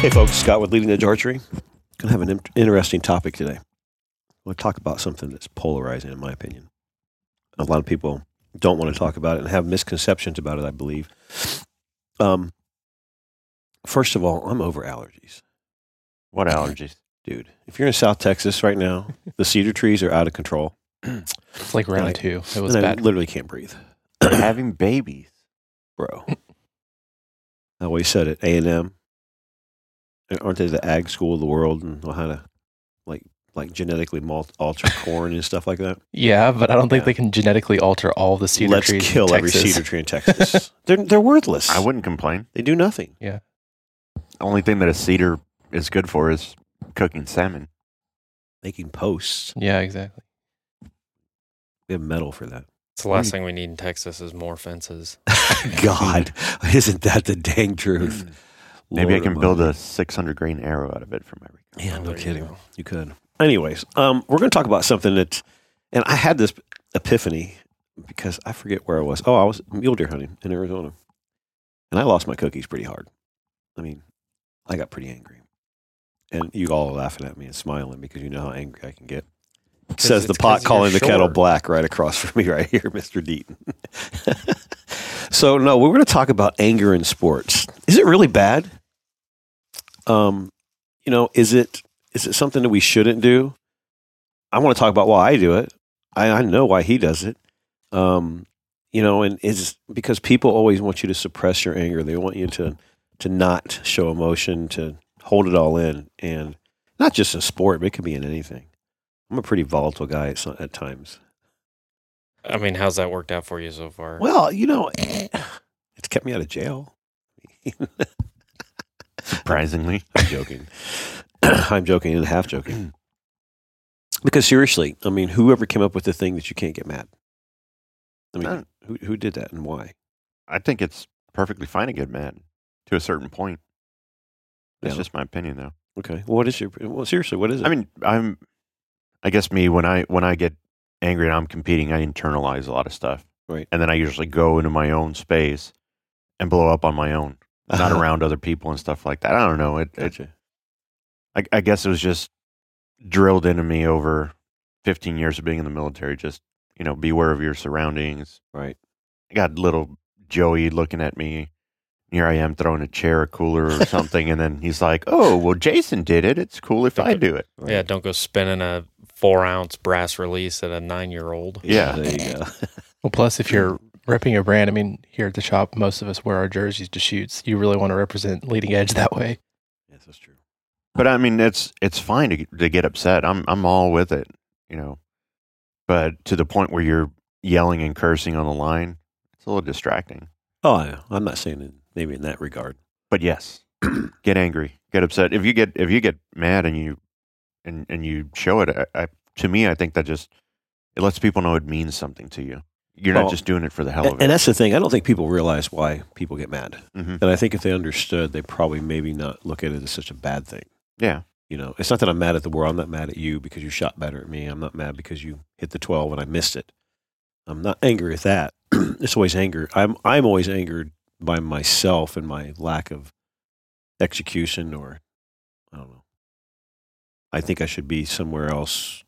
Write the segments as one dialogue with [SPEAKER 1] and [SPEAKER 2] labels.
[SPEAKER 1] Hey, folks, Scott with Leading Edge Archery. Going to have an in- interesting topic today. We'll talk about something that's polarizing, in my opinion. A lot of people don't want to talk about it and have misconceptions about it, I believe. Um, first of all, I'm over allergies,
[SPEAKER 2] What allergies?
[SPEAKER 1] dude. If you're in South Texas right now, the cedar trees are out of control.
[SPEAKER 3] It's like round
[SPEAKER 1] Like,
[SPEAKER 3] two. It was
[SPEAKER 1] and I
[SPEAKER 3] bad.
[SPEAKER 1] literally can't breathe,
[SPEAKER 2] They're having babies.
[SPEAKER 1] bro. I always said it. A&M. And Aren't they the ag school of the world and know how to like, like genetically malt- alter corn and stuff like that?
[SPEAKER 3] Yeah, but I don't think
[SPEAKER 1] Yeah.
[SPEAKER 3] they can genetically alter all the cedar
[SPEAKER 1] Let's
[SPEAKER 3] trees. in
[SPEAKER 1] kill every
[SPEAKER 3] Texas.
[SPEAKER 1] cedar tree in Texas. they're they're worthless.
[SPEAKER 2] I wouldn't complain.
[SPEAKER 1] they do nothing.
[SPEAKER 2] The only thing that a cedar is good for is cooking salmon.
[SPEAKER 1] Making posts.
[SPEAKER 3] Yeah, exactly.
[SPEAKER 1] We have metal for that.
[SPEAKER 4] It's the last thing we need in Texas is more fences.
[SPEAKER 1] God, isn't that the dang truth?
[SPEAKER 2] Maybe I
[SPEAKER 1] Lord
[SPEAKER 2] can
[SPEAKER 1] almighty.
[SPEAKER 2] build a 600 grain arrow out of it for my.
[SPEAKER 1] Yeah,
[SPEAKER 4] Oh,
[SPEAKER 1] no
[SPEAKER 4] there you
[SPEAKER 1] kidding. You,
[SPEAKER 4] go.
[SPEAKER 1] could. Anyways, um, we're going to talk about something that, and I had this epiphany because I forget where I was. Oh, I was mule deer hunting in Arizona, and I lost my cookies pretty hard. I mean, I got pretty angry, and you all are laughing at me and smiling because you know how angry I can get. Says the
[SPEAKER 4] it's
[SPEAKER 1] pot
[SPEAKER 4] 'cause you're
[SPEAKER 1] calling the kettle
[SPEAKER 4] short.
[SPEAKER 1] black right across from me, right here, Mister Deaton. so no, we're going to talk about anger in sports. Is it really bad? Um, you know, is it is it something that we shouldn't do? I want to talk about why I do it. I, I know why he does it. Um, you know, and it's because people always want you to suppress your anger. They want you to to not show emotion, to hold it all in, and not just in sport, but it could be in anything. I'm a pretty volatile guy at, some, at times.
[SPEAKER 4] I mean, how's that worked out for you so far?
[SPEAKER 1] Well, you know, eh, it's kept me out of jail.
[SPEAKER 2] Surprisingly,
[SPEAKER 1] I'm joking. I'm joking and half joking. Because seriously, I mean, whoever came up with the thing that you can't get mad? I mean,
[SPEAKER 2] No.
[SPEAKER 1] who, who did that and why?
[SPEAKER 2] I think it's perfectly fine to get mad to a certain point. That's
[SPEAKER 1] Yeah.
[SPEAKER 2] just my opinion, though.
[SPEAKER 1] Okay, what is your? Well, seriously, what is it?
[SPEAKER 2] I mean, I'm. I guess me when I when I get angry and I'm competing, I internalize a lot of stuff,
[SPEAKER 1] Right.
[SPEAKER 2] And then I usually go into my own space and blow up on my own, not around other people and stuff like that. I don't know. It, it
[SPEAKER 1] Gotcha.
[SPEAKER 2] I, I guess it was just drilled into me over 15 years of being in the military. Just you know, beware of your surroundings.
[SPEAKER 1] Right.
[SPEAKER 2] I got little Joey looking at me. Here I am throwing a chair, a cooler, or something, and then he's like, "Oh, well, Jason did it. It's cool if I do it."
[SPEAKER 1] right.
[SPEAKER 4] yeah, don't go spinning a four ounce brass release at a nine year old.
[SPEAKER 2] Yeah.
[SPEAKER 1] There you go.
[SPEAKER 3] Well, plus if you're repping your brand, I mean, here at the shop, most of us wear our jerseys to shoots. You really want to represent leading edge that way.
[SPEAKER 1] yes, that's true.
[SPEAKER 2] But I mean, it's it's fine to to get upset. I'm I'm all with it, you know. But to the point where you're yelling and cursing on the line, it's a little distracting.
[SPEAKER 1] Oh, I know. I'm not saying in, maybe in that regard.
[SPEAKER 2] But yes, get angry, get upset. If you get if you get mad and you and and you show it, I, I to me, I think that just it lets people know it means something to you. You're
[SPEAKER 1] Well,
[SPEAKER 2] not just doing it for the hell
[SPEAKER 1] And,
[SPEAKER 2] of it.
[SPEAKER 1] and that's the thing. I don't think people realize why people get mad.
[SPEAKER 2] hmm
[SPEAKER 1] And I think if they understood, they probably maybe not look at it as such a bad thing.
[SPEAKER 2] Yeah,
[SPEAKER 1] You know, it's not that I'm mad at the world. I'm not mad at you because you shot better at me. I'm not mad because you hit the 12 and I missed it. I'm not angry at that. it's always anger. I'm I'm always angered by myself and my lack of execution or I don't know. I think I should be somewhere else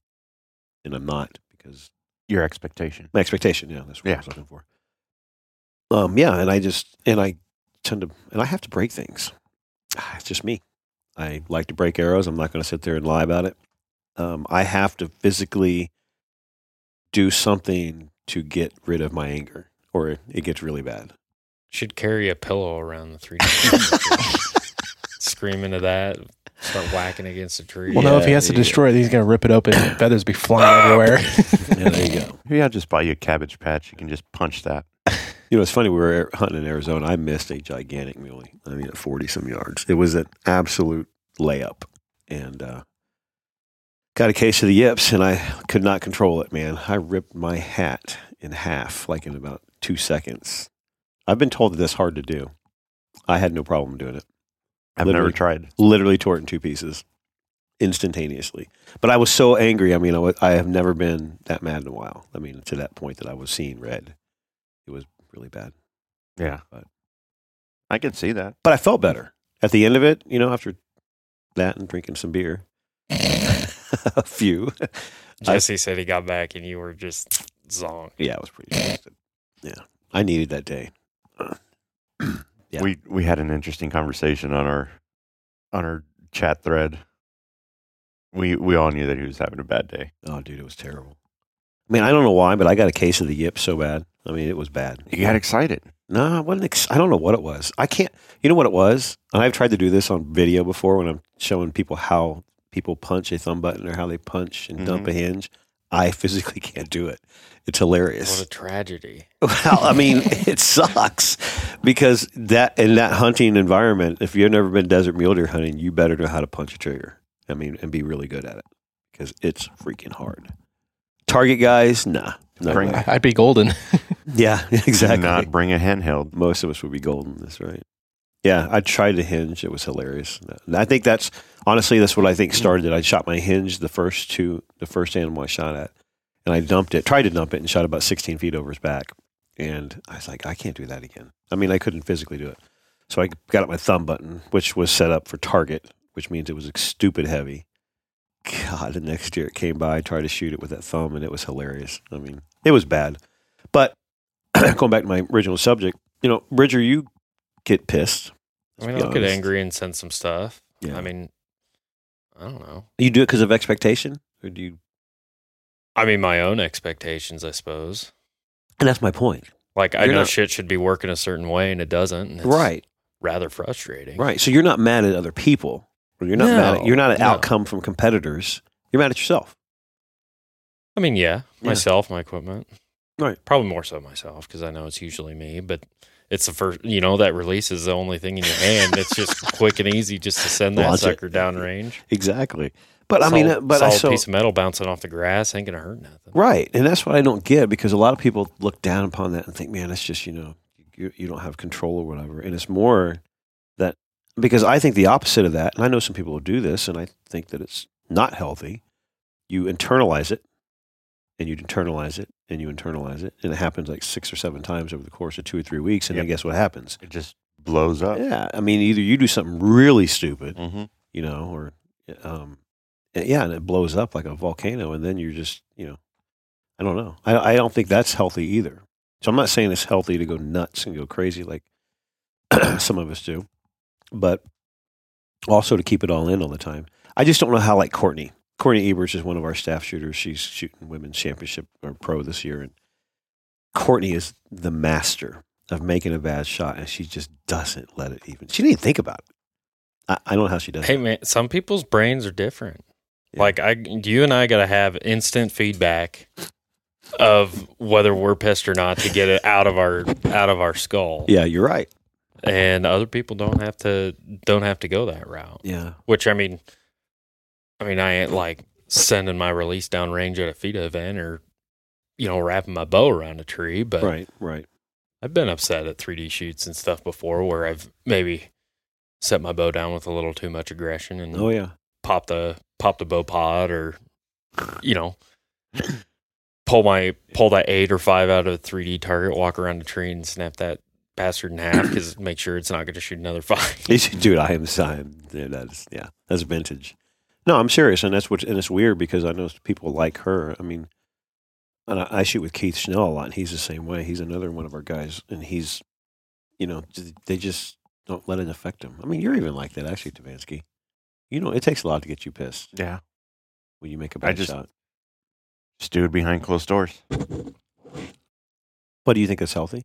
[SPEAKER 1] and I'm not because
[SPEAKER 2] your expectation.
[SPEAKER 1] my expectation, yeah, that's what I
[SPEAKER 2] Yeah.
[SPEAKER 1] was looking for. Um, yeah, and I just and I tend to and I have to break things. Ah, It's just me. I like to break arrows. I'm not going to sit there and lie about it. Um, I have to physically do something to get rid of my anger, or it, it gets really bad.
[SPEAKER 4] Should carry a pillow around the three. Scream into that. Start whacking against a tree.
[SPEAKER 3] Well, no, if he
[SPEAKER 1] Yeah,
[SPEAKER 3] has to
[SPEAKER 1] yeah.
[SPEAKER 3] destroy it, he's going to rip it open. feathers be flying everywhere.
[SPEAKER 1] Yeah, there you go.
[SPEAKER 2] Maybe I'll just buy you a cabbage patch. You can just punch that.
[SPEAKER 1] You know, it's funny. We were hunting in Arizona. I missed a gigantic muley. I mean, at forty some yards, it was an absolute layup, and uh, got a case of the yips, and I could not control it. Man, I ripped my hat in half, like in about two seconds. I've been told that that's hard to do. I had no problem doing it.
[SPEAKER 2] I've
[SPEAKER 1] Literally.
[SPEAKER 2] never tried.
[SPEAKER 1] Literally tore it in two pieces, instantaneously. But I was so angry. I mean, I, was, I have never been that mad in a while. I mean, to that point that I was seeing red. It was really bad.
[SPEAKER 2] Yeah,
[SPEAKER 1] But-
[SPEAKER 2] I can see that.
[SPEAKER 1] but I felt better At the end of it, you know, after that and drinking some beer, a few. I-
[SPEAKER 4] Jesse said he got back and you were just zonk.
[SPEAKER 1] Yeah, I was pretty exhausted. Yeah, I needed that day. Yeah.
[SPEAKER 2] We we had an interesting conversation on our on our chat thread. We we all knew that he was having a bad day.
[SPEAKER 1] Oh, dude, it was terrible. I mean, I don't know why, but I got a case of the yips so bad. I mean, it was bad.
[SPEAKER 2] He got excited.
[SPEAKER 1] No, it wasn't. Ex- I don't know what it was. I can't. You know what it was? And I've tried to do this on video before when I'm showing people how people punch a thumb button or how they punch and dump a hinge. I physically can't do it. It's hilarious.
[SPEAKER 4] What a tragedy.
[SPEAKER 1] Well, I mean, it sucks because that in that hunting environment, if you've never been desert mule deer hunting, you better know how to punch a trigger. I mean, and be really good at it because it's freaking hard. Target guys, nah, no
[SPEAKER 2] Bring-
[SPEAKER 1] way.
[SPEAKER 3] I- I'd be golden.
[SPEAKER 1] yeah,
[SPEAKER 2] Did
[SPEAKER 1] exactly.
[SPEAKER 2] not bring a handheld.
[SPEAKER 1] Most of us would be golden. That's right. Yeah, I tried to hinge. It was hilarious. And I think that's honestly that's what I think started it. I shot my hinge the first two, the first animal I shot at, and I dumped it. Tried to dump it and shot about 16 feet over his back. And I was like, I can't do that again. I mean, I couldn't physically do it. So I got up my thumb button, which was set up for target, which means it was stupid heavy. God, the next year it came by. I tried to shoot it with that thumb, and it was hilarious. I mean, it was bad. But going back to my original subject, you know, Bridger, you get pissed.
[SPEAKER 4] I mean,
[SPEAKER 1] be
[SPEAKER 4] I'll get
[SPEAKER 1] honest.
[SPEAKER 4] angry and send some stuff.
[SPEAKER 1] Yeah.
[SPEAKER 4] I mean, I don't know.
[SPEAKER 1] You do it because of expectation, or do you?
[SPEAKER 4] I mean, my own expectations, I suppose.
[SPEAKER 1] And that's my point.
[SPEAKER 4] Like, I
[SPEAKER 1] You're
[SPEAKER 4] know
[SPEAKER 1] not-
[SPEAKER 4] shit should be working a certain way and it doesn't. And it's
[SPEAKER 1] right,
[SPEAKER 4] Rather frustrating.
[SPEAKER 1] right. So you're not mad at other people. Or you're not
[SPEAKER 4] No,
[SPEAKER 1] mad. At, you're not an
[SPEAKER 4] no.
[SPEAKER 1] outcome from competitors. You're mad at yourself.
[SPEAKER 4] I mean, yeah,
[SPEAKER 1] Yeah.
[SPEAKER 4] myself, my equipment.
[SPEAKER 1] Right.
[SPEAKER 4] Probably more so myself because I know it's usually me, but it's the first, you know, that release is the only thing in your hand. it's just quick and easy just to send that
[SPEAKER 1] Launch it.
[SPEAKER 4] sucker downrange.
[SPEAKER 1] Exactly. But I mean,
[SPEAKER 4] Solid-
[SPEAKER 1] uh, but I
[SPEAKER 4] solid
[SPEAKER 1] so
[SPEAKER 4] piece of metal bouncing off the grass ain't gonna hurt nothing.
[SPEAKER 1] Right. And that's what I don't get because a lot of people look down upon that and think, man, that's just, you know, you, you don't have control or whatever. And it's more that because I think the opposite of that, and I know some people who do this, and I think that it's not healthy. You internalize it and you internalize it and you internalize it. And it happens like six or seven times over the course of two or three weeks. And then
[SPEAKER 2] Yep.
[SPEAKER 1] guess what happens?
[SPEAKER 2] It just blows up.
[SPEAKER 1] Yeah. I mean, either you do something really stupid
[SPEAKER 2] Mm-hmm.
[SPEAKER 1] you know, or um, yeah, and it blows up like a volcano, and then you're just, you know, I don't know. I, I don't think that's healthy either. So I'm not saying it's healthy to go nuts and go crazy like some of us do, but also to keep it all in all the time. I just don't know how like Courtney. Courtney Ebers is one of our staff shooters. She's shooting women's championship or pro this year, and Courtney is the master of making a bad shot, and she just doesn't let it even. She didn't even think about it. I, I don't know how she does. it.
[SPEAKER 4] Hey man, some people's brains are different.
[SPEAKER 1] Yeah.
[SPEAKER 4] Like I, you and I gotta have instant feedback of whether we're pissed or not to get it out of our out of our skull.
[SPEAKER 1] Yeah, you're right.
[SPEAKER 4] And other people don't have to don't have to go that route.
[SPEAKER 1] Yeah.
[SPEAKER 4] Which I mean, I mean I ain't like sending my release downrange at a FITA event or you know wrapping my bow around a tree, but
[SPEAKER 1] Right, right.
[SPEAKER 4] I've been upset at 3D shoots and stuff before where I've maybe set my bow down with a little too much aggression and
[SPEAKER 1] Oh yeah.
[SPEAKER 4] pop the pop the bow pod or you know pull my pull that 8 or 5 out of a 3D target walk around a tree and snap that bastard in half cuz make sure it's not going to shoot another 5.
[SPEAKER 1] It's- Dude, I am I am yeah, that's yeah. That's vintage. No, I'm serious and that's what and it's weird because I know people like her. I mean and I, I shoot with Keith Schnell a lot and he's the same way. He's another one of our guys and he's you know, j- they just don't let it affect him. I mean, you're even like that actually, Tavansky. You know, it takes a lot to get you pissed
[SPEAKER 2] Yeah.
[SPEAKER 1] when you make a
[SPEAKER 2] I
[SPEAKER 1] bad
[SPEAKER 2] just-
[SPEAKER 1] shot.
[SPEAKER 2] Just do it behind closed doors.
[SPEAKER 1] But do you think that's healthy?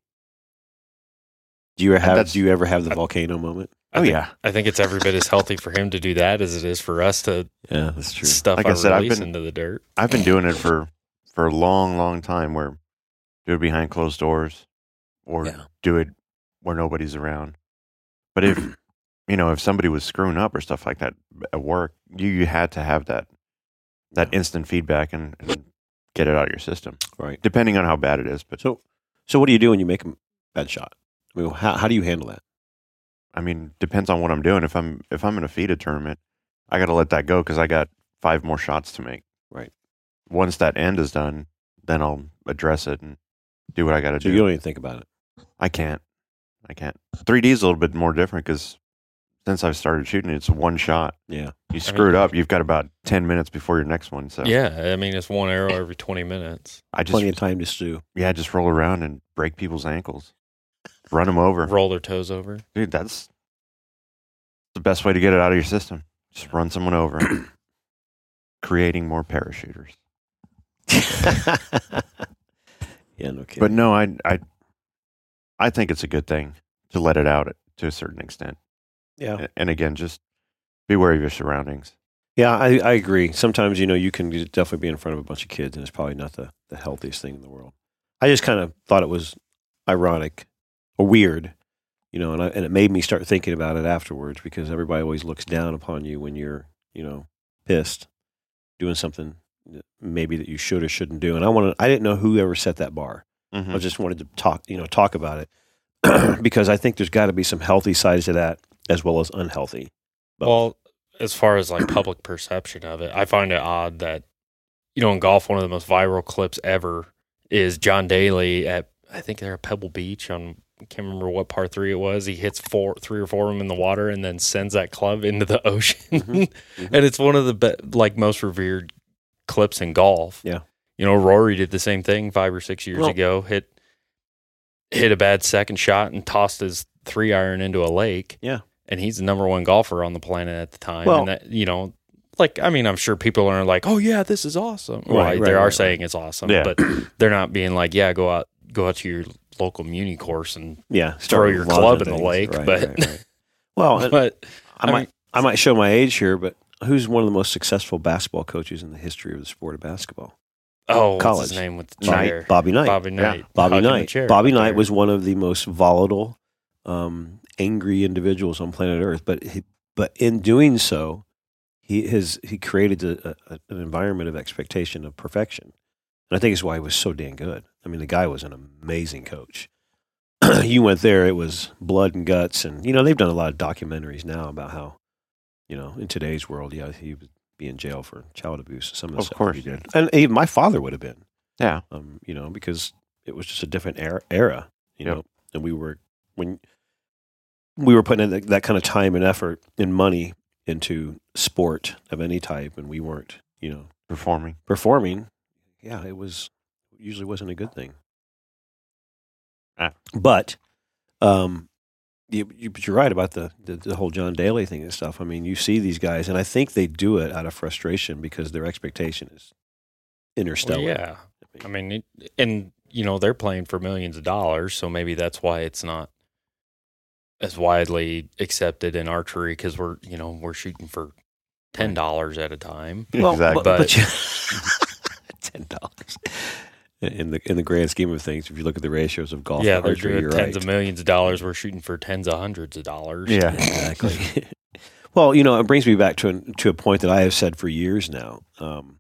[SPEAKER 1] Do you ever have
[SPEAKER 2] That's-
[SPEAKER 1] do you ever have the volcano moment?
[SPEAKER 4] I think,
[SPEAKER 2] yeah.
[SPEAKER 4] I think it's every bit as healthy for him to do that as it is for us to
[SPEAKER 1] Yeah, that's true.
[SPEAKER 4] stuff
[SPEAKER 2] Like I
[SPEAKER 4] our
[SPEAKER 2] said, I've
[SPEAKER 4] release
[SPEAKER 2] been-
[SPEAKER 4] into the dirt.
[SPEAKER 2] I've been doing it for for a long, long time. Where do it behind closed doors, or
[SPEAKER 1] Yeah.
[SPEAKER 2] do it where nobody's around. But if you know if somebody was screwing up or stuff like that at work, you you had to have that that instant feedback and, and get it out of your system.
[SPEAKER 1] Right.
[SPEAKER 2] Depending on how bad it is, but
[SPEAKER 1] So, so what do you do when you make a bad shot? I mean, how, how do you handle that?
[SPEAKER 2] I mean, depends on what I'm doing. If I'm if I'm in a FIDA tournament, I got to let that go because I got five more shots to make.
[SPEAKER 1] Right.
[SPEAKER 2] Once that end is done, then I'll address it and do what I got to
[SPEAKER 1] So
[SPEAKER 2] do.
[SPEAKER 1] you don't even think about it.
[SPEAKER 2] I can't. I can't. 3D is a little bit more different because since I've started shooting, it's one shot.
[SPEAKER 1] Yeah.
[SPEAKER 2] You screwed up, you've got about ten minutes before your next one. So
[SPEAKER 4] Yeah, I mean it's one arrow every twenty minutes.
[SPEAKER 2] I just
[SPEAKER 1] Plenty of time to stew.
[SPEAKER 2] yeah, just roll around and break people's ankles, run them over,
[SPEAKER 4] Roll their toes over.
[SPEAKER 2] dude. That's the best way to get it out of your system. Just run someone over, creating more parachuters.
[SPEAKER 1] yeah, no kidding.
[SPEAKER 2] But no, I I I think it's a good thing to let it out to a certain extent.
[SPEAKER 1] yeah.
[SPEAKER 2] And again, just be wary of your surroundings.
[SPEAKER 1] Yeah, I, I agree. Sometimes, you know, you can definitely be in front of a bunch of kids, and it's probably not the, the healthiest thing in the world. I just kind of thought it was ironic or weird, you know, and, I, and it made me start thinking about it afterwards because everybody always looks down upon you when you're, you know, pissed doing something that maybe that you should or shouldn't do. And I wanted, I didn't know who ever set that bar. I
[SPEAKER 2] Mhm.
[SPEAKER 1] just wanted to talk, you know, talk about it because I think there's got to be some healthy sides to that as well as unhealthy. Both.
[SPEAKER 4] Well, as far as like public perception of it, I find it odd that you know in golf one of the most viral clips ever is John Daly at I think they're at Pebble Beach on I can't remember what par three it was. He hits four, three or four of them in the water, and then sends that club into the ocean.
[SPEAKER 1] Mhm. Mhm.
[SPEAKER 4] And it's one of the be- like most revered clips in golf.
[SPEAKER 1] Yeah.
[SPEAKER 4] you know Rory did the same thing five or six years
[SPEAKER 1] Well-
[SPEAKER 4] ago. Hit hit a bad second shot and tossed his three iron into a lake.
[SPEAKER 1] Yeah.
[SPEAKER 4] And he's the number one golfer on the planet at the time.
[SPEAKER 1] Well-
[SPEAKER 4] and that, you know, like, I mean, I'm sure people are like, oh, yeah, this is awesome. Well,
[SPEAKER 1] Right,
[SPEAKER 4] they
[SPEAKER 1] right,
[SPEAKER 4] are
[SPEAKER 1] right,
[SPEAKER 4] saying it's awesome,
[SPEAKER 2] Yeah.
[SPEAKER 4] but they're not being like, yeah, go out, go out to your local muni course. And,
[SPEAKER 1] yeah,
[SPEAKER 4] Throw
[SPEAKER 1] start
[SPEAKER 4] your
[SPEAKER 1] with lots
[SPEAKER 4] club
[SPEAKER 1] of
[SPEAKER 4] in the
[SPEAKER 1] things.
[SPEAKER 4] lake, but-
[SPEAKER 1] well, and
[SPEAKER 4] but
[SPEAKER 1] I,
[SPEAKER 4] I
[SPEAKER 1] might
[SPEAKER 4] mean-
[SPEAKER 1] I might show my age here, but who's one of the most successful basketball coaches in the history of the sport of basketball?
[SPEAKER 4] oh, what's
[SPEAKER 1] College.
[SPEAKER 4] his name with the
[SPEAKER 2] Knight.
[SPEAKER 4] chair?
[SPEAKER 1] Bobby Knight.
[SPEAKER 4] Bobby Knight.
[SPEAKER 1] Bobby
[SPEAKER 4] Hucking the
[SPEAKER 1] Knight.
[SPEAKER 4] chair.
[SPEAKER 1] Bobby Knight was one of the most volatile, um, angry individuals on planet Earth. But he, but in doing so, he has he created a, a, an environment of expectation of perfection, and I think it's why he was so damn good. I mean, the guy was an amazing coach. you went there, it was blood and guts, and you know they've done a lot of documentaries now about how, you know, in today's world, yeah, he would be in jail for child abuse. Some of the
[SPEAKER 2] Of
[SPEAKER 1] stuff
[SPEAKER 2] course.
[SPEAKER 1] he did, and even my father would have been
[SPEAKER 2] Yeah.
[SPEAKER 1] um, you know, because it was just a different era, era you
[SPEAKER 2] Yep.
[SPEAKER 1] know, and we were when we were putting in that, that kind of time and effort and money into sport of any type, and we weren't, you know,
[SPEAKER 2] Performing.
[SPEAKER 1] performing. Yeah, it was usually wasn't a good thing.
[SPEAKER 2] Ah.
[SPEAKER 1] But, um, you, you, but you're right about the, the the whole John Daly thing and stuff. I mean, you see these guys, and I think they do it out of frustration because their expectation is
[SPEAKER 4] Well,
[SPEAKER 1] interstellar.
[SPEAKER 4] yeah. I mean, it, and you know they're playing for millions of dollars, so maybe that's why it's not as widely accepted in archery because we're you know we're shooting for ten dollars at a time.
[SPEAKER 2] exactly.
[SPEAKER 4] but-
[SPEAKER 1] you, ten dollars in the in the grand scheme of things, if you look at the ratios of golf,
[SPEAKER 4] yeah,
[SPEAKER 1] and
[SPEAKER 4] they're
[SPEAKER 1] archery,
[SPEAKER 4] doing
[SPEAKER 1] you're
[SPEAKER 4] tens
[SPEAKER 1] right.
[SPEAKER 4] of millions of dollars. We're shooting for tens of hundreds of dollars.
[SPEAKER 2] yeah.
[SPEAKER 1] exactly. well, you know, it brings me back to an, to a point that I have said for years now. Um,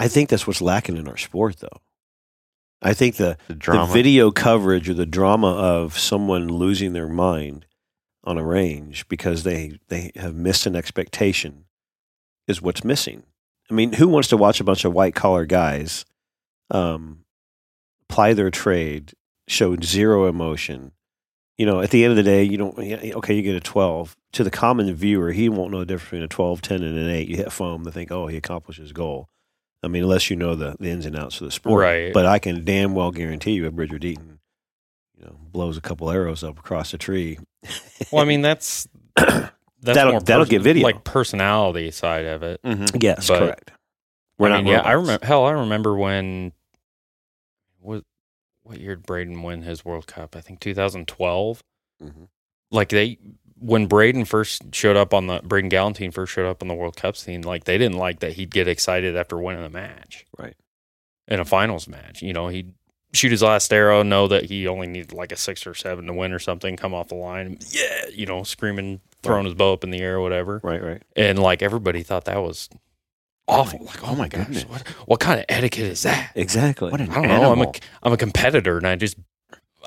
[SPEAKER 1] I think that's what's lacking in our sport, though. I think the
[SPEAKER 2] The drama.
[SPEAKER 1] the video coverage or the drama of someone losing their mind on a range because they they have missed an expectation is what's missing. I mean, who wants to watch a bunch of white collar guys um, ply their trade, show zero emotion? You know, at the end of the day, you don't. yeah, Okay, you get a twelve. To the common viewer, he won't know the difference between a 12, 10, and an eight. You hit foam, they think, oh, he accomplished his goal. I mean, unless you know the, the ins and outs of the sport,
[SPEAKER 4] Right.
[SPEAKER 1] But I can damn well guarantee you, if Bridger Deaton, you know, blows a couple arrows up across a tree,
[SPEAKER 4] Well, I mean that's that's
[SPEAKER 1] That'll-
[SPEAKER 4] more
[SPEAKER 1] that'll get video.
[SPEAKER 4] like personality side of it.
[SPEAKER 2] Mhm.
[SPEAKER 1] Yes,
[SPEAKER 4] But-
[SPEAKER 1] correct. We're
[SPEAKER 4] I
[SPEAKER 1] not.
[SPEAKER 4] mean, yeah, I
[SPEAKER 1] robots.
[SPEAKER 4] remember. Hell, I remember when. What what year did Braden win his World Cup? I think 2012.
[SPEAKER 1] Mhm.
[SPEAKER 4] Like they when Braden first showed up on the Braden Galantine first showed up on the World Cup scene. Like they didn't like that he'd get excited after winning a match,
[SPEAKER 1] Right.
[SPEAKER 4] In a finals match, you know he'd shoot his last arrow, know that he only needed like a six or seven to win or something, come off the line, yeah, you know, screaming, throwing his bow up in the air, or whatever
[SPEAKER 1] Right, right.
[SPEAKER 4] and like everybody thought that was awful. Like, oh my gosh,
[SPEAKER 2] goodness.
[SPEAKER 4] what, what kind of etiquette is that?
[SPEAKER 1] Exactly.
[SPEAKER 2] What
[SPEAKER 1] I
[SPEAKER 2] an
[SPEAKER 4] I don't know. I'm a
[SPEAKER 2] animal.
[SPEAKER 4] I'm a competitor, and I just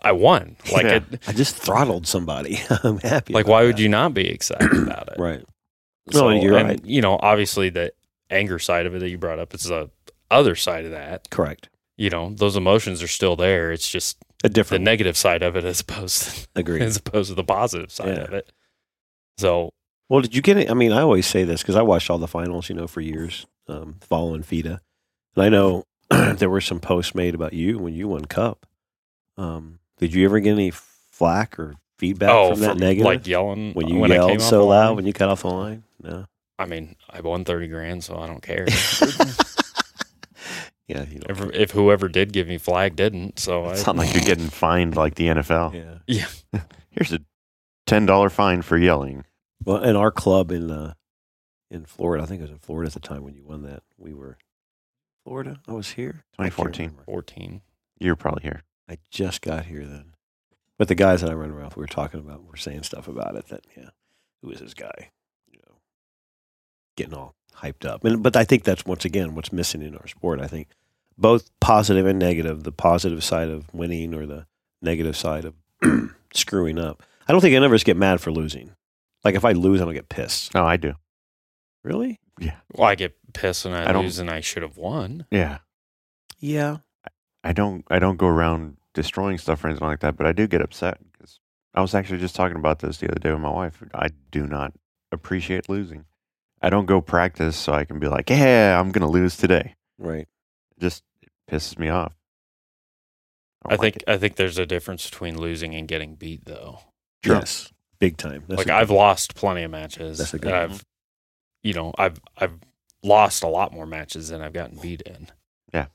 [SPEAKER 4] I won. Like
[SPEAKER 2] Yeah.
[SPEAKER 4] it,
[SPEAKER 1] just throttled somebody. I'm happy.
[SPEAKER 4] like
[SPEAKER 1] about
[SPEAKER 4] why would
[SPEAKER 1] that.
[SPEAKER 4] you not be excited about it?
[SPEAKER 1] Right. No, Oh, you're
[SPEAKER 4] and,
[SPEAKER 1] right.
[SPEAKER 4] You know, obviously the anger side of it that you brought up is the other side of that.
[SPEAKER 1] Correct.
[SPEAKER 4] You know, those emotions are still there. It's just
[SPEAKER 1] A
[SPEAKER 4] the
[SPEAKER 1] different.
[SPEAKER 4] negative side of it as opposed
[SPEAKER 1] Agreed.
[SPEAKER 4] as opposed to the positive side
[SPEAKER 1] Yeah.
[SPEAKER 4] of it. So
[SPEAKER 1] Well, did you get it? I mean, I always say this because I watched all the finals, you know, for years, um, following FIDA. And I know there were some posts made about you when you won Cup. Um, did you ever get any flack or feedback
[SPEAKER 4] oh,
[SPEAKER 1] from that
[SPEAKER 4] from,
[SPEAKER 1] negative?
[SPEAKER 4] like yelling
[SPEAKER 1] when you
[SPEAKER 4] when I came
[SPEAKER 1] yelled
[SPEAKER 4] off
[SPEAKER 1] so
[SPEAKER 4] the line?
[SPEAKER 1] loud when you cut off the line? No.
[SPEAKER 4] I mean, I won thirty grand, so I don't care.
[SPEAKER 1] Yeah. You don't
[SPEAKER 4] if,
[SPEAKER 1] care.
[SPEAKER 4] if whoever did give me flag didn't, so I,
[SPEAKER 2] It's not like you're getting fined like the NFL.
[SPEAKER 1] yeah.
[SPEAKER 2] Here's a ten dollar fine for yelling.
[SPEAKER 1] Well, and our club in uh, in Florida, I think it was in Florida at the time when you won that. We were Florida. I was here. I can't
[SPEAKER 2] 2014.
[SPEAKER 1] remember.
[SPEAKER 4] fourteen.
[SPEAKER 2] You're probably here.
[SPEAKER 1] I just got here then. But the guys that I run around, with, we were talking about, were saying stuff about it. That yeah, who is this guy? You know, getting all hyped up. And but I think that's once again what's missing in our sport. I think both positive and negative, the positive side of winning or the negative side of screwing up. I don't think any of us get mad for losing. Like if I lose, I don't get pissed.
[SPEAKER 2] No, Oh, I do.
[SPEAKER 1] Really?
[SPEAKER 4] Well, I get pissed and I,
[SPEAKER 2] I don't-
[SPEAKER 4] lose, and I should have won.
[SPEAKER 2] Yeah,
[SPEAKER 1] Yeah.
[SPEAKER 2] I don't. I don't go around destroying stuff or anything like that. But I do get upset because I was actually just talking about this the other day with my wife. I do not appreciate losing. I don't go practice so I can be like, yeah, I'm gonna lose today.
[SPEAKER 1] Right.
[SPEAKER 2] It just it pisses me off.
[SPEAKER 4] I,
[SPEAKER 2] don't like
[SPEAKER 4] think
[SPEAKER 2] it.
[SPEAKER 4] I think there's a difference between losing and getting beat, though.
[SPEAKER 2] Sure.
[SPEAKER 1] Yes. Big time. That's
[SPEAKER 4] like
[SPEAKER 1] a-
[SPEAKER 4] I've lost plenty of matches.
[SPEAKER 1] That's a good one.
[SPEAKER 4] and I've, you know, I've I've lost a lot more matches than I've gotten beat in.
[SPEAKER 2] Yeah.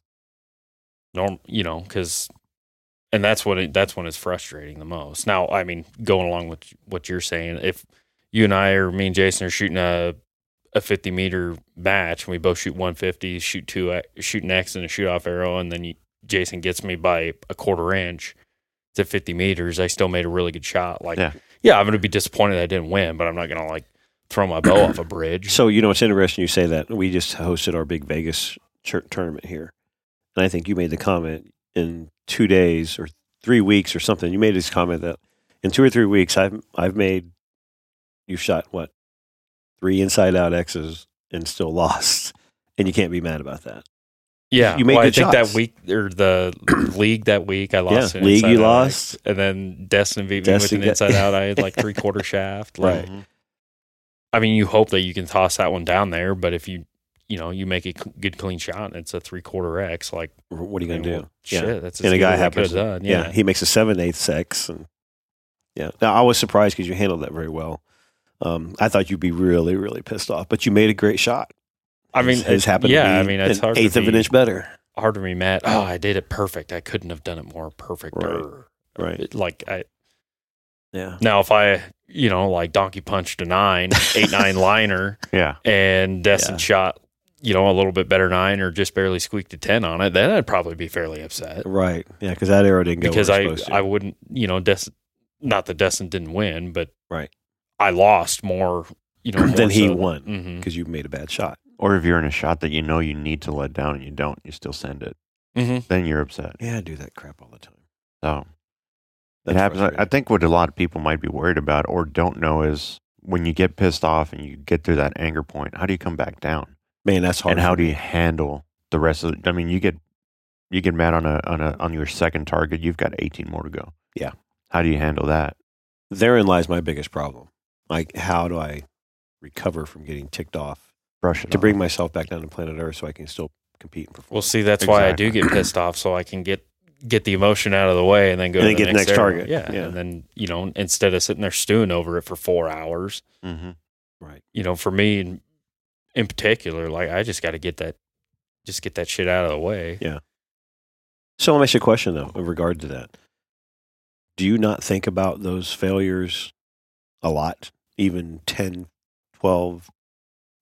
[SPEAKER 4] Norm, you know, because, and that's what it, that's when it's frustrating the most. Now, I mean, going along with what you're saying, if you and I or me and Jason are shooting a a 50 meter match and we both shoot 150, shoot two, uh, shoot next and a shoot off arrow, and then you, Jason gets me by a quarter inch to 50 meters, I still made a really good shot. Like,
[SPEAKER 2] Yeah.
[SPEAKER 4] yeah, I'm going to be disappointed I didn't win, but I'm not going to like throw my bow off a bridge.
[SPEAKER 1] So you know, it's interesting you say that. We just hosted our big Vegas tur- tournament here, and I think you made the comment in two days or three weeks or something. You made this comment that in two or three weeks, I've I've made you shot what three inside out X's and still lost, and you can't be mad about that.
[SPEAKER 4] Yeah,
[SPEAKER 1] you made
[SPEAKER 4] well, I
[SPEAKER 1] good
[SPEAKER 4] think
[SPEAKER 1] shots.
[SPEAKER 4] that week or the league that week I lost.
[SPEAKER 1] yeah,
[SPEAKER 4] an
[SPEAKER 1] league
[SPEAKER 4] inside
[SPEAKER 1] you
[SPEAKER 4] out,
[SPEAKER 1] lost,
[SPEAKER 4] and then Destin beat me
[SPEAKER 1] Destin
[SPEAKER 4] with an
[SPEAKER 1] got-
[SPEAKER 4] inside out. I had like three quarter shaft. Like,
[SPEAKER 1] right?
[SPEAKER 2] Mhm.
[SPEAKER 4] I mean, you hope that you can toss that one down there, but if you you know you make a c- good clean shot and it's a three quarter X, like
[SPEAKER 1] What are you gonna
[SPEAKER 4] I mean,
[SPEAKER 1] do?
[SPEAKER 4] well,
[SPEAKER 1] Yeah.
[SPEAKER 4] Shit, that's as
[SPEAKER 1] And a
[SPEAKER 4] good
[SPEAKER 1] guy
[SPEAKER 4] as I
[SPEAKER 1] happens-
[SPEAKER 4] could've Done.
[SPEAKER 1] yeah.
[SPEAKER 4] Yeah,
[SPEAKER 1] he makes a seven eighth sex, and yeah. Now I was surprised because you handled that very well. Um, I thought you'd be really, really pissed off, but you made a great shot.
[SPEAKER 4] I mean,
[SPEAKER 1] His- his
[SPEAKER 4] it-
[SPEAKER 1] happened.
[SPEAKER 4] Yeah,
[SPEAKER 1] to
[SPEAKER 4] I
[SPEAKER 1] be
[SPEAKER 4] mean, it's
[SPEAKER 1] an
[SPEAKER 4] hard
[SPEAKER 1] eighth
[SPEAKER 4] to
[SPEAKER 1] of an
[SPEAKER 4] be-
[SPEAKER 1] inch better.
[SPEAKER 4] hard to be mad. Oh, I did it perfect. I couldn't have done it more perfect. Or,
[SPEAKER 1] Right.
[SPEAKER 4] it- like I
[SPEAKER 1] Yeah.
[SPEAKER 4] now, if I you know like donkey punched a nine, eight nine liner,
[SPEAKER 2] Yeah,
[SPEAKER 4] and Destin
[SPEAKER 1] Yeah.
[SPEAKER 4] shot you know a little bit better nine or just barely squeaked a ten on it, then I'd probably be fairly upset
[SPEAKER 1] Right. Yeah, because that arrow didn't go
[SPEAKER 4] because
[SPEAKER 1] where it
[SPEAKER 4] I
[SPEAKER 1] was supposed to.
[SPEAKER 4] I wouldn't you know Destin not that Destin didn't win, but
[SPEAKER 1] Right.
[SPEAKER 4] I lost more you know more
[SPEAKER 1] Then he
[SPEAKER 4] so-
[SPEAKER 1] won.
[SPEAKER 4] Mhm.
[SPEAKER 1] because you made a bad shot.
[SPEAKER 2] or if you're in a shot that you know you need to let down and you don't, you still send it.
[SPEAKER 4] Mhm.
[SPEAKER 2] Then you're upset.
[SPEAKER 1] Yeah, I do that crap all the time.
[SPEAKER 2] So
[SPEAKER 1] That's
[SPEAKER 2] it happens. I- I
[SPEAKER 1] frustrating.
[SPEAKER 2] think what a lot of people might be worried about or don't know is when you get pissed off and you get through that anger point, how do you come back down?
[SPEAKER 1] Man, that's hard.
[SPEAKER 2] and how
[SPEAKER 1] for
[SPEAKER 2] do
[SPEAKER 1] me.
[SPEAKER 2] you handle the rest of? The, I mean, you get you get mad on a on a on your second target. You've got 18 more to go.
[SPEAKER 1] Yeah.
[SPEAKER 2] How do you handle that?
[SPEAKER 1] Therein lies my biggest problem. Like, how do I recover from getting ticked off
[SPEAKER 2] Brush it
[SPEAKER 1] to
[SPEAKER 2] off.
[SPEAKER 1] bring myself back down to planet Earth so I can still compete and perform?
[SPEAKER 4] Well, see, that's why I do get pissed off, so I can get get the emotion out of the way and then go
[SPEAKER 1] And
[SPEAKER 4] to
[SPEAKER 1] then
[SPEAKER 4] the
[SPEAKER 1] get the
[SPEAKER 4] next,
[SPEAKER 1] next
[SPEAKER 4] area.
[SPEAKER 1] target.
[SPEAKER 4] Yeah.
[SPEAKER 1] Yeah.
[SPEAKER 4] and then you know, instead of sitting there stewing over it for four hours,
[SPEAKER 2] Mhm.
[SPEAKER 1] Mm-hmm. right.
[SPEAKER 4] you know, for me in, in particular, like I just got to get that, just get that shit out of the way.
[SPEAKER 1] So I'll ask you a question though, in regard to that. Do you not think about those failures a lot, even 10, 12,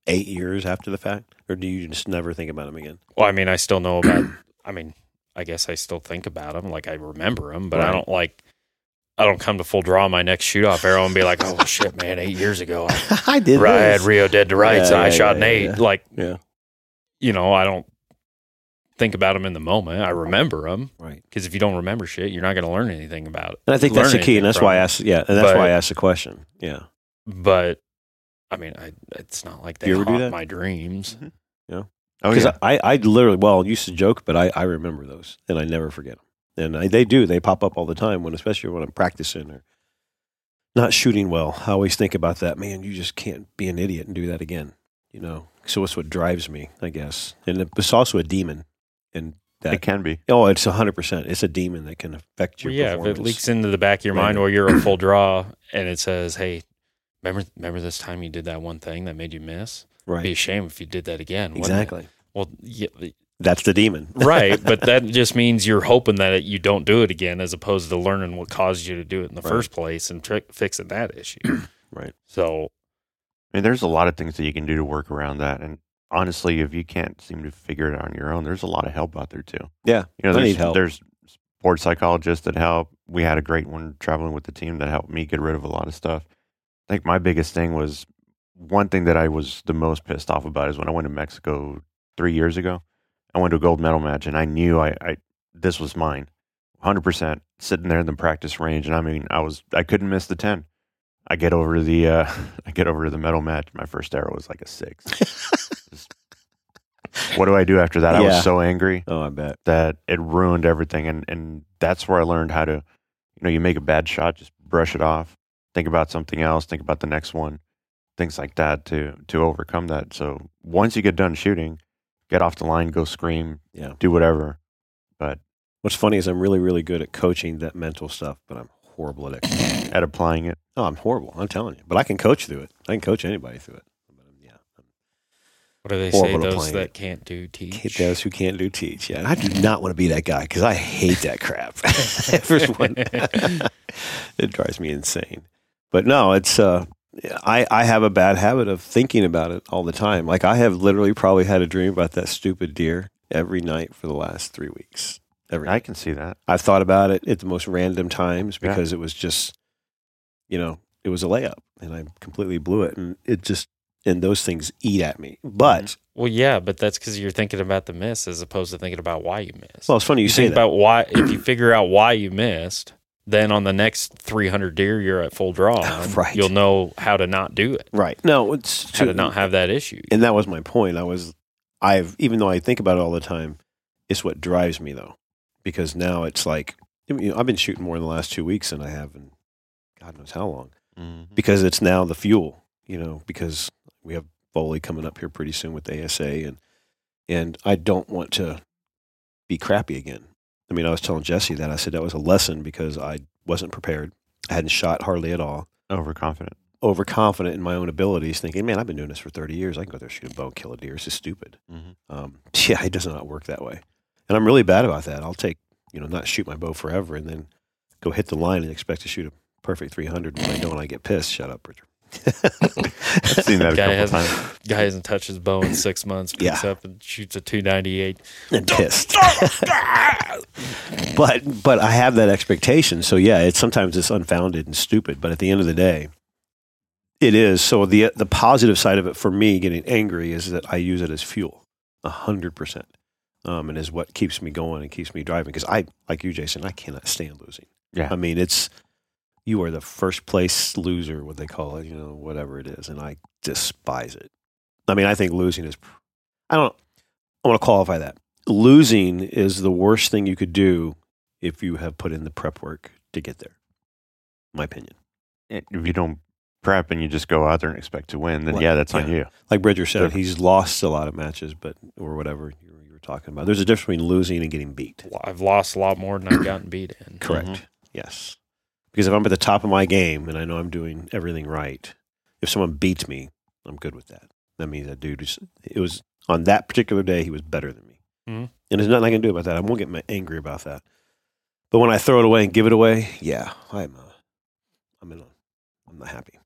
[SPEAKER 1] 8 years after the fact? Or do you just never think about them again?
[SPEAKER 4] Well, I mean, I still know about. I mean, I guess I still think about them, like I remember them, but I
[SPEAKER 1] Right.
[SPEAKER 4] don't like. I don't come to full draw my next shoot off arrow and be like, "Oh shit, man! Eight years ago, I
[SPEAKER 1] I did
[SPEAKER 4] Right, I had
[SPEAKER 1] this.
[SPEAKER 4] Rio dead to rights,
[SPEAKER 1] Yeah,
[SPEAKER 4] and I
[SPEAKER 1] yeah,
[SPEAKER 4] shot
[SPEAKER 1] yeah,
[SPEAKER 4] an eight.
[SPEAKER 1] yeah.
[SPEAKER 4] Like,
[SPEAKER 1] Yeah.
[SPEAKER 4] you know, I don't think about them in the moment. I remember them
[SPEAKER 1] Right.
[SPEAKER 4] because if you don't remember shit, you're not going to learn anything about it.
[SPEAKER 1] And I think
[SPEAKER 4] learn
[SPEAKER 1] that's the key,
[SPEAKER 4] anything
[SPEAKER 1] and that's
[SPEAKER 4] from
[SPEAKER 1] why I
[SPEAKER 4] it.
[SPEAKER 1] asked. Yeah, and that's
[SPEAKER 4] But-
[SPEAKER 1] why I asked the question. Yeah,
[SPEAKER 4] But I mean, I it's not like they
[SPEAKER 1] You ever do
[SPEAKER 4] haunt
[SPEAKER 1] that?
[SPEAKER 4] my dreams.
[SPEAKER 2] Oh
[SPEAKER 1] because
[SPEAKER 2] yeah.
[SPEAKER 1] I, I literally well used to joke, but I, I remember those, and I never forget them. And I, they do they pop up all the time when, especially when I'm practicing or not shooting well. I always think about that. Man, you just can't be an idiot and do that again. You know. So it's what drives me, I guess. And it's also a demon. And that
[SPEAKER 2] It can be.
[SPEAKER 1] oh, it's hundred percent. It's a demon that can affect your
[SPEAKER 4] Well, yeah, if
[SPEAKER 1] performance.
[SPEAKER 4] it leaks into the back of your mind
[SPEAKER 1] Right.
[SPEAKER 4] while you're at full draw and it says, hey, remember remember this time you did that one thing that made you miss? Be a
[SPEAKER 1] right.
[SPEAKER 4] shame if you did that again. wouldn't it?
[SPEAKER 1] Exactly.
[SPEAKER 4] Well, yeah,
[SPEAKER 1] That's the demon.
[SPEAKER 4] right but that just means you're hoping that it, you don't do it again as opposed to learning what caused you to do it in the
[SPEAKER 1] Right.
[SPEAKER 4] first place and tri- fixing that issue
[SPEAKER 1] Right.
[SPEAKER 4] so
[SPEAKER 2] I mean, there's a lot of things that you can do to work around that. And honestly, if you can't seem to figure it out on your own, there's a lot of help out there too.
[SPEAKER 1] Yeah,
[SPEAKER 2] You know,
[SPEAKER 1] I
[SPEAKER 2] there's,
[SPEAKER 1] need help.
[SPEAKER 2] there's sports psychologists that help. We had a great one traveling with the team that helped me get rid of a lot of stuff. I think my biggest thing was one thing that I was the most pissed off about is when I went to Mexico three years ago. I went to a gold medal match and I knew I, I this was mine, hundred percent. Sitting there in the practice range, and I mean, I was I couldn't miss the ten. I get over to the uh, I get over to the medal match. My first arrow was like a six. Just- what do I do after that? I
[SPEAKER 1] Yeah.
[SPEAKER 2] was so angry
[SPEAKER 1] Oh, I bet.
[SPEAKER 2] that it ruined everything and and that's where i learned how to you know you make a bad shot just brush it off think about something else think about the next one things like that to to overcome that so once you get done shooting get off the line go scream
[SPEAKER 1] Yeah.
[SPEAKER 2] do whatever but
[SPEAKER 1] What's funny is I'm really, really good at coaching that mental stuff, but I'm horrible at it.
[SPEAKER 2] at applying it
[SPEAKER 1] No, Oh, I'm horrible. I'm telling you. But I can coach through it. I can coach anybody through it. But um, yeah.
[SPEAKER 4] what do they
[SPEAKER 1] Or
[SPEAKER 4] say
[SPEAKER 1] what a
[SPEAKER 4] those
[SPEAKER 1] plan.
[SPEAKER 4] that can't do teach
[SPEAKER 1] Kid those who can't do teach. Yeah. And I do not want to be that guy because I hate that crap. First one. it drives me insane. But no, it's uh I, I have a bad habit of thinking about it all the time. Like I have literally probably had a dream about that stupid deer every night for the last three weeks. Every night.
[SPEAKER 2] i can see that
[SPEAKER 1] I've thought about it at the most random times
[SPEAKER 2] Yeah.
[SPEAKER 1] because it was just, you know, it was a layup and I completely blew it. And it just, and those things eat at me. But,
[SPEAKER 4] well yeah but that's because you're thinking about the miss as opposed to thinking about why you missed
[SPEAKER 1] well, it's funny you, say
[SPEAKER 4] think
[SPEAKER 1] that.
[SPEAKER 4] about why if you figure out why you missed then on the next 300 deer you're at full draw on,
[SPEAKER 1] Right.
[SPEAKER 4] you'll know how to not do it
[SPEAKER 1] right. No, it's
[SPEAKER 4] how to not have that issue
[SPEAKER 1] And that was my point. I was, I've, even though I think about it all the time, it's what drives me though. Because now it's like, I mean, I've been shooting more in the last two weeks than I have in God knows how long. because it's now the fuel, you know, because we have Foley coming up here pretty soon with ASA and and I don't want to be crappy again. I mean, I was telling Jesse that I said that was a lesson because I wasn't prepared. I hadn't shot hardly at all.
[SPEAKER 2] overconfident
[SPEAKER 1] Overconfident in my own abilities, thinking, "Man, I've been doing this for 30 years. I can go there, shoot a bow, kill a deer. This is stupid."
[SPEAKER 2] Mhm.
[SPEAKER 1] Um, yeah, it does not work that way, and I'm really bad about that. I'll take, you know, not shoot my bow forever, and then go hit the line and expect to shoot a perfect 300. When I don't, I get pissed. Shut up, Richard.
[SPEAKER 2] i've seen that a
[SPEAKER 4] Guy
[SPEAKER 2] couple
[SPEAKER 4] has-
[SPEAKER 2] times
[SPEAKER 4] guy hasn't touched his bow in six months picks up and shoots a 298
[SPEAKER 1] and pissed. but but I have that expectation. So yeah, it's sometimes it's unfounded and stupid, but at the end of the day, it is. So the the positive side of it for me getting angry is that I use it as fuel, a hundred percent, um, and is what keeps me going and keeps me driving. Because I, like you, Jason, I cannot stand losing.
[SPEAKER 2] Yeah.
[SPEAKER 1] I mean it's you are the first place loser, what they call it, you know, whatever it is, and I despise it. I mean, I think losing is. pr- I don't. I want to qualify that losing is the worst thing you could do if you have put in the prep work to get there. My opinion.
[SPEAKER 2] Eh, if you don't prep and you just go out there and expect to win then
[SPEAKER 1] Well,
[SPEAKER 2] yeah that's on
[SPEAKER 1] yeah.
[SPEAKER 2] you
[SPEAKER 1] Like Bridger said,
[SPEAKER 2] Sure.
[SPEAKER 1] he's lost a lot of matches, but or whatever you were, you were talking about. There's a difference between losing and getting beat.
[SPEAKER 4] I've lost a lot more than I've gotten beat in.
[SPEAKER 1] Correct.
[SPEAKER 2] Mhm.
[SPEAKER 1] Yes. Because if I'm at the top of my game and I know I'm doing everything right, if someone beats me, I'm good with that. That means that dude is, it was on that particular day, he was better than me.
[SPEAKER 4] Mhm.
[SPEAKER 1] And there's nothing I can do about that. I won't get ma- angry about that. But when I throw it away and give it away, yeah, I'm, uh, I'm in a, I'm not happy. It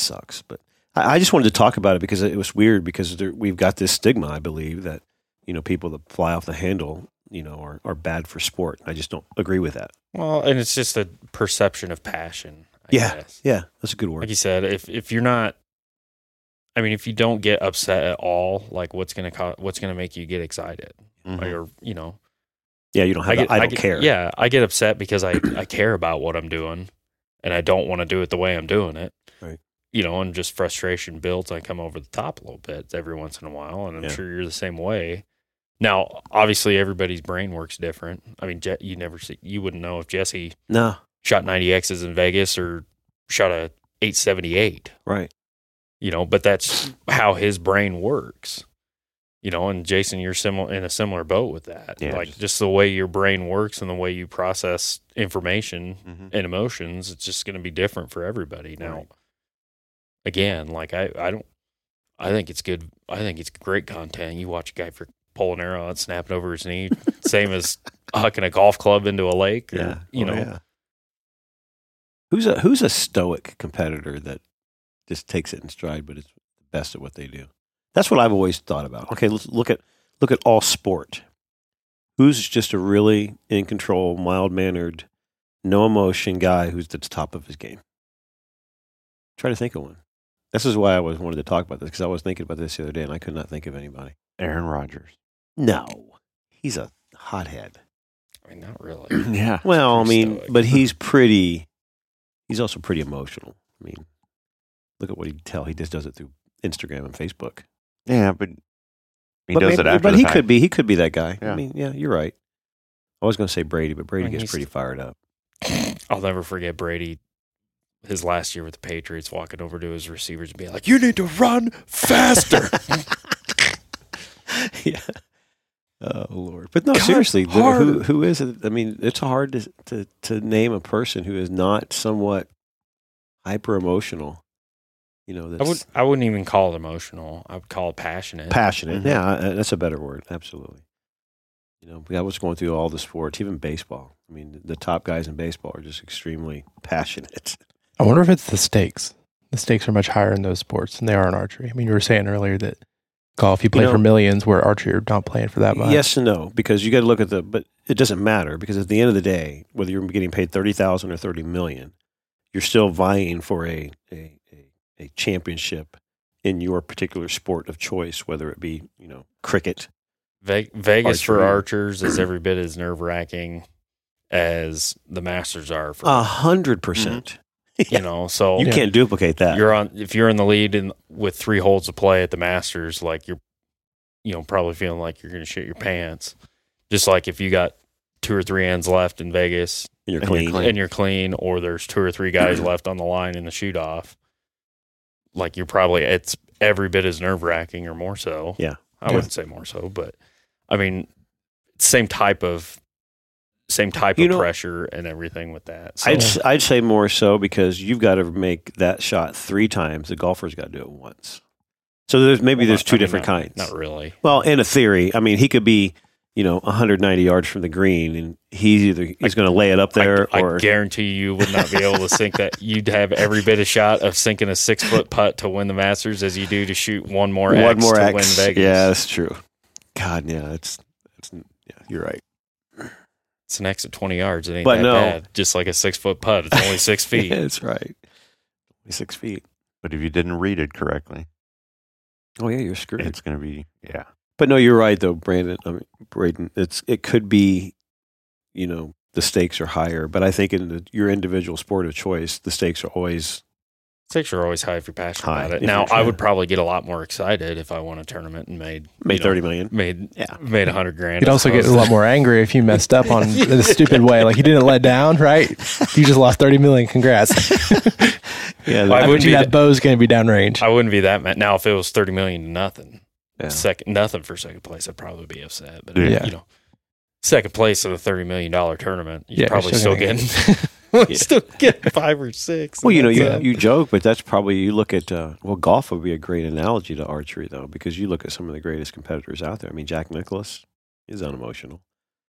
[SPEAKER 1] sucks. But I, I just wanted to talk about it because it was weird because there, we've got this stigma, I believe, that, you know, people that fly off the handle, you know, are, are bad for sport. I just don't agree with that.
[SPEAKER 4] Well, and it's just a perception of passion. I Guess.
[SPEAKER 1] Yeah, that's a good
[SPEAKER 4] Like
[SPEAKER 1] word.
[SPEAKER 4] you said, if if you're not, I mean, if you don't get upset at all, like what's gonna co- what's gonna make you get excited,
[SPEAKER 2] Mhm.
[SPEAKER 1] Mm-hmm.
[SPEAKER 4] Like, or you know,
[SPEAKER 1] Yeah, you don't have. I,
[SPEAKER 4] get,
[SPEAKER 1] I don't
[SPEAKER 4] get-
[SPEAKER 1] care.
[SPEAKER 4] Yeah, I get upset because I I care about what I'm doing, and I don't want to do it the way I'm doing it.
[SPEAKER 1] Right.
[SPEAKER 4] You know, and just frustration builds. I come over the top a little bit every once in a while, and I'm
[SPEAKER 1] Yeah.
[SPEAKER 4] sure you're the same way. Now, obviously, everybody's brain works different. I mean, Je- you never see, you wouldn't know if Jesse
[SPEAKER 1] No.
[SPEAKER 4] shot 90x's in Vegas or shot a 878
[SPEAKER 1] Right.
[SPEAKER 4] you know but that's how his brain works you know and jason you're similar in a similar boat with that
[SPEAKER 2] Yeah,
[SPEAKER 4] like
[SPEAKER 2] just-
[SPEAKER 4] just, the way your brain works and the way you process information
[SPEAKER 2] Mm-hmm.
[SPEAKER 4] and emotions it's just going to be different for everybody now
[SPEAKER 2] Right.
[SPEAKER 4] again like i i don't i think it's good i think it's great content you watch a guy for pulling an arrow and snapping over his knee same as hucking a golf club into a lake or,
[SPEAKER 2] Yeah.
[SPEAKER 4] you
[SPEAKER 2] Oh,
[SPEAKER 4] know
[SPEAKER 2] yeah.
[SPEAKER 1] Who's a who's a stoic competitor that just takes it in stride, but is the best at what they do? That's what I've always thought about. Okay, let's look at look at all sport. Who's just a really in control, mild mannered, no emotion guy who's at the top of his game? Try to think of one. This is why I always wanted to talk about this because I was thinking about this the other day and I could not think of anybody.
[SPEAKER 2] Aaron Rodgers.
[SPEAKER 1] No, he's a hothead.
[SPEAKER 4] i mean not really
[SPEAKER 2] yeah.
[SPEAKER 1] Well, I
[SPEAKER 4] pretty
[SPEAKER 1] mean,
[SPEAKER 4] stoic.
[SPEAKER 1] but he's pretty. He's also pretty emotional. I mean, look at what he tell. He just does it through Instagram and Facebook.
[SPEAKER 2] Yeah, but he
[SPEAKER 1] but
[SPEAKER 2] does
[SPEAKER 1] maybe-
[SPEAKER 2] it after
[SPEAKER 1] But
[SPEAKER 2] the
[SPEAKER 1] he
[SPEAKER 2] fact.
[SPEAKER 1] could be. He could be that guy. I
[SPEAKER 2] Yeah.
[SPEAKER 1] mean, yeah, you're right. I was going to say Brady, but Brady
[SPEAKER 4] mean,
[SPEAKER 1] gets
[SPEAKER 4] he's-
[SPEAKER 1] pretty fired up.
[SPEAKER 4] I'll never forget Brady his last year with the Patriots walking over to his receivers and being like, You need to run faster.
[SPEAKER 1] yeah. Oh Lord! But no,
[SPEAKER 4] God,
[SPEAKER 1] seriously, th- who
[SPEAKER 4] harder.
[SPEAKER 1] who is it? I mean, it's hard to to, to name a person who is not somewhat hyper emotional. You know,
[SPEAKER 4] I
[SPEAKER 1] that's
[SPEAKER 4] would I wouldn't even call it emotional. I would call it passionate.
[SPEAKER 1] passionate.
[SPEAKER 2] Mhm.
[SPEAKER 1] Yeah, uh, that's a better word. Absolutely. You know, I was going through all the sports, even baseball. I mean, the top guys in baseball are just extremely passionate.
[SPEAKER 3] I wonder if it's the stakes. The stakes are much higher in those sports than they are in archery. I mean, you were saying earlier that golf you play
[SPEAKER 1] know-
[SPEAKER 3] for millions, where archery you're not playing for that much.
[SPEAKER 1] Yes and no, because you got to look at the. But it doesn't matter because at the end of the day, whether you're getting paid thirty thousand or thirty million, you're still vying for a a, a a championship in your particular sport of choice, whether it be you know cricket.
[SPEAKER 4] Ve- Vegas for
[SPEAKER 1] Archery.
[SPEAKER 4] archers is every bit as nerve wracking as the Masters are for
[SPEAKER 1] A hundred percent.
[SPEAKER 4] you know. So
[SPEAKER 1] Uh, You
[SPEAKER 3] Yeah.
[SPEAKER 1] can't duplicate that.
[SPEAKER 4] you're on if you're in the lead and with three holes of play at the Masters, like you're you know, probably feeling like you're gonna shit your pants. Just like if you got two or three ends left in Vegas
[SPEAKER 1] and you're
[SPEAKER 2] and you're
[SPEAKER 1] clean.
[SPEAKER 2] clean.
[SPEAKER 4] and you're clean, or there's two or three guys left on the line in the shoot off, like you're probably it's every bit as nerve wracking or more so.
[SPEAKER 1] Yeah.
[SPEAKER 4] I wouldn't say more so, but I mean, same type of same type
[SPEAKER 1] You
[SPEAKER 4] of
[SPEAKER 1] know-
[SPEAKER 4] pressure and everything with that. So
[SPEAKER 1] I'd, s- I'd say more so because you've got to make that shot three times. The golfer's got to do it once. So there's maybe
[SPEAKER 4] Well,
[SPEAKER 1] there's
[SPEAKER 4] not-
[SPEAKER 1] two
[SPEAKER 4] I mean,
[SPEAKER 1] different
[SPEAKER 4] not-
[SPEAKER 1] kinds.
[SPEAKER 4] Not really.
[SPEAKER 1] Well, in a theory, I mean, he could be you know 190 yards from the green, and he's either he's going to lay it up there
[SPEAKER 4] I,
[SPEAKER 1] or
[SPEAKER 4] I guarantee you would not be able to sink that. You'd have every bit of shot of sinking a six foot putt to win the Masters as you do to shoot one more
[SPEAKER 1] one
[SPEAKER 4] X
[SPEAKER 1] more
[SPEAKER 4] to
[SPEAKER 1] X.
[SPEAKER 4] win Vegas.
[SPEAKER 1] Yeah, that's true. God, yeah, that's that's yeah, you're right.
[SPEAKER 4] It's an X at 20 yards. It ain't
[SPEAKER 1] But
[SPEAKER 4] that
[SPEAKER 1] no.
[SPEAKER 4] bad. Just like a six foot putt. It's only six feet.
[SPEAKER 1] Yeah, that's right. Six feet.
[SPEAKER 2] but if you didn't read it correctly,
[SPEAKER 1] Oh yeah, you're screwed.
[SPEAKER 2] it's going to be yeah.
[SPEAKER 1] But no, you're right though, Brandon. I mean, Braden, it's it could be, you know, the stakes are higher. But I think in the, your individual sport of choice, the stakes are always
[SPEAKER 4] Stakes are always high if you're passionate
[SPEAKER 1] High,
[SPEAKER 4] about
[SPEAKER 1] if
[SPEAKER 4] it. Now,
[SPEAKER 1] you're
[SPEAKER 4] I would
[SPEAKER 1] trying.
[SPEAKER 4] probably get a lot more excited if I won a tournament and made
[SPEAKER 1] made
[SPEAKER 4] you know,
[SPEAKER 1] thirty million.
[SPEAKER 4] made
[SPEAKER 1] Yeah.
[SPEAKER 4] made a hundred grand.
[SPEAKER 3] You'd
[SPEAKER 4] as
[SPEAKER 3] also get a
[SPEAKER 4] opposed
[SPEAKER 3] lot more angry if you messed up on the stupid way. Like you didn't let down, right? You just lost thirty million. Congrats.
[SPEAKER 1] Yeah,
[SPEAKER 4] Why
[SPEAKER 3] I
[SPEAKER 1] that-
[SPEAKER 4] wouldn't Uh,
[SPEAKER 3] bet you
[SPEAKER 4] be
[SPEAKER 3] that bow's going to be downrange.
[SPEAKER 4] to- I wouldn't be that mad. Now, if it was thirty million to nothing,
[SPEAKER 1] yeah.
[SPEAKER 4] second nothing for second place, I'd probably be upset. But
[SPEAKER 3] Yeah.
[SPEAKER 4] you know, second place in a thirty million dollar tournament, you're
[SPEAKER 3] Yeah, you're
[SPEAKER 4] probably
[SPEAKER 3] still
[SPEAKER 4] still,
[SPEAKER 3] gonna
[SPEAKER 4] getting
[SPEAKER 1] Yeah.
[SPEAKER 4] still getting five or six.
[SPEAKER 1] Well, you know, you,
[SPEAKER 4] That's it.
[SPEAKER 1] you joke, but that's probably you look at uh, well, golf would be a great analogy to archery though, because you look at some of the greatest competitors out there. I mean, Jack Nicholas is unemotional.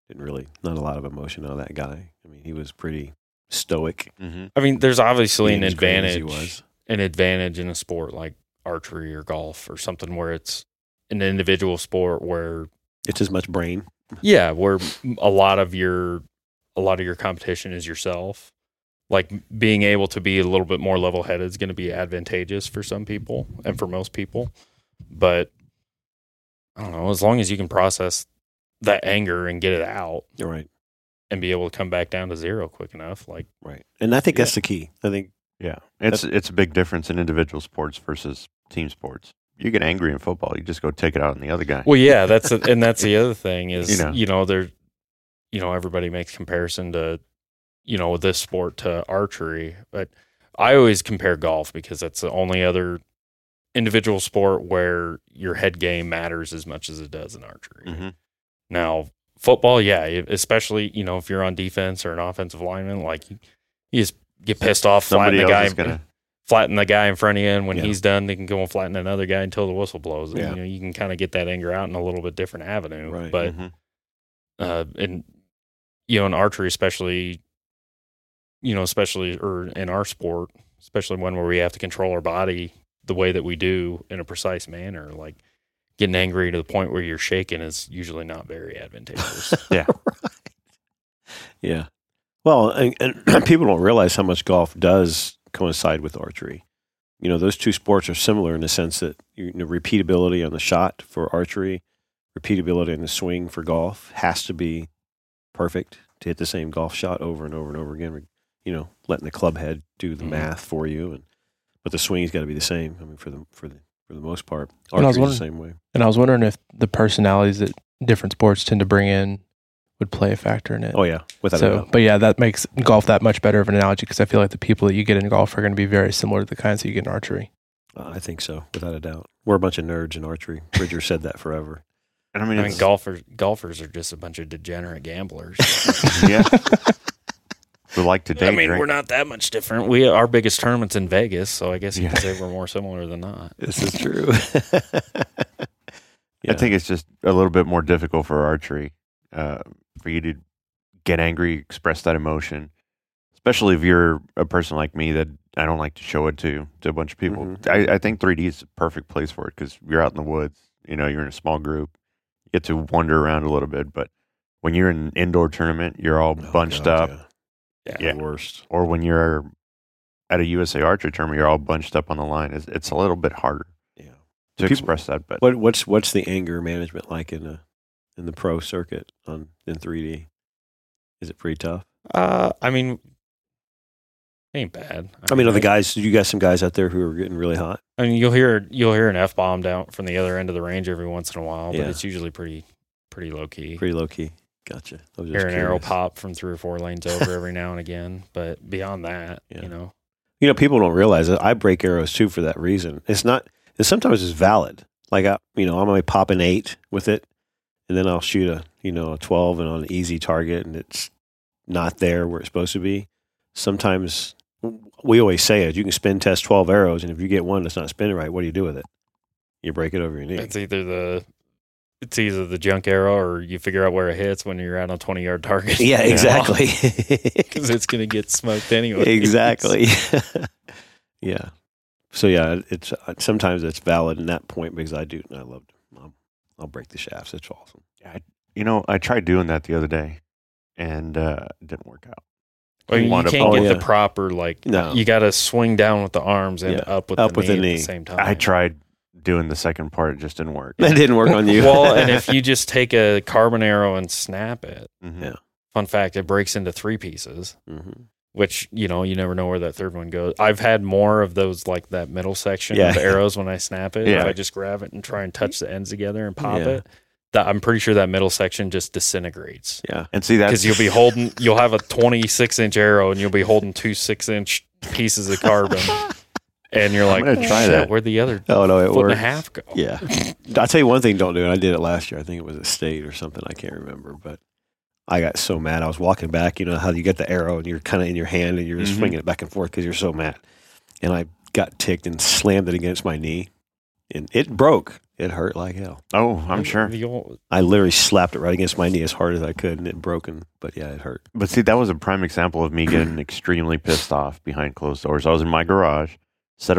[SPEAKER 1] Didn't really not a lot of emotion out of that guy. I mean, he was pretty stoic.
[SPEAKER 2] Mm-hmm.
[SPEAKER 4] I mean, there's obviously
[SPEAKER 1] being
[SPEAKER 4] an
[SPEAKER 1] as green as
[SPEAKER 4] advantage.
[SPEAKER 1] he was.
[SPEAKER 4] an advantage in a sport like archery or golf or something where it's an individual sport where
[SPEAKER 1] It's as much brain.
[SPEAKER 4] yeah where a lot of your a lot of your competition is yourself like being able to be a little bit more level-headed is going to be advantageous for some people and for most people but i don't know as long as you can process that anger and get it out
[SPEAKER 1] You're right.
[SPEAKER 4] and be able to come back down to zero quick enough like
[SPEAKER 1] Right. And I think that's the key. I think
[SPEAKER 2] Yeah, it's it's a big difference in individual sports versus team sports. You get angry in football, you just go take it out on the other guy.
[SPEAKER 4] Well, yeah, that's a, and that's the other thing is
[SPEAKER 2] You
[SPEAKER 4] you
[SPEAKER 2] know.
[SPEAKER 4] know, there, you know everybody makes comparison to you know this sport to archery, but I always compare golf because that's the only other individual sport where your head game matters as much as it does in archery.
[SPEAKER 2] Mhm.
[SPEAKER 4] Now, football, yeah, e, especially you know if you're on defense or an offensive lineman, like you, you just get pissed off, flatten
[SPEAKER 2] Somebody
[SPEAKER 4] the
[SPEAKER 2] else
[SPEAKER 4] guy,
[SPEAKER 2] is gonna.
[SPEAKER 4] flatten the guy in front of you, and when
[SPEAKER 1] Yeah.
[SPEAKER 4] he's done, they can go and flatten another guy until the whistle blows. And,
[SPEAKER 1] Yeah.
[SPEAKER 4] You know, you can kind of get that anger out in a little bit different avenue,
[SPEAKER 1] Right. Mm-hmm.
[SPEAKER 4] but
[SPEAKER 2] Mhm.
[SPEAKER 4] uh, and you know in archery especially you know especially or in our sport especially one where we have to control our body the way that we do in a precise manner like getting angry to the point where you're shaking is usually not very advantageous
[SPEAKER 1] Yeah. Well, and, and people don't realize how much golf does coincide with archery. You know, those two sports are similar in the sense that you know, repeatability on the shot for archery, repeatability in the swing for golf has to be perfect to hit the same golf shot over and over and over again. You know, letting the club head do the
[SPEAKER 4] Mhm.
[SPEAKER 1] math for you, and but the swing's got to be the same. I mean, for the for the for the most part,
[SPEAKER 3] And I was
[SPEAKER 1] archery's the same way.
[SPEAKER 3] And I was wondering if the personalities that different sports tend to bring in would play a factor in it.
[SPEAKER 1] Oh yeah, without a
[SPEAKER 3] so,
[SPEAKER 1] doubt.
[SPEAKER 3] but yeah, that makes golf that much better of an analogy because I feel like the people that you get in golf are going to be very similar to the kinds that you get in archery.
[SPEAKER 1] Uh, I think so, without a doubt. We're a bunch of nerds in archery. Bridger said that forever.
[SPEAKER 2] And I mean,
[SPEAKER 4] i mean
[SPEAKER 2] it's-
[SPEAKER 4] golfers golfers are just a bunch of degenerate gamblers
[SPEAKER 2] yeah. we like to date.
[SPEAKER 4] i mean
[SPEAKER 2] right?
[SPEAKER 4] we're not that much different we our biggest tournament's in vegas so i guess you
[SPEAKER 2] Yeah.
[SPEAKER 4] could say we're more similar than not
[SPEAKER 1] This is true. Oh,
[SPEAKER 2] I think it's just a little bit more difficult for archery uh, for you to get angry, express that emotion, especially if you're a person like me that I don't like to show it to to a bunch of people.
[SPEAKER 1] Mhm.
[SPEAKER 2] I, I think 3D is a perfect place for it because you're out in the woods, you know, you're in a small group, you get to wander around a little bit. But when you're in an indoor tournament, you're all bunched up,
[SPEAKER 1] Oh, Yeah.
[SPEAKER 2] Yeah.
[SPEAKER 1] The worst.
[SPEAKER 2] or when you're at a USA archery tournament, you're all bunched up on the line. It's, it's a little bit harder
[SPEAKER 1] Yeah.
[SPEAKER 2] to
[SPEAKER 1] People-
[SPEAKER 2] express that, but
[SPEAKER 1] What what's what's the anger management like in a in the pro circuit on in 3D? Is it pretty tough?
[SPEAKER 4] uh i mean ain't bad
[SPEAKER 1] I mean, are the
[SPEAKER 4] guy.
[SPEAKER 1] guys you got some guys out there who are getting really hot?
[SPEAKER 4] I mean, you'll hear you'll hear an f bomb down from the other end of the range every once in a while, but
[SPEAKER 1] Yeah.
[SPEAKER 4] it's usually pretty pretty low key.
[SPEAKER 1] Pretty low key. Gotcha. I was just
[SPEAKER 4] hear an arrow
[SPEAKER 1] curious.
[SPEAKER 4] pop from three or four lanes over every now and again, but beyond that,
[SPEAKER 1] Yeah.
[SPEAKER 4] you know,
[SPEAKER 1] You know, people don't realize that I break arrows too for that reason. It's not. It's sometimes it's valid. Like I, you know, I might pop an eight with it, and then I'll shoot a you know a twelve and on an easy target, and it's not there where it's supposed to be. Sometimes we always say it. You can spin test twelve arrows, and if you get one that's not spinning right, what do you do with it? You break it over your knee.
[SPEAKER 4] it's either the it's either the junk arrow or you figure out where it hits when you're out on twenty yard target.
[SPEAKER 1] Yeah, exactly.
[SPEAKER 4] Because it's gonna get smoked anyway.
[SPEAKER 1] exactly. yeah. So yeah, it's sometimes it's valid in that point because I do I love I'll, I'll break the shafts. It's awesome.
[SPEAKER 2] you know, I tried doing that the other day, and uh, it didn't work out.
[SPEAKER 4] Well, you
[SPEAKER 2] Wanna-
[SPEAKER 4] can't
[SPEAKER 1] oh,
[SPEAKER 4] get
[SPEAKER 1] yeah.
[SPEAKER 4] the proper like.
[SPEAKER 1] No.
[SPEAKER 4] You got to swing down with the arms and
[SPEAKER 1] Yeah.
[SPEAKER 4] up with
[SPEAKER 1] Up
[SPEAKER 4] the
[SPEAKER 1] with
[SPEAKER 4] knee
[SPEAKER 1] the
[SPEAKER 4] at
[SPEAKER 1] knee.
[SPEAKER 4] the same time.
[SPEAKER 2] I tried doing the second part; it just didn't work.
[SPEAKER 1] That didn't work on you.
[SPEAKER 4] well, and if you just take a carbon arrow and snap it,
[SPEAKER 2] Mhm.
[SPEAKER 1] Yeah. Mm-hmm. Oh,
[SPEAKER 2] Mm-hmm. oh,
[SPEAKER 1] Oh,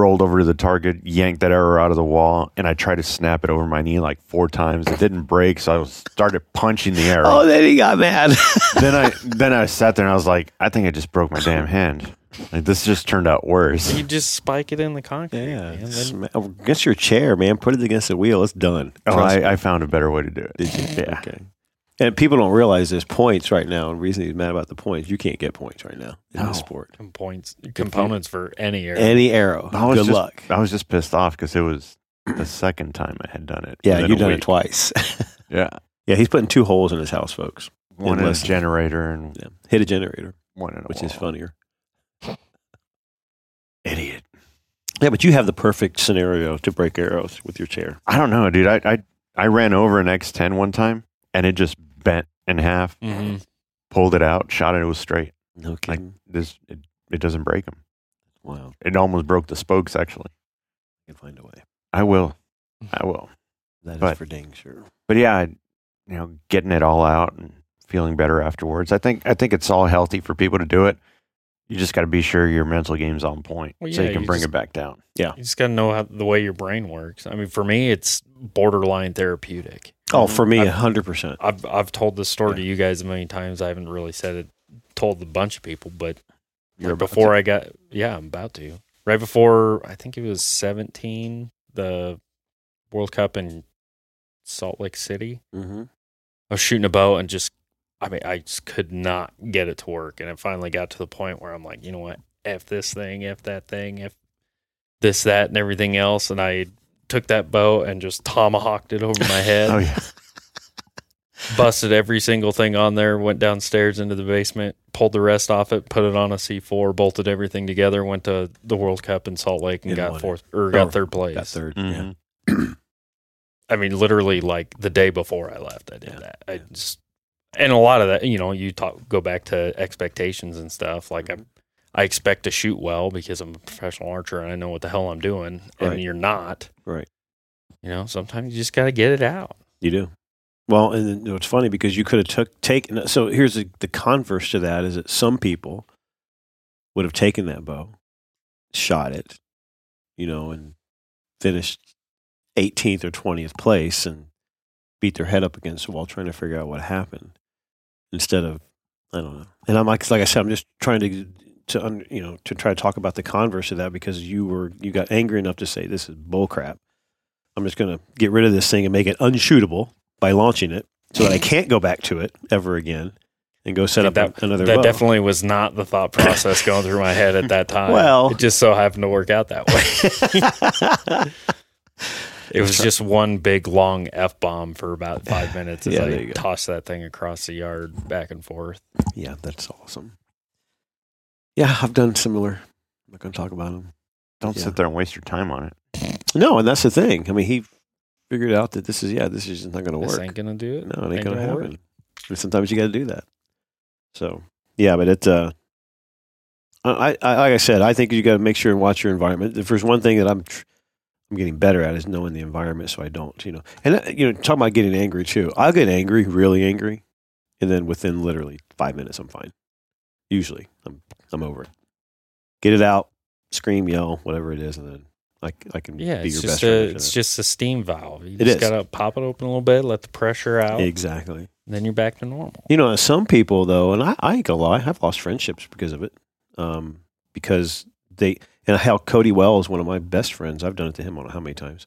[SPEAKER 2] rolled over to the target, yanked that arrow out of the wall, and I tried to snap it over my knee like four times. It didn't break, so I started punching the arrow.
[SPEAKER 1] Oh, then he got mad.
[SPEAKER 2] then I then I sat there and I was like, I think I just broke my damn hand. Like this just turned out worse.
[SPEAKER 4] You just spike it in the concrete. man. Then-
[SPEAKER 1] Sma- against your chair, man. Put it against the wheel. It's done.
[SPEAKER 2] Oh,
[SPEAKER 1] Trust me.
[SPEAKER 2] I, I found a better way to do it.
[SPEAKER 1] Did you?
[SPEAKER 2] Yeah.
[SPEAKER 1] Okay. And people don't realize there's points right now. And the reason he's mad about the points, you can't get points right now in
[SPEAKER 2] No.
[SPEAKER 1] this sport.
[SPEAKER 4] and points components for any area.
[SPEAKER 1] Any arrow.
[SPEAKER 2] I was
[SPEAKER 1] Good
[SPEAKER 2] just-
[SPEAKER 1] luck.
[SPEAKER 2] I was just pissed off because it was the second time I had done it.
[SPEAKER 1] Yeah,
[SPEAKER 2] within
[SPEAKER 1] you've
[SPEAKER 2] a
[SPEAKER 1] done
[SPEAKER 2] week.
[SPEAKER 1] it twice.
[SPEAKER 2] Yeah,
[SPEAKER 1] yeah, he's putting two holes in his house, folks.
[SPEAKER 2] one in a
[SPEAKER 1] less-
[SPEAKER 2] generator and
[SPEAKER 1] Yeah. Hit a generator,
[SPEAKER 2] one in a
[SPEAKER 1] which
[SPEAKER 2] wall.
[SPEAKER 1] is funnier.
[SPEAKER 2] Idiot.
[SPEAKER 1] Yeah, but you have the perfect scenario to break arrows with your chair.
[SPEAKER 2] I don't know, dude. I I, I ran over an X10 one time and it just bent in half,
[SPEAKER 1] Mm-hmm.
[SPEAKER 4] Mhm.
[SPEAKER 2] pulled it out, shot it. It was straight.
[SPEAKER 1] No
[SPEAKER 2] Like
[SPEAKER 1] kidding.
[SPEAKER 2] this, it, it doesn't break them.
[SPEAKER 1] wow.
[SPEAKER 2] It almost broke the spokes. Actually,
[SPEAKER 1] You can find a way.
[SPEAKER 2] I will. I will.
[SPEAKER 1] That is
[SPEAKER 2] But-
[SPEAKER 1] for dang sure.
[SPEAKER 2] but yeah, I, you know, getting it all out and feeling better afterwards. I think I think it's all healthy for people to do it. You just got to be sure your mental game's on point,
[SPEAKER 4] Well,
[SPEAKER 2] so
[SPEAKER 4] yeah,
[SPEAKER 2] you can
[SPEAKER 4] you
[SPEAKER 2] bring
[SPEAKER 4] just-
[SPEAKER 2] it back down.
[SPEAKER 4] You just got to know how the way your brain works. I mean, for me, it's borderline therapeutic.
[SPEAKER 1] Oh,
[SPEAKER 2] Mm-hmm.
[SPEAKER 1] for me,
[SPEAKER 4] I-
[SPEAKER 1] 100%.
[SPEAKER 4] I've I've told this story to you guys many times. I haven't really said it, told a bunch of people, but
[SPEAKER 2] You're
[SPEAKER 4] like
[SPEAKER 2] about
[SPEAKER 4] before
[SPEAKER 2] to-
[SPEAKER 4] I got yeah, I'm about to. Right before I think it was 17, the World Cup in Salt Lake City.
[SPEAKER 1] Mm-hmm.
[SPEAKER 4] I was shooting a bow and just, I mean, I just could not get it to work. And it finally got to the point where I'm like, you know what? F this thing, F that thing, F this, that, and everything else. And I took that bow and just tomahawked it over my head,
[SPEAKER 2] Oh yeah,
[SPEAKER 4] busted every single thing on there, went downstairs into the basement, pulled the rest off it, put it on a C4, bolted everything together, went to the World Cup in Salt Lake and,
[SPEAKER 1] And won
[SPEAKER 4] got
[SPEAKER 1] it.
[SPEAKER 4] fourth or got
[SPEAKER 1] Or
[SPEAKER 4] third place.
[SPEAKER 1] Got third. Yeah.
[SPEAKER 2] Mhm.
[SPEAKER 4] I mean, literally, like the day before I left, I did
[SPEAKER 1] Yeah,
[SPEAKER 4] that. I just, and a lot of that, you know, you talk go back to expectations and stuff. Like
[SPEAKER 1] Mm-hmm.
[SPEAKER 4] I, I expect to shoot well because I'm a professional archer and I know what the hell I'm doing,
[SPEAKER 1] Right.
[SPEAKER 4] and you're not.
[SPEAKER 1] Right.
[SPEAKER 4] You know, sometimes you just got to get it out.
[SPEAKER 1] You do. Well, and then, you know, it's funny because you could have took taken. So here's the, the converse to that is that some people would have taken that bow, shot it, you know, and finished 18th or 20th place and beat their head up against the wall trying to figure out what happened instead of I don't know. And I'm like like I said, I'm just trying to to un, you know to try to talk about the converse of that because you were you got angry enough to say this is bull crap. I'm just going to get rid of this thing and make it unshootable by launching it so that I can't go back to it ever again and go set
[SPEAKER 4] Yeah,
[SPEAKER 1] up another
[SPEAKER 4] that
[SPEAKER 1] bow.
[SPEAKER 4] definitely was not the thought process going through my head at that time.
[SPEAKER 1] Well-
[SPEAKER 4] it just so happened to work out that way. It was just one big long f bomb for about five minutes as
[SPEAKER 1] Yeah, there you go.
[SPEAKER 4] I tossed that thing across the yard back and forth.
[SPEAKER 1] yeah, that's awesome. Yeah, I've done similar. I'm not going to talk about them.
[SPEAKER 2] Don't
[SPEAKER 1] Yeah.
[SPEAKER 2] sit there and waste your time on it.
[SPEAKER 1] No, and that's the thing. I mean, he figured out that this is yeah, this is just not going to
[SPEAKER 4] This
[SPEAKER 1] work.
[SPEAKER 4] ain't gonna do it.
[SPEAKER 1] No, it ain't
[SPEAKER 4] ain't
[SPEAKER 1] gonna,
[SPEAKER 4] gonna work.
[SPEAKER 1] happen. And sometimes you got to do that. So yeah, but it. Uh, I, I like I said, I think you got to make sure and watch your environment. If there's one thing that I'm, tr- I'm getting better at is knowing the environment, so I don't, you know. And uh, you know, talking about getting angry too. I'll get angry, really angry, and then within literally five minutes, I'm fine. Usually, I'm I'm over it. Get it out, scream, yell, whatever it is, and then I, c- I can
[SPEAKER 4] Yeah,
[SPEAKER 1] be
[SPEAKER 4] it's
[SPEAKER 1] your
[SPEAKER 4] just
[SPEAKER 1] best
[SPEAKER 4] a
[SPEAKER 1] friend.
[SPEAKER 4] it's just a steam valve. You
[SPEAKER 1] It
[SPEAKER 4] just
[SPEAKER 1] is.
[SPEAKER 4] gotta pop it open a little bit, let the pressure out,
[SPEAKER 1] exactly.
[SPEAKER 4] then you're back to normal.
[SPEAKER 1] You know, some people though, and I, I ain't gonna lie, I've lost friendships because of it. Um, because they and hell, Cody Wells, one of my best friends, I've done it to him. I don't know how many times.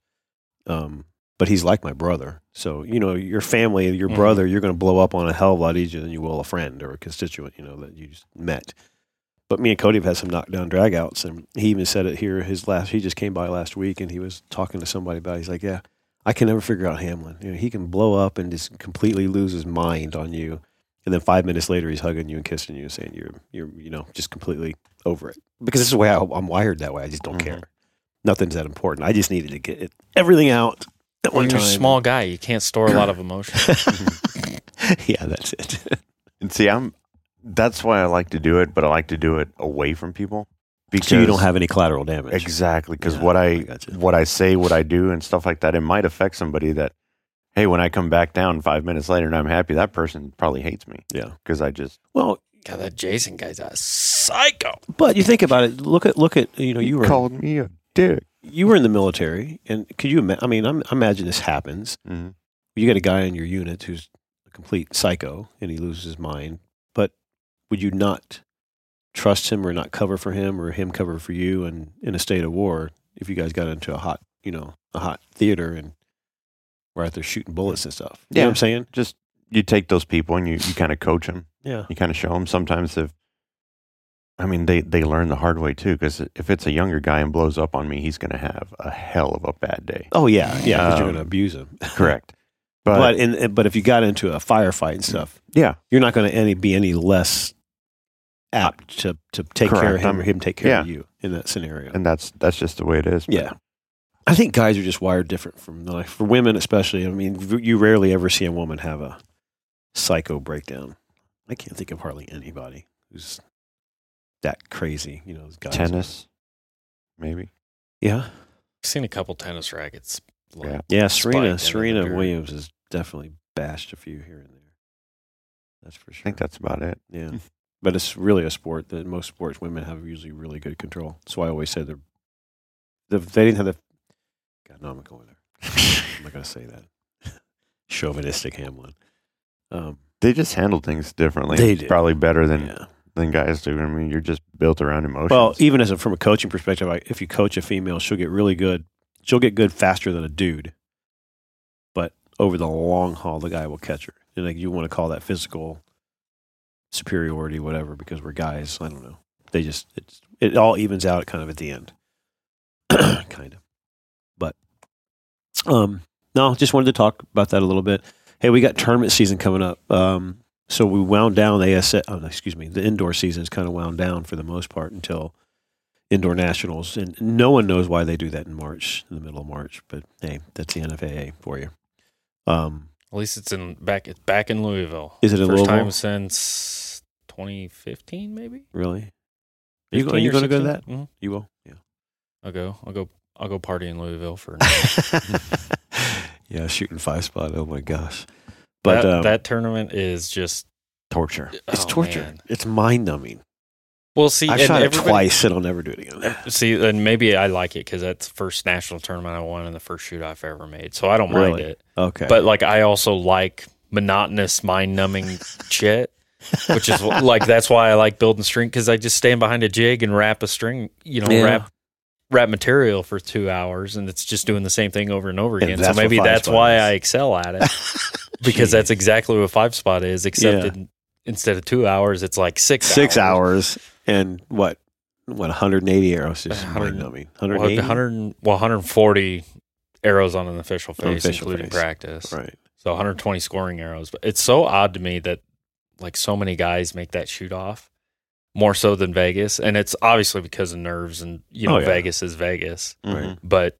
[SPEAKER 1] Um, but he's like my brother. So you know, your family, your
[SPEAKER 4] Mhm.
[SPEAKER 1] brother, you're gonna blow up on a hell of a lot easier than you will a friend or a constituent. You know that you just met. But me and Cody have had some knockdown dragouts, and he even said it here. His last, he just came by last week, and he was talking to somebody about. It. He's like, "Yeah, I can never figure out Hamlin. You know, he can blow up and just completely lose his mind on you, and then five minutes later, he's hugging you and kissing you and saying you're you're you know just completely over it because this is the way I, I'm wired that way. I just don't
[SPEAKER 2] Mhm.
[SPEAKER 4] Mm-hmm.
[SPEAKER 1] care. Nothing's that important. I just needed to get it, everything out at
[SPEAKER 4] When
[SPEAKER 1] one
[SPEAKER 4] you're a
[SPEAKER 1] time.
[SPEAKER 4] small guy, you can't store a lot of emotion.
[SPEAKER 1] yeah, that's it.
[SPEAKER 2] And see, I'm. That's why I like to do it, but I like to do it away from people because
[SPEAKER 1] so you don't have any collateral damage.
[SPEAKER 2] exactly because
[SPEAKER 1] Yeah,
[SPEAKER 2] what I,
[SPEAKER 1] I gotcha.
[SPEAKER 2] what I say, what I do, and stuff like that, it might affect somebody that. Hey, when I come back down five minutes later and I'm happy, that person probably hates me
[SPEAKER 1] Yeah.
[SPEAKER 2] because I just
[SPEAKER 1] Well,
[SPEAKER 4] God, that Jason guy's a psycho.
[SPEAKER 1] but you think about it. Look at look at you know you were
[SPEAKER 2] called me a dick.
[SPEAKER 1] you were in the military, and could you? Ima- I mean, I'm, I imagine this happens.
[SPEAKER 2] Mhm.
[SPEAKER 1] You get a guy in your unit who's a complete psycho, and he loses his mind. But would you not trust him, or not cover for him, or him cover for you, and in a state of war, if you guys got into a hot, you know, a hot theater and were out there shooting bullets and stuff? You know what
[SPEAKER 2] Yeah.
[SPEAKER 1] I'm saying?
[SPEAKER 2] Just you take those people and you, you kind of coach them.
[SPEAKER 1] Yeah.
[SPEAKER 2] You kind of show them. Sometimes if I mean they they learn the hard way too. Because if it's a younger guy and blows up on me, he's going to have a hell of a bad day.
[SPEAKER 1] Oh yeah, yeah. Because you're
[SPEAKER 2] Um,
[SPEAKER 1] going to abuse him.
[SPEAKER 2] Correct. But,
[SPEAKER 1] But in, but if you got into a firefight and stuff,
[SPEAKER 2] yeah,
[SPEAKER 1] you're not going to any be any less apt to, to take care of
[SPEAKER 2] Correct.
[SPEAKER 1] him or
[SPEAKER 2] I'm-
[SPEAKER 1] him take care of
[SPEAKER 2] yeah.
[SPEAKER 1] you in that scenario.
[SPEAKER 2] and that's that's just the way it is. But
[SPEAKER 1] yeah, I think guys are just wired different from like for women especially. I mean, v- you rarely ever see a woman have a psycho breakdown. I can't think of hardly anybody who's that crazy. You know, those guys.
[SPEAKER 2] tennis, maybe.
[SPEAKER 1] Yeah,
[SPEAKER 4] seen a couple tennis rackets. like,
[SPEAKER 2] Yeah.
[SPEAKER 1] yeah.
[SPEAKER 4] spiked in
[SPEAKER 1] Serena
[SPEAKER 4] the
[SPEAKER 1] Serena
[SPEAKER 4] dirt.
[SPEAKER 1] Williams has definitely bashed a few here and there. That's for
[SPEAKER 2] I
[SPEAKER 1] sure.
[SPEAKER 2] think that's about it.
[SPEAKER 1] Yeah. But it's really a sport that most sports women have usually really good control. So I always say they're, if they didn't have the. God, no, I'm not going there. I'm not going to say that. Chauvinistic Hamlin. Um,
[SPEAKER 2] They just handle things differently.
[SPEAKER 1] They
[SPEAKER 2] It's
[SPEAKER 1] do.
[SPEAKER 2] Probably better than
[SPEAKER 1] yeah.
[SPEAKER 2] than guys do. I mean, you're just built around emotions.
[SPEAKER 1] Well, e even as a, from a coaching perspective, I, if you coach a female, she'll get really good. She'll get good faster than a dude. But over the long haul, the guy will catch her. And like you want to call that physical superiority, whatever, because we're guys. I don't know. They just it's it all evens out kind of at the end, kind of. But um, no, just wanted to talk about that a little bit. Hey, we got tournament season coming up. Um, so we wound down the ASL. Oh, no, excuse me, the indoor season's kind of wound down for the most part until indoor nationals, and no one knows why they do that in March, in the middle of March. But hey, that's the NFAA for you. Um,
[SPEAKER 4] At least it's in back. It's back in Louisville.
[SPEAKER 1] Is it in
[SPEAKER 4] First
[SPEAKER 1] Louisville?
[SPEAKER 4] time since 2015, maybe.
[SPEAKER 1] really? Are you,
[SPEAKER 4] 15
[SPEAKER 1] are you
[SPEAKER 4] or
[SPEAKER 1] going to go to that?
[SPEAKER 4] 16? Mhm.
[SPEAKER 1] You will. Yeah.
[SPEAKER 4] I'll go. I'll go. I'll go party in Louisville for.
[SPEAKER 1] yeah, shooting five spot. Oh my gosh! But
[SPEAKER 4] But that,
[SPEAKER 1] um,
[SPEAKER 4] that tournament is just
[SPEAKER 1] torture. It's
[SPEAKER 4] oh,
[SPEAKER 1] torture.
[SPEAKER 4] man.
[SPEAKER 1] It's mind numbing.
[SPEAKER 4] Well, see,
[SPEAKER 1] I
[SPEAKER 4] and
[SPEAKER 1] shot it
[SPEAKER 4] everybody-
[SPEAKER 1] twice, and I'll never do it again.
[SPEAKER 4] See, and maybe I like it because that's the first national tournament I won and the first shoot I've ever made, so I don't mind
[SPEAKER 1] Really?
[SPEAKER 4] it.
[SPEAKER 1] Okay,
[SPEAKER 4] But like, I also like monotonous, mind-numbing shit, which is wh- like that's why I like building string because I just stand behind a jig and wrap a string, you know,
[SPEAKER 1] Yeah.
[SPEAKER 4] wrap wrap material for two hours, and it's just doing the same thing over and over
[SPEAKER 1] And
[SPEAKER 4] again. so
[SPEAKER 1] that's what
[SPEAKER 4] maybe
[SPEAKER 1] five
[SPEAKER 4] that's
[SPEAKER 1] spot
[SPEAKER 4] why
[SPEAKER 1] is.
[SPEAKER 4] I excel at it because
[SPEAKER 1] Jeez.
[SPEAKER 4] that's exactly what five spot is, except
[SPEAKER 1] Yeah.
[SPEAKER 4] in, instead of two hours, it's like six
[SPEAKER 1] six hours. and what? What 180 arrows is
[SPEAKER 4] 100
[SPEAKER 1] mind numbing.
[SPEAKER 4] Well,
[SPEAKER 1] 180.
[SPEAKER 4] 100, well, 140 arrows on an official
[SPEAKER 1] On
[SPEAKER 4] face,
[SPEAKER 1] official
[SPEAKER 4] including
[SPEAKER 1] face.
[SPEAKER 4] practice.
[SPEAKER 1] Right.
[SPEAKER 4] So 120 scoring arrows. But it's so odd to me that like so many guys make that shoot off more so than Vegas, and it's obviously because of nerves and you know
[SPEAKER 1] Oh, yeah.
[SPEAKER 4] Vegas is Vegas.
[SPEAKER 2] Mhm.
[SPEAKER 1] Right.
[SPEAKER 4] But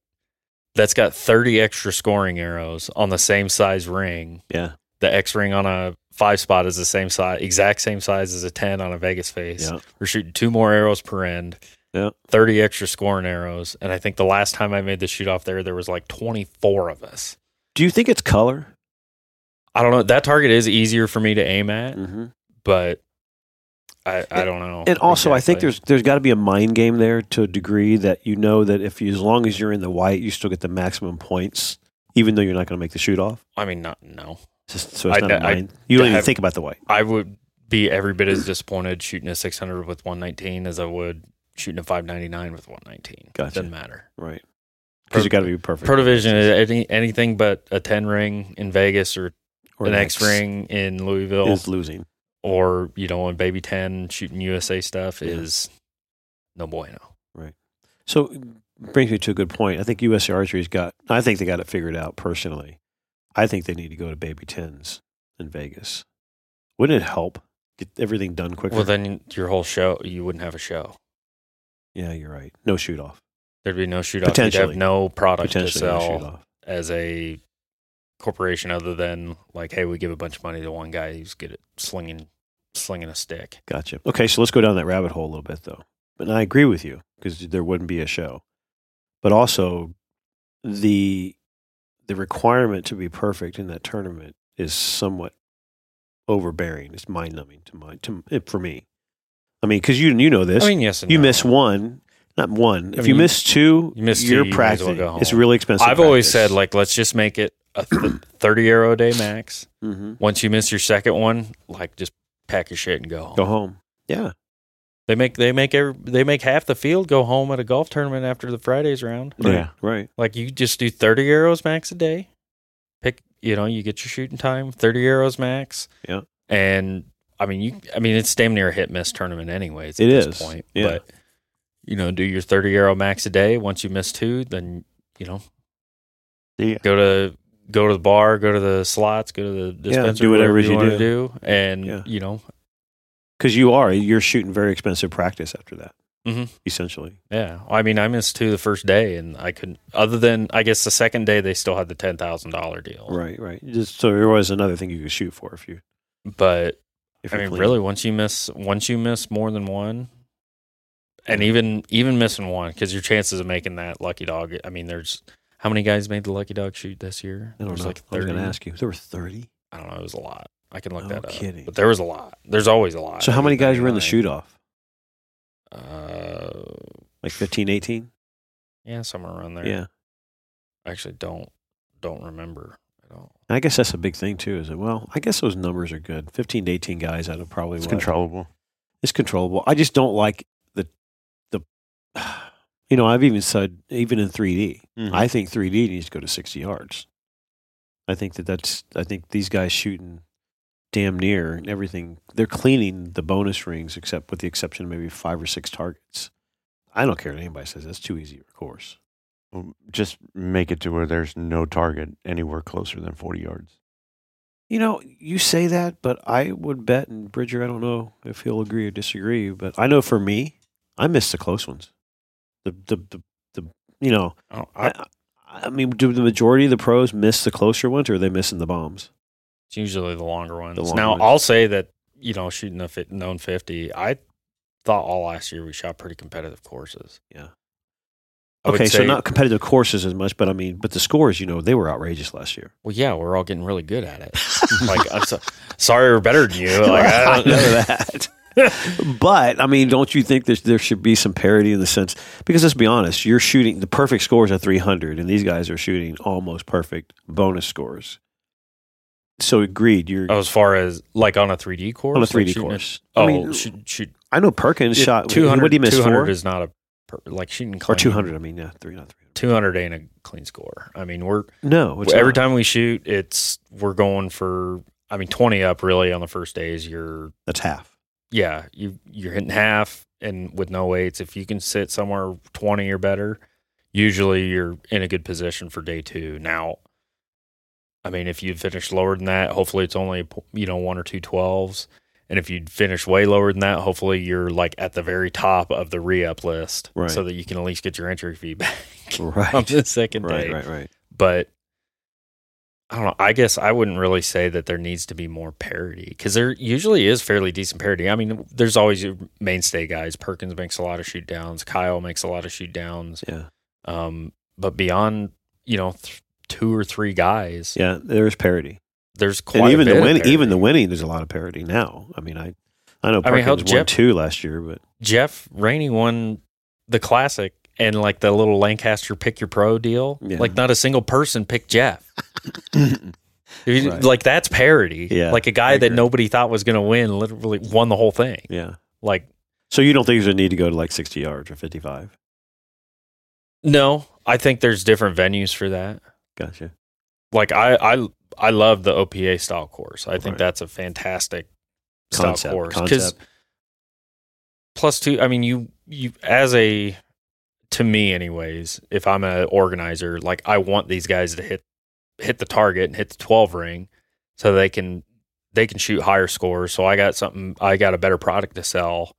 [SPEAKER 4] that's got 30 extra scoring arrows on the same size ring.
[SPEAKER 1] Yeah.
[SPEAKER 4] The X ring on a five spot is the same size, exact same size as a 10 on a Vegas face.
[SPEAKER 1] Yeah.
[SPEAKER 4] We're shooting two more arrows per end.
[SPEAKER 1] Yeah.
[SPEAKER 4] 30 extra scoring arrows. And I think the last time I made the shoot off there, there was like 24 of us.
[SPEAKER 1] Do you think it's color?
[SPEAKER 4] I don't know. That target is easier for me to aim at,
[SPEAKER 1] Mm-hmm.
[SPEAKER 4] but I, I don't know.
[SPEAKER 1] And also, I think
[SPEAKER 4] exactly.
[SPEAKER 1] there's there's got to be a mind game there to a degree that you know that if you, as long as you're in the white, you still get the maximum points, even though you're not going to make the shoot off.
[SPEAKER 4] I mean, not, no.
[SPEAKER 1] Just- so it's
[SPEAKER 4] I-
[SPEAKER 1] not a
[SPEAKER 4] I-
[SPEAKER 1] mind. you don't even
[SPEAKER 4] have-
[SPEAKER 1] think about the white.
[SPEAKER 4] I would be every bit as disappointed shooting a 600 with 119 as I would shooting a 599 with 119.
[SPEAKER 1] Gotcha.
[SPEAKER 4] Doesn't matter.
[SPEAKER 1] Right. Because you got to be perfect.
[SPEAKER 4] Pro Division is any, anything but a 10 ring in Vegas or,
[SPEAKER 1] Or
[SPEAKER 4] an X ring in Louisville.
[SPEAKER 1] is losing.
[SPEAKER 4] or you know, in Baby Ten shooting USA stuff is no bueno.
[SPEAKER 1] So it brings me to a good point. I think USA Archery's got. I think they got it figured out. Personally, I think they need to go to Baby Tens in Vegas. Wouldn't it help get everything done quicker?
[SPEAKER 4] Well, then your whole show you wouldn't have a show.
[SPEAKER 1] yeah, you're right. No shoot off.
[SPEAKER 4] There'd be no shoot off. You'd have
[SPEAKER 1] Potentially.
[SPEAKER 4] no product to
[SPEAKER 1] Potentially no shoot
[SPEAKER 4] sell
[SPEAKER 1] off.
[SPEAKER 4] as a corporation other than like, hey, we give a bunch of money to one guy who's good at slinging slinging a stick.
[SPEAKER 1] Gotcha. Okay, so let's go down that rabbit hole a little bit, though. And I agree with you because there wouldn't be a show, but also the the requirement to be perfect in that tournament is somewhat overbearing. It's mind numbing to my to for me. eh, I mean, because you you know this,
[SPEAKER 4] I mean, yes, and
[SPEAKER 1] you
[SPEAKER 4] no.
[SPEAKER 1] miss one, Not one.
[SPEAKER 4] I
[SPEAKER 1] if you
[SPEAKER 4] mean,
[SPEAKER 1] miss two,
[SPEAKER 4] you miss two,
[SPEAKER 1] you're
[SPEAKER 4] you may as well
[SPEAKER 1] practicing.
[SPEAKER 4] go
[SPEAKER 1] It's
[SPEAKER 4] home.
[SPEAKER 1] really expensive.
[SPEAKER 4] I've always
[SPEAKER 1] practice.
[SPEAKER 4] said like let's just make it a th- 30 arrow a day max.
[SPEAKER 1] Mhm.
[SPEAKER 4] Once you miss your second one, like just pack your shit and go home.
[SPEAKER 1] go home. Yeah.
[SPEAKER 4] They make they make every, they make half the field go home at a golf tournament after the Fridays round.
[SPEAKER 1] Right.
[SPEAKER 2] Yeah.
[SPEAKER 1] Right.
[SPEAKER 4] Like you just do 30 arrows max a day. Pick, you know, you get your shooting time, 30 arrows max.
[SPEAKER 1] Yeah.
[SPEAKER 4] And I mean, you I mean, it's damn near a hit miss tournament anyways at
[SPEAKER 1] It is,
[SPEAKER 4] this point.
[SPEAKER 1] yeah.
[SPEAKER 4] But you know, do your 30 arrow max a day. Once you miss two, then, you know,
[SPEAKER 2] See,
[SPEAKER 4] go to go to the bar, go to the slots, go to the dispensary,
[SPEAKER 1] do whatever
[SPEAKER 4] you,
[SPEAKER 1] you
[SPEAKER 4] want to
[SPEAKER 1] do.
[SPEAKER 4] do and,
[SPEAKER 1] Yeah.
[SPEAKER 4] you know,
[SPEAKER 1] Because you are you're shooting very expensive practice after that.
[SPEAKER 4] Mhm.
[SPEAKER 1] Essentially.
[SPEAKER 4] Yeah, I mean, I missed two the first day, and I couldn't. Other than, I guess the second day they still had the ten thousand dollar deal.
[SPEAKER 1] Right. Right. Just so there was another thing you could shoot for if you.
[SPEAKER 4] But
[SPEAKER 1] If
[SPEAKER 4] I
[SPEAKER 1] you're
[SPEAKER 4] mean,
[SPEAKER 1] clean.
[SPEAKER 4] really, once you miss, once you miss more than one, and even even missing one, because your chances of making that lucky dog. I mean, there's how many guys made the lucky dog shoot this year?
[SPEAKER 1] I don't
[SPEAKER 4] there's
[SPEAKER 1] know.
[SPEAKER 4] like
[SPEAKER 1] I was
[SPEAKER 4] thirty.
[SPEAKER 1] going to ask you. There were thirty.
[SPEAKER 4] I don't know. It was a lot. I can look
[SPEAKER 1] No
[SPEAKER 4] that up.
[SPEAKER 1] kidding.
[SPEAKER 4] But there was a lot. There's always a lot.
[SPEAKER 1] So how many guys were in the
[SPEAKER 4] Like,
[SPEAKER 1] shoot off?
[SPEAKER 4] Uh,
[SPEAKER 1] Like 15, 18?
[SPEAKER 4] yeah, somewhere around there.
[SPEAKER 1] Yeah.
[SPEAKER 4] I actually don't don't remember at all.
[SPEAKER 1] And I guess that's a big thing too. Is that well? I guess those numbers are good. Fifteen to eighteen guys out of probably
[SPEAKER 2] it's
[SPEAKER 1] what?
[SPEAKER 2] controllable.
[SPEAKER 1] It's controllable. I just don't like the the. You know, I've even said even in 3D,
[SPEAKER 2] Mhm.
[SPEAKER 1] I think 3D needs to go to 60 yards. I think that that's. I think these guys shooting damn near and everything. They're cleaning the bonus rings, except with the exception of maybe five or six targets. I don't care what anybody says. That's too easy, of course.
[SPEAKER 2] Just make it to where there's no target anywhere closer than 40 yards.
[SPEAKER 1] You know, you say that, but I would bet, and Bridger, I don't know if he'll agree or disagree, but I know for me, I miss the close ones. The the the, the you know,
[SPEAKER 4] Oh,
[SPEAKER 1] I, I I mean, do the majority of the pros miss the closer ones, or are they missing the bombs?
[SPEAKER 4] It's usually the longer ones.
[SPEAKER 1] The longer
[SPEAKER 4] now,
[SPEAKER 1] ones.
[SPEAKER 4] I'll say that, you know, shooting the fit, known 50, I thought all last year we shot pretty competitive courses.
[SPEAKER 1] Yeah.
[SPEAKER 4] I would
[SPEAKER 1] Okay, so
[SPEAKER 4] say-
[SPEAKER 1] not competitive courses as much, but I mean, but the scores, you know, they were outrageous last year.
[SPEAKER 4] Well, yeah, we're all getting really good at it. like, I'm so, sorry we're better than you. Like, I don't know.
[SPEAKER 1] know that. but I mean, don't you think there's, there should be some parity in the sense? Because let's be honest, you're shooting the perfect scores are 300, and these guys are shooting almost perfect bonus scores. So agreed, you're
[SPEAKER 4] Oh, as far as like on a 3D course?
[SPEAKER 1] on a
[SPEAKER 4] Like
[SPEAKER 1] 3D
[SPEAKER 4] shooting
[SPEAKER 1] course.
[SPEAKER 4] oh,
[SPEAKER 1] I mean,
[SPEAKER 4] shoot, shoot.
[SPEAKER 1] I know Perkins shot
[SPEAKER 4] Shot, 200,
[SPEAKER 1] What did he miss
[SPEAKER 4] 200
[SPEAKER 1] four
[SPEAKER 4] is not a, per, like shooting
[SPEAKER 1] or
[SPEAKER 4] clean.
[SPEAKER 1] 200? I mean, yeah, three, not
[SPEAKER 4] 200 ain't a clean score. I mean, we're,
[SPEAKER 1] three. No, it's
[SPEAKER 4] every
[SPEAKER 1] not.
[SPEAKER 4] time we shoot, it's, we're going for, I mean, 20 up really on the first days. You're,
[SPEAKER 1] that's half.
[SPEAKER 4] yeah, you you're hitting half and with no weights. If you can sit somewhere twenty or better, usually you're in a good position for day two. Now, I mean, if you finish lower than that, hopefully it's only you know one or two twelves. And if you finish way lower than that, hopefully you're like at the very top of the re-up list,
[SPEAKER 1] Right.
[SPEAKER 4] so that you can at least get your entry fee back
[SPEAKER 1] Right,
[SPEAKER 4] on the second
[SPEAKER 1] right,
[SPEAKER 4] day
[SPEAKER 1] right, right.
[SPEAKER 4] but I don't know. I guess I wouldn't really say that there needs to be more parity because there usually is fairly decent parity. I mean, there's always your mainstay guys. Perkins makes a lot of shoot downs. Kyle makes a lot of shoot downs.
[SPEAKER 1] Yeah,
[SPEAKER 4] Um, but beyond you know th- two or three guys,
[SPEAKER 1] yeah. There's parity,
[SPEAKER 4] there's quite
[SPEAKER 1] and even
[SPEAKER 4] a bit
[SPEAKER 1] the
[SPEAKER 4] of
[SPEAKER 1] win,
[SPEAKER 4] parity.
[SPEAKER 1] even the winning. There's a lot of parity now. I mean, I, I know
[SPEAKER 4] I mean,
[SPEAKER 1] Perkins
[SPEAKER 4] hell,
[SPEAKER 1] won
[SPEAKER 4] Jeff-
[SPEAKER 1] two last year, but
[SPEAKER 4] Jeff Rainey won the classic and like the little Lancaster pick your pro deal.
[SPEAKER 1] Yeah.
[SPEAKER 4] Like not a single person picked Jeff. If you-
[SPEAKER 1] Right.
[SPEAKER 4] Like that's parody.
[SPEAKER 1] Yeah,
[SPEAKER 4] Like a
[SPEAKER 1] I
[SPEAKER 4] guy that
[SPEAKER 1] agree.
[SPEAKER 4] nobody thought was going to win literally won the whole thing.
[SPEAKER 1] yeah.
[SPEAKER 4] Like
[SPEAKER 1] So you don't think there's a need to go to like 60 yards or 55?
[SPEAKER 4] no, I think there's different venues for that.
[SPEAKER 1] Gotcha.
[SPEAKER 4] Like I I I love the OPA style course. I think
[SPEAKER 1] Right.
[SPEAKER 4] that's a fantastic style
[SPEAKER 1] Concept.
[SPEAKER 4] course
[SPEAKER 1] concept.
[SPEAKER 4] plus two i mean you you as a to me anyways if i'm an organizer like i want these guys to hit hit the target and hit the 12 ring so they can they can shoot higher scores so i got something i got a better product to sell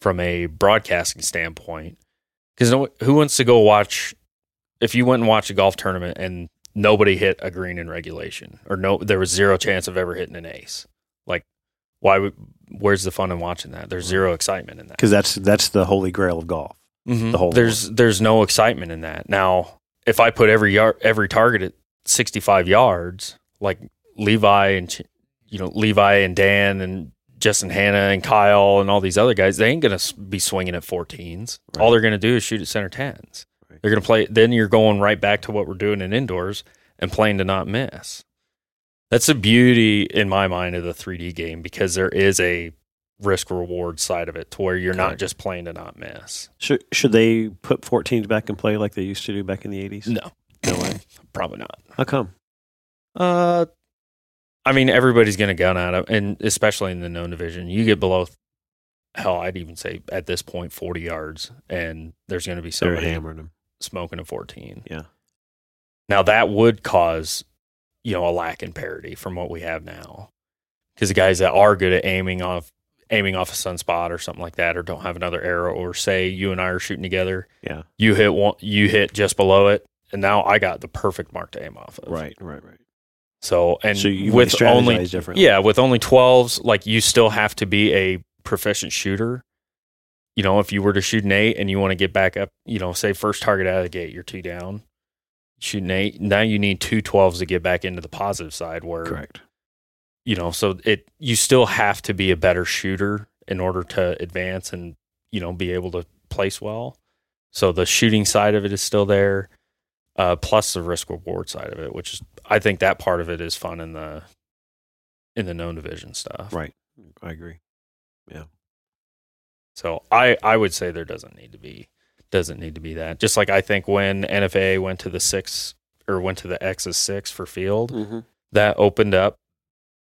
[SPEAKER 4] from a broadcasting standpoint because no, who wants to go watch if you went and watched a golf tournament and nobody hit a green in regulation or no there was zero chance of ever hitting an ace like why would where's the fun in watching that there's zero excitement in that
[SPEAKER 1] Because that's that's the holy grail of golf.
[SPEAKER 4] Mhm.
[SPEAKER 1] the whole
[SPEAKER 4] there's there's no excitement in that. Now, if I put every yard every target at 65 yards, like Levi and Ch- you know Levi and Dan and Justin Hanna and Kyle and all these other guys, they ain't going to be swinging at 14s. All they're going to do is shoot at center 10s.
[SPEAKER 2] Right.
[SPEAKER 4] They're going to play. Then you're going right back to what we're doing in indoors and playing to not miss. That's the beauty in my mind of the 3D game because there is a risk reward side of it to where you're not
[SPEAKER 1] Correct.
[SPEAKER 4] just playing to not miss.
[SPEAKER 1] Should, should they put 14s back and play like they used to do back in the 80s?
[SPEAKER 4] No, no way. Probably not.
[SPEAKER 1] How come?
[SPEAKER 4] Uh, I mean, everybody's going to gun at it, and especially in the known division, you get below. Hell, I'd even say at this point forty yards, and there's going to be
[SPEAKER 1] They're
[SPEAKER 4] somebody
[SPEAKER 1] hammering them.
[SPEAKER 4] smoking a fourteen.
[SPEAKER 1] Yeah.
[SPEAKER 4] Now that would cause, you know, a lack in parity from what we have now, because the guys that are good at aiming off aiming off a sunspot or something like that, or don't have another arrow, or say you and I are shooting together,
[SPEAKER 1] Yeah.
[SPEAKER 4] you hit one, you hit just below it, and now I got the perfect mark to aim off of.
[SPEAKER 1] Right, right, right.
[SPEAKER 4] So and
[SPEAKER 1] so you
[SPEAKER 4] with
[SPEAKER 1] might
[SPEAKER 4] only
[SPEAKER 1] strategize differently.
[SPEAKER 4] yeah, with only 12s, like you still have to be a proficient shooter. You know, if you were to shoot an eight and you want to get back up, you know, say first target out of the gate, you're two down. Shoot an eight. Now you need two 12s to get back into the positive side where,
[SPEAKER 1] Correct.
[SPEAKER 4] you know, so it, you still have to be a better shooter in order to advance and, you know, be able to place well. So the shooting side of it is still there, uh, plus the risk reward side of it, which is, I think that part of it is fun in the, in the known division stuff.
[SPEAKER 1] Right. I agree.
[SPEAKER 4] So I I would say there doesn't need to be doesn't need to be that. Just like I think when NFA went to the six or went to the X's six for field,
[SPEAKER 1] Mm-hmm.
[SPEAKER 4] that opened up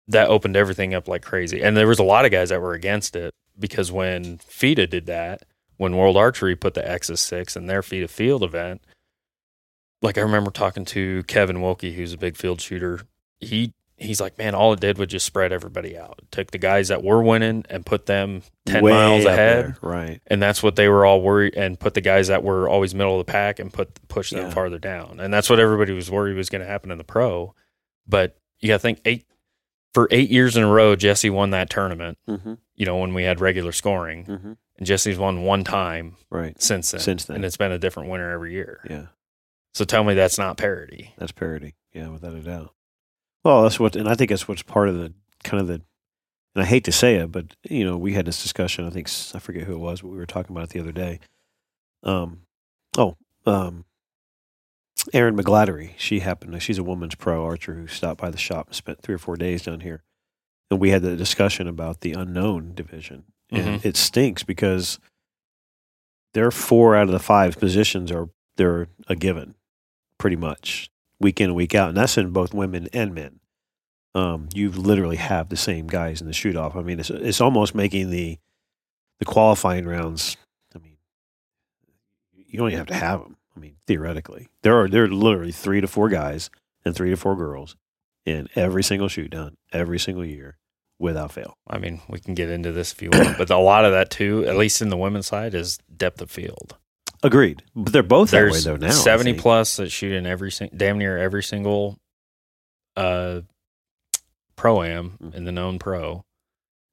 [SPEAKER 4] that opened everything up like crazy. And there was a lot of guys that were against it because when FIDA did that, when World Archery put the X's six in their FIDA field event, like I remember talking to Kevin Wilkie, who's a big field shooter. He he's like, man, all it did was just spread everybody out. It took the guys that were winning and put them ten miles ahead
[SPEAKER 1] Right.
[SPEAKER 4] and that's what they were all worried and put the guys that were always middle of the pack and put push them
[SPEAKER 1] Yeah.
[SPEAKER 4] farther down and that's what everybody was worried was going to happen in the pro but you got to think eight for eight years in a row jesse won that tournament
[SPEAKER 1] Mm-hmm.
[SPEAKER 4] you know when we had regular scoring
[SPEAKER 1] Mm-hmm.
[SPEAKER 4] and jesse's won one time
[SPEAKER 1] Right.
[SPEAKER 4] since then
[SPEAKER 1] Since then.
[SPEAKER 4] and it's been a different winner every year
[SPEAKER 1] Yeah.
[SPEAKER 4] so tell me that's not parity
[SPEAKER 1] That's parody. Yeah, without a doubt. Well, that's what, and I think that's what's part of the kind of the, and I hate to say it, but you know, we had this discussion. I think s- I forget who it was, but we were talking about it the other day. Um, oh, um, Erin McGlattery. She happened. to- She's a woman's pro archer who stopped by the shop and spent three or four days down here, and we had the discussion about the unknown division, and it stinks because their four out of the five positions are they're a given, pretty much week in and week out, and that's in both women and men. Um, you literally have the same guys in the shoot off. I mean, it's it's almost making the the qualifying rounds. I mean, you don't even have to have them. I mean, theoretically, there are there are literally three to four guys and three to four girls in every single shoot down every single year without fail.
[SPEAKER 4] i mean we can get into this if you want but a lot of that too at least in the women's side is depth of field
[SPEAKER 1] Agreed. But they're both
[SPEAKER 4] There's
[SPEAKER 1] that way though now. I
[SPEAKER 4] 70
[SPEAKER 1] think.
[SPEAKER 4] plus that shoot in every sing- damn near every single uh pro am
[SPEAKER 1] Mhm.
[SPEAKER 4] in the known pro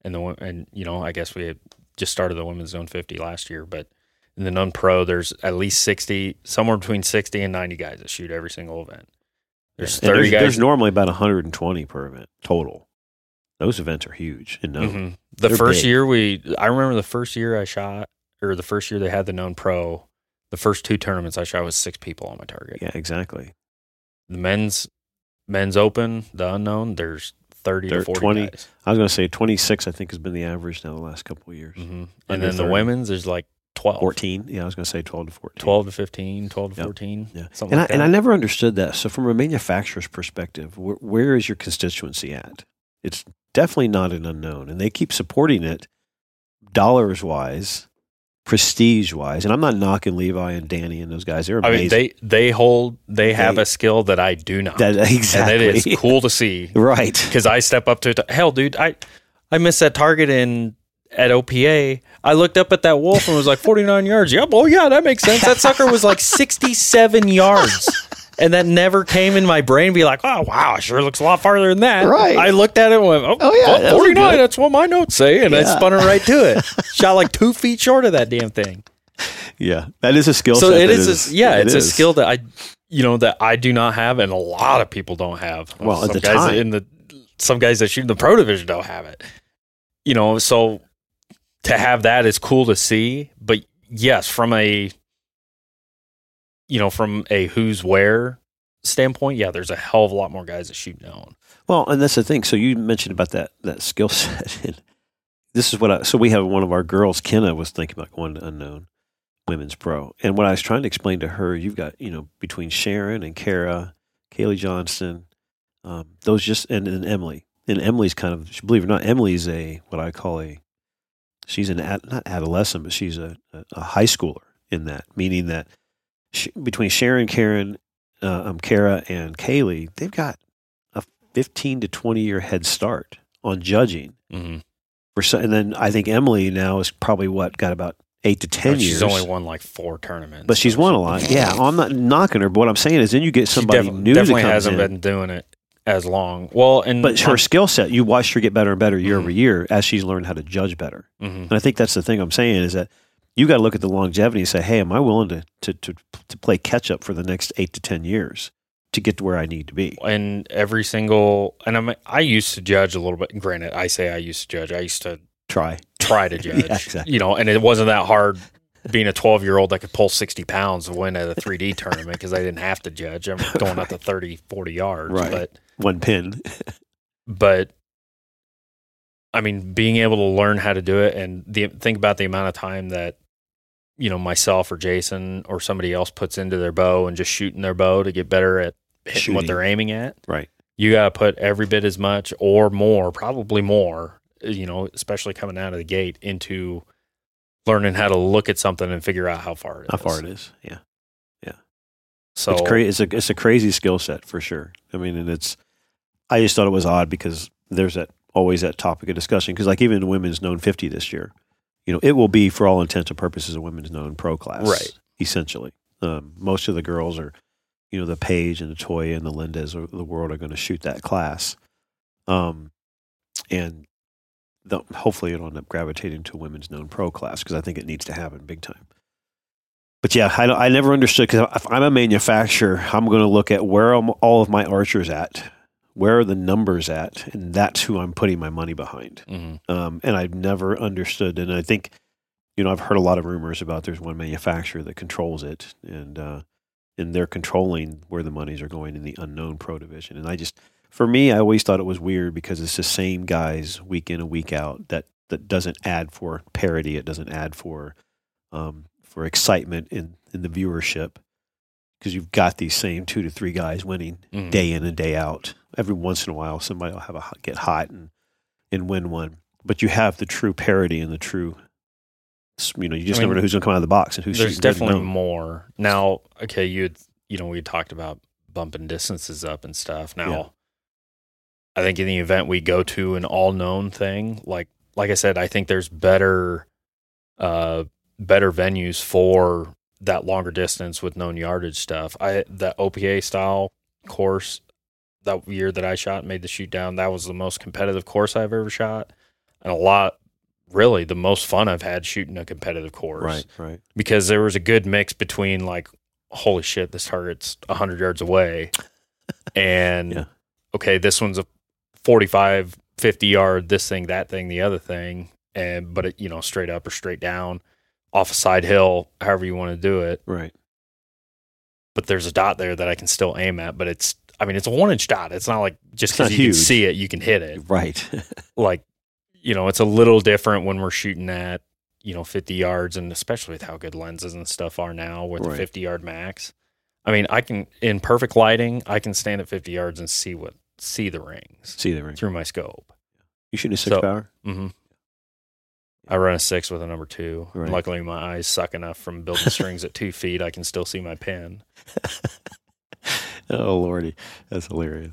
[SPEAKER 4] and the wo- and you know I guess we had just started the women's zone 50 last year but in the known pro there's at least 60 somewhere between 60 and 90 guys that shoot every single event. There's
[SPEAKER 1] And
[SPEAKER 4] 30
[SPEAKER 1] there's,
[SPEAKER 4] guys
[SPEAKER 1] there's normally about 120 per event total. Those events are huge and known.
[SPEAKER 4] Mhm. The
[SPEAKER 1] They're
[SPEAKER 4] first
[SPEAKER 1] big.
[SPEAKER 4] year we, I remember the first year I shot, or the first year they had the known pro, the first two tournaments I shot was six people on my target.
[SPEAKER 1] Yeah, exactly.
[SPEAKER 4] the men's men's open, the unknown, there's 30
[SPEAKER 1] There-
[SPEAKER 4] to 40
[SPEAKER 1] 20
[SPEAKER 4] guys.
[SPEAKER 1] I was going to say 26, I think, has been the average now the last couple of years.
[SPEAKER 4] Mhm. And
[SPEAKER 1] Under
[SPEAKER 4] then the
[SPEAKER 1] 30.
[SPEAKER 4] women's there's like 12.
[SPEAKER 1] 14. Yeah, I was going to say 12 to 14.
[SPEAKER 4] 12 to 15, 12 to
[SPEAKER 1] Yep.
[SPEAKER 4] 14.
[SPEAKER 1] Yeah.
[SPEAKER 4] Something
[SPEAKER 1] And I,
[SPEAKER 4] like
[SPEAKER 1] and
[SPEAKER 4] that.
[SPEAKER 1] I never understood that. So, from a manufacturer's perspective, where, where is your constituency at? It's definitely not an unknown. And they keep supporting it dollars wise, prestige wise. And I'm not knocking Levi and Danny and those guys. They're
[SPEAKER 4] I
[SPEAKER 1] amazing.
[SPEAKER 4] mean, they they hold they have
[SPEAKER 1] They-
[SPEAKER 4] a skill that I do not.
[SPEAKER 1] that,
[SPEAKER 4] And
[SPEAKER 1] exactly.
[SPEAKER 4] it is cool to see
[SPEAKER 1] right.
[SPEAKER 4] cuz I step up to it. Hell, dude, I I missed that target in at OPA. I looked up at that wolf and was like 49 yards. Yep, oh yeah, that makes sense. That sucker was like 67 yards. And that never came in my brain. Be like, oh wow, it sure looks a lot farther than that.
[SPEAKER 1] Right.
[SPEAKER 4] I looked at it and went, oh,
[SPEAKER 1] Oh, yeah,
[SPEAKER 4] well,
[SPEAKER 1] that was
[SPEAKER 4] 49.
[SPEAKER 1] good.
[SPEAKER 4] That's what my notes say, and I
[SPEAKER 1] Yeah.
[SPEAKER 4] spun it right to it. Shot like two feet short of that damn thing.
[SPEAKER 1] Yeah. That is a skill
[SPEAKER 4] So
[SPEAKER 1] set.
[SPEAKER 4] it
[SPEAKER 1] that
[SPEAKER 4] is, a, yeah,
[SPEAKER 1] it
[SPEAKER 4] it's
[SPEAKER 1] is.
[SPEAKER 4] a skill that I, you know, that I do not have, and a lot of people don't have.
[SPEAKER 1] Well, at
[SPEAKER 4] some
[SPEAKER 1] the
[SPEAKER 4] guys
[SPEAKER 1] time.
[SPEAKER 4] in the some guys that shoot in the pro division don't have it. you know, so to have that is cool to see. But yes, from a you know, from a who's where standpoint, yeah, there's a hell of a lot more guys that shoot now.
[SPEAKER 1] Well, and that's the thing. So you mentioned about that that skill set, and this is what. I, so we have one of our girls, Kenna, was thinking about going to unknown women's pro, and what I was trying to explain to her, you've got you know between Sharon and Kara, Kaylee Johnson, um, those just and, and Emily, and Emily's kind of believe it or not, Emily's a what I call a she's an ad, not adolescent, but she's a, a, a high schooler in that, meaning that she, between Sharon, Karen, uh, um, Kara, and Kaylee, they've got a 15 to 20 year head start on judging.
[SPEAKER 4] Mm-hmm.
[SPEAKER 1] For so, and then I think Emily now is probably what got about eight to 10 years.
[SPEAKER 4] Oh, She's only won like four tournaments,
[SPEAKER 1] but she's
[SPEAKER 4] so
[SPEAKER 1] won
[SPEAKER 4] she-
[SPEAKER 1] a lot. Yeah, I'm not knocking her, but what I'm saying is then you get
[SPEAKER 4] she
[SPEAKER 1] somebody
[SPEAKER 4] defi-
[SPEAKER 1] new
[SPEAKER 4] Definitely
[SPEAKER 1] that comes
[SPEAKER 4] hasn't
[SPEAKER 1] in.
[SPEAKER 4] been doing it as long. Well, and
[SPEAKER 1] but her skill set, you watched her get better and better year
[SPEAKER 4] Mhm.
[SPEAKER 1] over year as she's learned how to judge better.
[SPEAKER 4] Mhm.
[SPEAKER 1] And I think that's the thing I'm saying is that you got to look at the longevity and say, hey, am I willing to, to, to, to play catch up for the next eight to 10 years to get to where I need to be?
[SPEAKER 4] and every single and I'm I used to judge a little bit. Granted, I say I used to judge. I used to
[SPEAKER 1] Try.
[SPEAKER 4] try to judge.
[SPEAKER 1] Yeah, exactly.
[SPEAKER 4] You know, and it wasn't that hard being a 12 year old that could pull 60 pounds to win at a 3D tournament because I didn't have to judge. I'm going up to 30, 40 yards.
[SPEAKER 1] Right.
[SPEAKER 4] But,
[SPEAKER 1] One pin.
[SPEAKER 4] but I mean, being able to learn how to do it and the, think about the amount of time that, you know, myself or Jason or somebody else puts into their bow and just shooting their bow to get better at hitting what
[SPEAKER 1] Shooting.
[SPEAKER 4] they're aiming at.
[SPEAKER 1] Right.
[SPEAKER 4] You got to put every bit as much or more, probably more, you know, especially coming out of the gate into learning how to look at something and figure out how far it is.
[SPEAKER 1] How far it is. Yeah.
[SPEAKER 4] So
[SPEAKER 1] it's, cra- it's, a, it's a crazy skill set for sure. I mean, and it's, I just thought it was odd because there's that always that topic of discussion. Because, like, even in women's known 50 this year, you know, it will be for all intents and purposes a women's known pro class.
[SPEAKER 4] Right.
[SPEAKER 1] Essentially. Um, most of the girls are, you know, the Paige and the Toya and the Lindas of the world are going to shoot that class. Um, and the, hopefully it'll end up gravitating to women's known pro class because I think it needs to happen big time. But yeah, I, don't- I never understood because if I'm a manufacturer, I'm going to look at where am all of my archers at, where are the numbers at, and that's who I'm putting my money behind.
[SPEAKER 4] Mhm.
[SPEAKER 1] Um, and I've never understood, and I think, you know, I've heard a lot of rumors about there's one manufacturer that controls it, and uh, and they're controlling where the monies are going in the unknown pro division. And I just, for me, I always thought it was weird because it's the same guys week in and week out that that doesn't add for parity. It doesn't add for um, for excitement in in the viewership because you've got these same two to three guys winning
[SPEAKER 4] Mhm.
[SPEAKER 1] day in and day out. Every once in a while, somebody will have a hot- get hot and and win one. But you have the true parity and the true, you know, you just
[SPEAKER 4] I mean,
[SPEAKER 1] never know who's going to come out of the box and who's
[SPEAKER 4] there's
[SPEAKER 1] shooting good and
[SPEAKER 4] definitely
[SPEAKER 1] not.
[SPEAKER 4] more now okay you had you know we had talked about bumping distances up and stuff now
[SPEAKER 1] Yeah.
[SPEAKER 4] i think in the event we go to an all known thing like like i said i think there's better uh better venues for that longer distance with known yardage stuff i that opa style course that year that i shot and made the shoot down that was the most competitive course i've ever shot and a lot really the most fun i've had shooting a competitive course
[SPEAKER 1] Right, right.
[SPEAKER 4] because there was a good mix between like holy shit this target's 100 yards away and
[SPEAKER 1] Yeah.
[SPEAKER 4] okay this one's a 45 50 yard this thing that thing the other thing and but it, you know straight up or straight down off a side hill however you want to do it
[SPEAKER 1] Right.
[SPEAKER 4] but there's a dot there that i can still aim at but it's i mean it's a one inch dot it's not like just
[SPEAKER 1] It's not
[SPEAKER 4] because you can
[SPEAKER 1] huge.
[SPEAKER 4] see it you can hit it
[SPEAKER 1] Right.
[SPEAKER 4] like you know it's a little different when we're shooting at you know 50 yards and especially with how good lenses and stuff are now with the
[SPEAKER 1] Right.
[SPEAKER 4] 50 yard max i mean i can in perfect lighting i can stand at 50 yards and see what see the rings
[SPEAKER 1] See the ring.
[SPEAKER 4] through my scope
[SPEAKER 1] You shooting a six
[SPEAKER 4] So-
[SPEAKER 1] power?
[SPEAKER 4] hmm i run a six with a number two
[SPEAKER 1] Right.
[SPEAKER 4] luckily my eyes suck enough from building strings at two feet i can still see my pin
[SPEAKER 1] oh lordy, that's hilarious.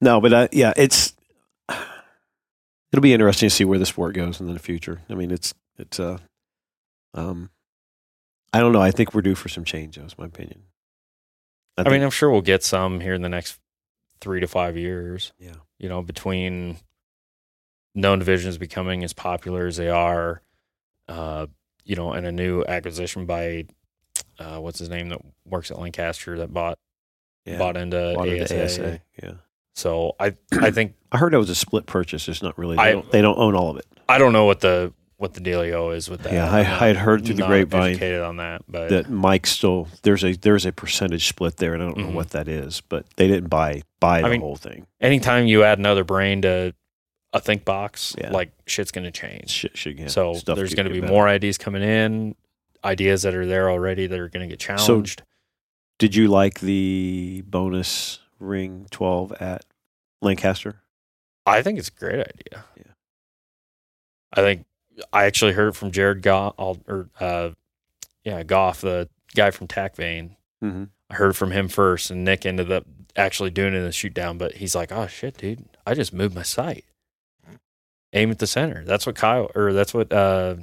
[SPEAKER 1] No, but uh, yeah, it's it'll be interesting to see where the sport goes in the future. I mean, it's it's uh, um, I don't know. I think we're due for some change. That's my opinion.
[SPEAKER 4] i mean i'm sure we'll get some here in the next three to five years
[SPEAKER 1] yeah,
[SPEAKER 4] you know, between known divisions becoming as popular as they are, uh, you know, and a new acquisition by uh, what's his name that works at Lancaster that bought
[SPEAKER 1] yeah.
[SPEAKER 4] bought into
[SPEAKER 1] Bought into
[SPEAKER 4] ASA.
[SPEAKER 1] ASA, Yeah,
[SPEAKER 4] So I I think
[SPEAKER 1] I heard it was a split purchase. It's not really. They,
[SPEAKER 4] I-
[SPEAKER 1] don't, they don't own all of it.
[SPEAKER 4] I don't know what the what the dealio is with that.
[SPEAKER 1] Yeah, I-
[SPEAKER 4] I'm not-
[SPEAKER 1] I had heard through the
[SPEAKER 4] not
[SPEAKER 1] grapevine
[SPEAKER 4] educated on that, but
[SPEAKER 1] that Mike still there's a there's a percentage split there, and I don't
[SPEAKER 4] Mhm.
[SPEAKER 1] know what that is, but they didn't buy buy the
[SPEAKER 4] mean-
[SPEAKER 1] whole thing.
[SPEAKER 4] anytime you add another brain to a think box,
[SPEAKER 1] Yeah.
[SPEAKER 4] like shit's gonna change.
[SPEAKER 1] Shit, shit yeah,
[SPEAKER 4] so
[SPEAKER 1] stuff
[SPEAKER 4] there's
[SPEAKER 1] could
[SPEAKER 4] going to
[SPEAKER 1] get
[SPEAKER 4] be
[SPEAKER 1] better.
[SPEAKER 4] more ideas coming in, ideas that are there already that are going to get challenged.
[SPEAKER 1] Did you like the bonus ring twelve at Lancaster?
[SPEAKER 4] I think it's a great idea.
[SPEAKER 1] Yeah.
[SPEAKER 4] I think I actually heard it from Jared Goff, or uh, yeah, Goff, the guy from TacVane.
[SPEAKER 1] Mm-hmm.
[SPEAKER 4] I heard from him first, and Nick ended up actually doing it in the shoot down. But he's like, "Oh shit, dude! I just moved my sight. Aim at the center. That's what Kyle, or that's what uh,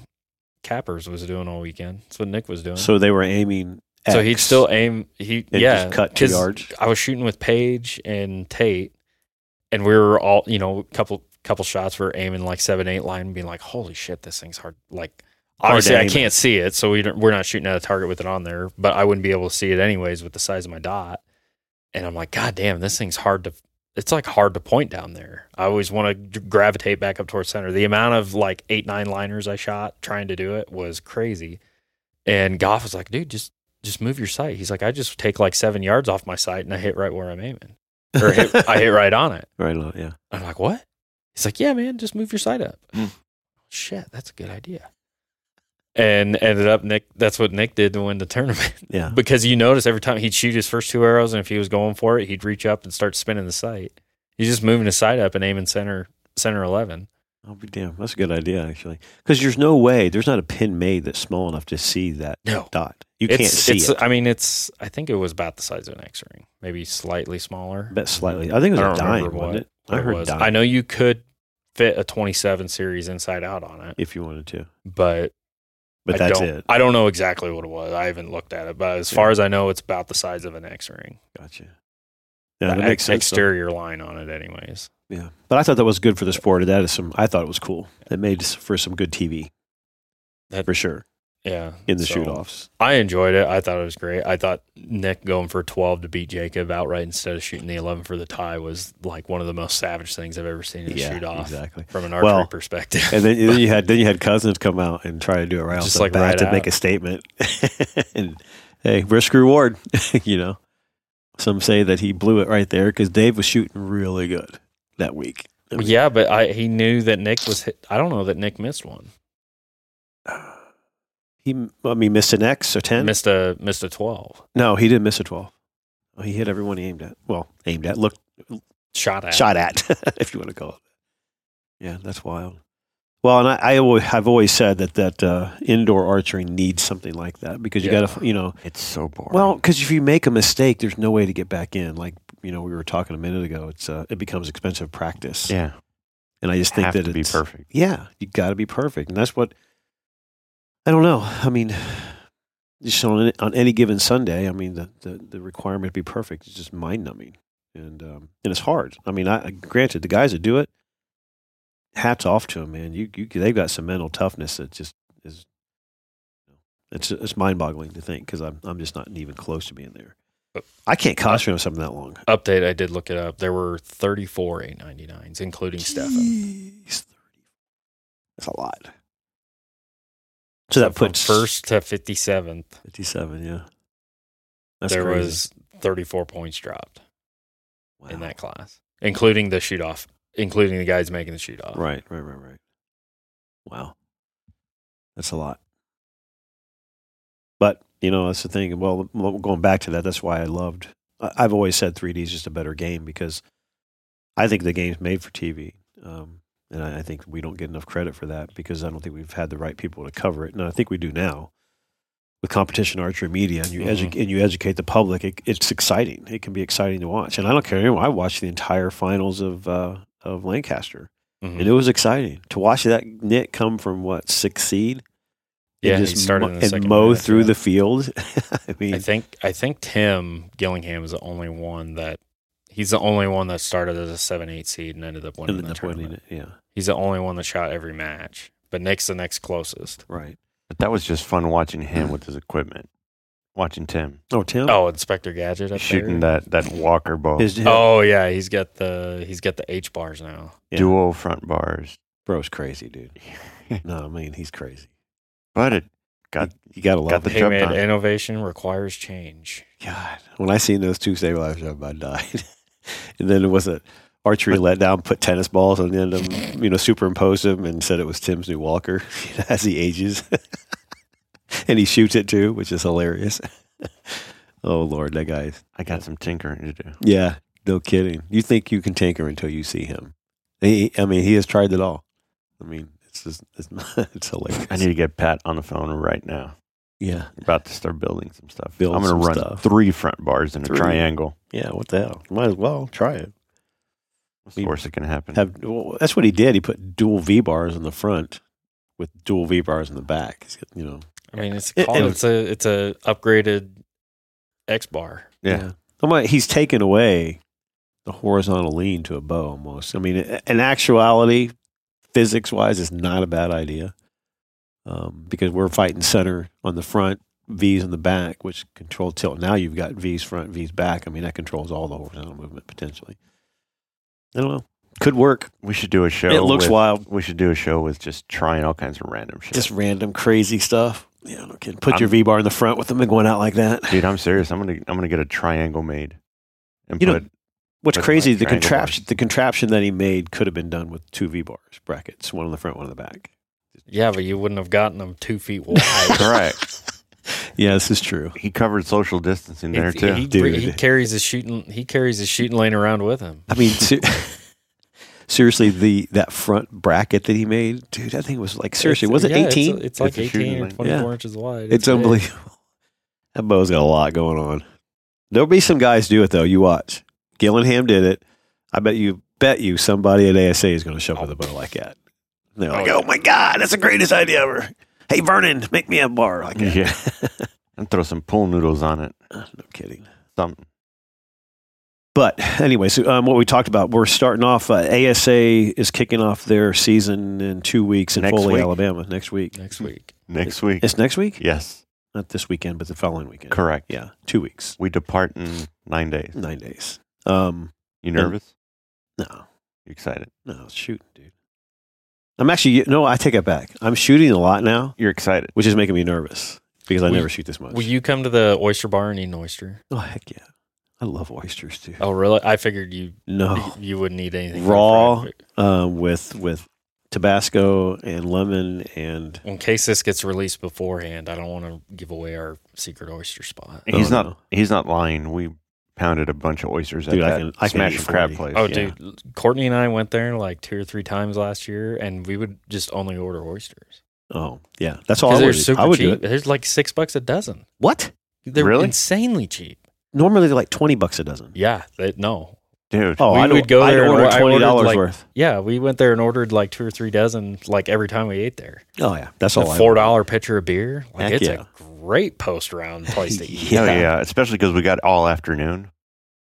[SPEAKER 4] Cappers was doing all weekend. That's what Nick was doing.
[SPEAKER 1] So they were aiming. X,
[SPEAKER 4] So he'd still aim. He
[SPEAKER 1] and
[SPEAKER 4] yeah,
[SPEAKER 1] just cut two
[SPEAKER 4] 'cause
[SPEAKER 1] yards.
[SPEAKER 4] I was shooting with Paige and Tate, and we were all you know, couple couple shots. We were aiming like seven, eight line, and being like, "Holy shit, this thing's hard!" Like
[SPEAKER 1] Hard to
[SPEAKER 4] obviously, I
[SPEAKER 1] aim
[SPEAKER 4] can't see it, so we don't, we're not shooting at a target with it on there. But I wouldn't be able to see it anyways with the size of my dot. And I'm like, "God damn, this thing's hard to." It's like hard to point down there. I always want to gravitate back up towards center. The amount of like eight, nine liners I shot trying to do it was crazy. And Goff was like, dude, just just move your sight. He's like, I just take like seven yards off my sight and I hit right where I'm aiming. Or hit, I hit right on it.
[SPEAKER 1] Right, low, yeah.
[SPEAKER 4] I'm like, what? He's like, yeah, man, just move your sight up.
[SPEAKER 2] Hmm.
[SPEAKER 4] Shit, that's a good idea. And ended up Nick. That's what Nick did to win the tournament
[SPEAKER 1] Yeah.
[SPEAKER 4] because you notice every time he'd shoot his first two arrows, and if he was going for it, he'd reach up and start spinning the sight. He's just moving his sight up and aiming center center eleven.
[SPEAKER 1] I'll be damned. That's a good idea, actually. Because there's no way, there's not a pin made that's small enough to see that
[SPEAKER 4] No,
[SPEAKER 1] dot. You
[SPEAKER 4] it's,
[SPEAKER 1] can't see
[SPEAKER 4] it's,
[SPEAKER 1] it.
[SPEAKER 4] I mean, it's. I think it was about the size of an X ring, maybe slightly smaller.
[SPEAKER 1] I bet slightly. I think it
[SPEAKER 4] I
[SPEAKER 1] was
[SPEAKER 4] don't
[SPEAKER 1] a dime,
[SPEAKER 4] remember
[SPEAKER 1] wasn't
[SPEAKER 4] what-
[SPEAKER 1] it? I
[SPEAKER 4] it
[SPEAKER 1] heard
[SPEAKER 4] was.
[SPEAKER 1] dime.
[SPEAKER 4] I know you could fit a 27 series inside out on it,
[SPEAKER 1] If you wanted to.
[SPEAKER 4] but
[SPEAKER 1] But
[SPEAKER 4] I
[SPEAKER 1] that's
[SPEAKER 4] don't,
[SPEAKER 1] it.
[SPEAKER 4] I don't know exactly what it was. I haven't looked at it, but as
[SPEAKER 1] Yeah.
[SPEAKER 4] far as I know, it's about the size of an X ring.
[SPEAKER 1] Gotcha. Yeah, that
[SPEAKER 4] The
[SPEAKER 1] makes
[SPEAKER 4] ex-
[SPEAKER 1] sense. though.
[SPEAKER 4] Exterior line on it, anyways.
[SPEAKER 1] Yeah. But I thought that was good for the sport. That is some, I thought it was cool. It made s- for some good TV.
[SPEAKER 4] That-
[SPEAKER 1] for sure.
[SPEAKER 4] Yeah,
[SPEAKER 1] In the
[SPEAKER 4] so-
[SPEAKER 1] shoot offs.
[SPEAKER 4] I enjoyed it. I thought it was great. I thought Nick going for 12 to beat Jacob outright instead of shooting the 11 for the tie was like one of the most savage things I've ever seen in a shoot off
[SPEAKER 1] exactly.
[SPEAKER 4] from an archery
[SPEAKER 1] Well,
[SPEAKER 4] perspective.
[SPEAKER 1] And then, then you had then you had cousins come out and try to do it right
[SPEAKER 4] Just
[SPEAKER 1] off the
[SPEAKER 4] like uh,
[SPEAKER 1] bat
[SPEAKER 4] right
[SPEAKER 1] to
[SPEAKER 4] out.
[SPEAKER 1] make a statement. and hey, risk reward, you know. Some say that he blew it right there because Dave was shooting really good that week. I mean,
[SPEAKER 4] yeah, but I, he knew that Nick was hit. I don't know that Nick missed one.
[SPEAKER 1] He, I mean, missed an X or ten.
[SPEAKER 4] missed a missed a 12
[SPEAKER 1] no, he didn't miss a twelve. Oh, He hit everyone he aimed at. Well, aimed at, looked,
[SPEAKER 4] shot at
[SPEAKER 1] shot at, if you want to call it. Yeah, that's wild. Well, and I, I always, have always said that that uh, indoor archery needs something like that because you
[SPEAKER 4] Yeah.
[SPEAKER 1] got to, you know,
[SPEAKER 2] It's so boring.
[SPEAKER 1] Well, because if you make a mistake, there's no way to get back in. Like you know, we were talking a minute ago. It's uh, it becomes expensive practice,
[SPEAKER 2] yeah,
[SPEAKER 1] and I just think
[SPEAKER 2] have
[SPEAKER 1] that
[SPEAKER 2] to be
[SPEAKER 1] it's
[SPEAKER 2] perfect.
[SPEAKER 1] yeah, you got to be perfect, and that's what I don't know. I mean, just on on any given Sunday, I mean, the the, the requirement to be perfect is just mind numbing, and um, and it's hard. I mean, I granted the guys that do it, hats off to them, man. You you they've got some mental toughness that just is. It's, it's mind boggling to think because I'm I'm just not even close to being there. I can't concentrate on something that long.
[SPEAKER 4] update i did look it up there were 34 899s including stefan
[SPEAKER 1] Jeez, 30. That's a lot. So that
[SPEAKER 4] from
[SPEAKER 1] puts
[SPEAKER 4] first to 57th
[SPEAKER 1] 57, yeah. That's
[SPEAKER 4] there
[SPEAKER 1] crazy.
[SPEAKER 4] was 34 points dropped
[SPEAKER 1] Wow.
[SPEAKER 4] in that class including the shoot off including the guys making the shoot off
[SPEAKER 1] Right, right, right, right. Wow. That's a lot. But, you know, that's the thing. Well, lo- going back to that, that's why I loved, I- I've always said 3D is just a better game because I think the game's made for TV. Um, and I, I think we don't get enough credit for that because I don't think we've had the right people to cover it. And I think we do now with competition archery media, and you edu- and you educate the public. It, it's exciting. It can be exciting to watch. And I don't care anymore. I watched the entire finals of uh, of Lancaster,
[SPEAKER 4] Mhm.
[SPEAKER 1] and it was exciting to watch that Nick come from what sixth seed. and
[SPEAKER 4] yeah he
[SPEAKER 1] just
[SPEAKER 4] started
[SPEAKER 1] mo-
[SPEAKER 4] in the
[SPEAKER 1] and
[SPEAKER 4] second
[SPEAKER 1] mow
[SPEAKER 4] minute,
[SPEAKER 1] through
[SPEAKER 4] yeah.
[SPEAKER 1] the field. I mean,
[SPEAKER 4] I think I think Tim Gillingham is the only one that he's the only one that started as a seven eight seed and ended up winning.
[SPEAKER 1] ended
[SPEAKER 4] the
[SPEAKER 1] up winning
[SPEAKER 4] tournament.
[SPEAKER 1] it. Yeah,
[SPEAKER 4] He's the only one that shot every match, but Nick's the next closest.
[SPEAKER 1] right.
[SPEAKER 2] But that was just fun watching him with his equipment, watching Tim
[SPEAKER 1] Oh, Tim.
[SPEAKER 4] Oh, Inspector Gadget up
[SPEAKER 2] shooting
[SPEAKER 4] there.
[SPEAKER 2] that that Walker ball,
[SPEAKER 1] His,
[SPEAKER 4] Oh yeah, he's got the he's got the H bars now.
[SPEAKER 1] yeah.
[SPEAKER 2] dual front bars,
[SPEAKER 1] Bro's crazy, dude. No, I mean he's crazy.
[SPEAKER 2] but it got
[SPEAKER 1] You gotta love
[SPEAKER 2] Got
[SPEAKER 1] it.
[SPEAKER 2] the
[SPEAKER 4] Hey
[SPEAKER 2] jump
[SPEAKER 4] man,
[SPEAKER 2] on it.
[SPEAKER 4] innovation requires change.
[SPEAKER 1] God, when I seen those two stabilizers, I about died. and then it was an archery letdown. Put tennis balls on the end of them, you know, superimposed them, and said it was Tim's new walker as he ages, and he shoots it too, which is hilarious. oh Lord, that guy.
[SPEAKER 2] I got some tinkering to do.
[SPEAKER 1] Yeah, no kidding. You think you can tinker until you see him? He, I mean, he has tried it all. I mean, it's just it's, it's hilarious.
[SPEAKER 2] I need to get Pat on the phone right now.
[SPEAKER 1] yeah,
[SPEAKER 2] About to start building some stuff.
[SPEAKER 1] Build
[SPEAKER 2] I'm
[SPEAKER 1] some
[SPEAKER 2] gonna run
[SPEAKER 1] stuff.
[SPEAKER 2] three front bars in
[SPEAKER 1] Three.
[SPEAKER 2] a triangle.
[SPEAKER 1] yeah. What the hell? Might as well try it.
[SPEAKER 2] What's
[SPEAKER 1] We-
[SPEAKER 2] the worst that can happen?
[SPEAKER 1] Have well, that's what he did. He put dual V bars in the front with dual V bars in the back. He's got- You know,
[SPEAKER 4] I mean, it's
[SPEAKER 1] It-
[SPEAKER 4] called,
[SPEAKER 1] it-
[SPEAKER 4] it's a it's a upgraded X bar.
[SPEAKER 2] Yeah.
[SPEAKER 1] I'm like, he's taken away the horizontal lean to a bow almost. I mean, i- in actuality, physics wise, it's not a bad idea um, because we're fighting center on the front, V's in the back, which control tilt. Now you've got V's front, V's back. I mean, that controls all the horizontal movement potentially. I don't know. Could work.
[SPEAKER 2] we should do a show.
[SPEAKER 1] it looks
[SPEAKER 2] with-
[SPEAKER 1] wild.
[SPEAKER 2] We should do a show with just trying all kinds of random shit.
[SPEAKER 1] Just random crazy stuff. Yeah, no kidding. Put
[SPEAKER 2] I'm-
[SPEAKER 1] your V bar in the front with them and going out like that.
[SPEAKER 2] Dude, I'm serious. I'm gonna I'm gonna get a triangle made. And
[SPEAKER 1] You know,
[SPEAKER 2] put
[SPEAKER 1] What's
[SPEAKER 2] With,
[SPEAKER 1] crazy,
[SPEAKER 2] like,
[SPEAKER 1] the
[SPEAKER 2] triangle
[SPEAKER 1] contraption
[SPEAKER 2] bars.
[SPEAKER 1] the contraption that he made could have been done with two V bars brackets, one on the front, one on the back.
[SPEAKER 4] Yeah, but you wouldn't have gotten them two feet wide.
[SPEAKER 2] correct.
[SPEAKER 1] Yeah, this is true.
[SPEAKER 2] he covered social distancing there
[SPEAKER 4] If-
[SPEAKER 2] too.
[SPEAKER 4] He,
[SPEAKER 1] Dude.
[SPEAKER 4] he carries his shooting. He carries his shooting lane around with him.
[SPEAKER 1] I mean, se- seriously, the that front bracket that he made, dude, that thing was like seriously,
[SPEAKER 4] It's-
[SPEAKER 1] was it
[SPEAKER 4] yeah, it's-
[SPEAKER 1] eighteen?
[SPEAKER 4] It's,
[SPEAKER 1] It's,
[SPEAKER 2] It's
[SPEAKER 4] like
[SPEAKER 2] a shooting
[SPEAKER 4] eighteen or
[SPEAKER 2] lane.
[SPEAKER 4] twenty-four
[SPEAKER 1] Yeah.
[SPEAKER 4] inches wide. big.
[SPEAKER 1] unbelievable. That bow's got a lot going on. There'll be some guys do it though. You watch, Gillingham did it. I bet you, bet you, somebody at ASA is going to show up with a bow like that. And they're like,
[SPEAKER 4] yeah.
[SPEAKER 1] oh my god, that's the greatest idea ever. Hey Vernon, make me a bar like that.
[SPEAKER 2] yeah. and throw some pool noodles on it.
[SPEAKER 1] no kidding.
[SPEAKER 2] Something.
[SPEAKER 1] But anyway, so um, what we talked about, we're starting off. Uh, ASA is kicking off their season in two weeks in
[SPEAKER 2] Next
[SPEAKER 1] Foley,
[SPEAKER 2] week.
[SPEAKER 1] Alabama, next week.
[SPEAKER 4] Next week,
[SPEAKER 2] Next week.
[SPEAKER 1] It's next week,
[SPEAKER 2] Yes.
[SPEAKER 1] not this weekend, but the following weekend.
[SPEAKER 2] Correct.
[SPEAKER 1] Yeah, two weeks,
[SPEAKER 2] We depart in nine days.
[SPEAKER 1] nine days. Um,
[SPEAKER 2] You nervous?
[SPEAKER 1] no,
[SPEAKER 2] You excited?
[SPEAKER 1] no, it's shooting, dude. I'm actually no, I take it back. I'm shooting a lot now,
[SPEAKER 2] You're excited.
[SPEAKER 1] which is making me nervous because I
[SPEAKER 4] Will
[SPEAKER 1] never
[SPEAKER 4] you-
[SPEAKER 1] shoot this much.
[SPEAKER 4] will you come to the oyster bar and eat an oyster?
[SPEAKER 1] oh heck yeah, I love oysters too.
[SPEAKER 4] Oh, really? I figured you
[SPEAKER 1] No,
[SPEAKER 4] you wouldn't eat anything
[SPEAKER 1] Raw.
[SPEAKER 4] fried,
[SPEAKER 1] um, with with Tabasco and lemon and
[SPEAKER 4] but In case this gets released beforehand, I don't want to give away our secret oyster spot.
[SPEAKER 1] Oh,
[SPEAKER 2] He's not
[SPEAKER 1] no.
[SPEAKER 2] he's not lying. We pounded a bunch of oysters
[SPEAKER 1] Dude,
[SPEAKER 2] at
[SPEAKER 1] I
[SPEAKER 2] that
[SPEAKER 1] can- I can
[SPEAKER 2] smash
[SPEAKER 1] eat
[SPEAKER 2] and crab
[SPEAKER 1] 40.
[SPEAKER 2] place.
[SPEAKER 4] Oh,
[SPEAKER 1] Yeah.
[SPEAKER 4] dude, Courtney and I went there like two or three times last year, and we would just only order oysters
[SPEAKER 1] Oh yeah, that's all
[SPEAKER 4] because
[SPEAKER 1] I
[SPEAKER 4] they're
[SPEAKER 1] would.
[SPEAKER 4] super
[SPEAKER 1] I would do
[SPEAKER 4] cheap.
[SPEAKER 1] it.
[SPEAKER 4] There's like six bucks a dozen.
[SPEAKER 1] What?
[SPEAKER 4] They're
[SPEAKER 2] Really?
[SPEAKER 4] insanely cheap.
[SPEAKER 1] Normally they're like twenty bucks a dozen.
[SPEAKER 4] Yeah, they, no.
[SPEAKER 2] dude.
[SPEAKER 1] Oh,
[SPEAKER 4] We
[SPEAKER 1] I'd,
[SPEAKER 4] would go
[SPEAKER 1] I'd
[SPEAKER 4] there and
[SPEAKER 1] order
[SPEAKER 4] I
[SPEAKER 1] twenty
[SPEAKER 4] ordered,
[SPEAKER 1] dollars
[SPEAKER 4] like-
[SPEAKER 1] worth.
[SPEAKER 4] Yeah, we went there and ordered like two or three dozen like every time we ate there.
[SPEAKER 1] Oh yeah, that's all.
[SPEAKER 4] a
[SPEAKER 1] I
[SPEAKER 4] four
[SPEAKER 1] ordered.
[SPEAKER 4] dollar pitcher of beer. Like
[SPEAKER 1] Heck
[SPEAKER 4] it's
[SPEAKER 1] yeah.
[SPEAKER 4] a great post round place to eat.
[SPEAKER 2] Oh
[SPEAKER 1] yeah.
[SPEAKER 2] yeah, especially because we got all afternoon.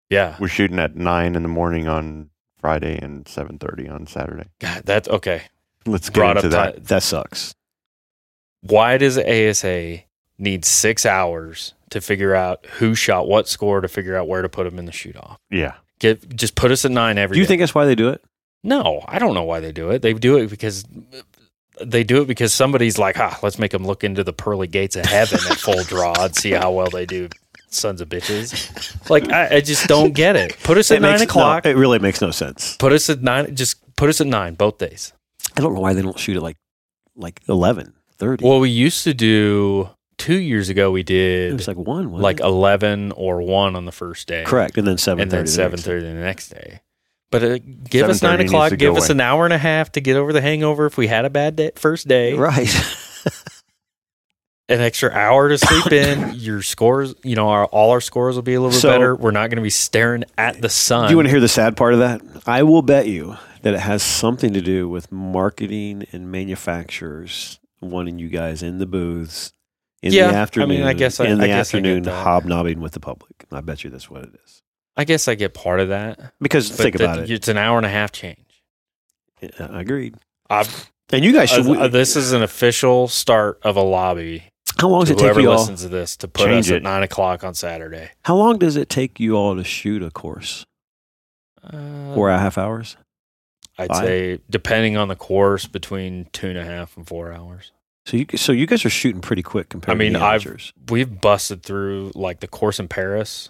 [SPEAKER 4] Yeah.
[SPEAKER 2] We're shooting at nine in the morning on Friday and seven thirty on Saturday.
[SPEAKER 4] God, that's okay.
[SPEAKER 2] Let's get
[SPEAKER 4] Brought
[SPEAKER 2] into
[SPEAKER 4] up
[SPEAKER 2] that.
[SPEAKER 4] ti-
[SPEAKER 1] That sucks.
[SPEAKER 4] why does ASA need six hours to figure out who shot what score to figure out where to put them in the shoot off?
[SPEAKER 2] Yeah,
[SPEAKER 4] Get just put us at nine every.
[SPEAKER 1] Do you
[SPEAKER 4] day.
[SPEAKER 1] think that's why they do it?
[SPEAKER 4] No, I don't know why they do it. They do it because they do it because somebody's like, ah, let's make them look into the pearly gates of heaven at full draw and see how well they do. Sons of bitches. Like I, I just don't get it. Put us at
[SPEAKER 1] It
[SPEAKER 4] nine
[SPEAKER 1] makes- no,
[SPEAKER 4] o'clock.
[SPEAKER 1] it really makes no sense.
[SPEAKER 4] put us at nine. Just put us at nine both days.
[SPEAKER 1] I don't know why they don't shoot at like like eleven thirty.
[SPEAKER 4] Well, we used to do two years ago. We
[SPEAKER 1] it
[SPEAKER 4] did
[SPEAKER 1] was like one. wasn't
[SPEAKER 4] like
[SPEAKER 1] it?
[SPEAKER 4] eleven or one on the first day,
[SPEAKER 1] correct, and then seven
[SPEAKER 4] and then
[SPEAKER 1] thirty.
[SPEAKER 4] seven thirty the next day. But uh, give us
[SPEAKER 2] 7:30
[SPEAKER 4] nine
[SPEAKER 2] needs
[SPEAKER 4] o'clock.
[SPEAKER 2] to
[SPEAKER 4] Give
[SPEAKER 2] go
[SPEAKER 4] us
[SPEAKER 2] away.
[SPEAKER 4] an hour and a half to get over the hangover if we had a bad day, first day.
[SPEAKER 1] Right.
[SPEAKER 4] An extra hour to sleep in. Your scores, you know, our, all our scores will be a little bit
[SPEAKER 1] So-
[SPEAKER 4] better. We're not going to be staring at the sun.
[SPEAKER 1] do you want to hear the sad part of that? I will bet you that it has something to do with marketing and manufacturers wanting you guys in the booths in
[SPEAKER 4] Yeah, I
[SPEAKER 1] the
[SPEAKER 4] mean, I
[SPEAKER 1] afternoon.
[SPEAKER 4] guess I-
[SPEAKER 1] in the
[SPEAKER 4] I guess I get
[SPEAKER 1] afternoon
[SPEAKER 4] that.
[SPEAKER 1] hobnobbing with the public. I bet you that's what it is.
[SPEAKER 4] I guess I get part of that.
[SPEAKER 1] Because
[SPEAKER 4] but
[SPEAKER 1] think
[SPEAKER 4] that-
[SPEAKER 1] about it.
[SPEAKER 4] It's an hour and a half change.
[SPEAKER 1] Yeah, I agreed.
[SPEAKER 4] I've,
[SPEAKER 1] And you guys should.
[SPEAKER 4] uh, this is an official start of a lobby
[SPEAKER 1] how long does
[SPEAKER 4] to
[SPEAKER 1] it take
[SPEAKER 4] whoever
[SPEAKER 1] you all?
[SPEAKER 4] listens to this to put
[SPEAKER 2] Change
[SPEAKER 4] us at
[SPEAKER 2] it.
[SPEAKER 4] nine o'clock on Saturday.
[SPEAKER 1] How long does it take you all to shoot a course?
[SPEAKER 4] Uh,
[SPEAKER 1] Four and a half hours.
[SPEAKER 4] I'd
[SPEAKER 2] Fine.
[SPEAKER 4] say, depending on the course, between two and a half and four hours.
[SPEAKER 1] So you so you guys are shooting pretty quick compared.
[SPEAKER 4] I mean,
[SPEAKER 1] to the
[SPEAKER 4] I've-
[SPEAKER 1] amateurs.
[SPEAKER 4] We've busted through like the course in Paris.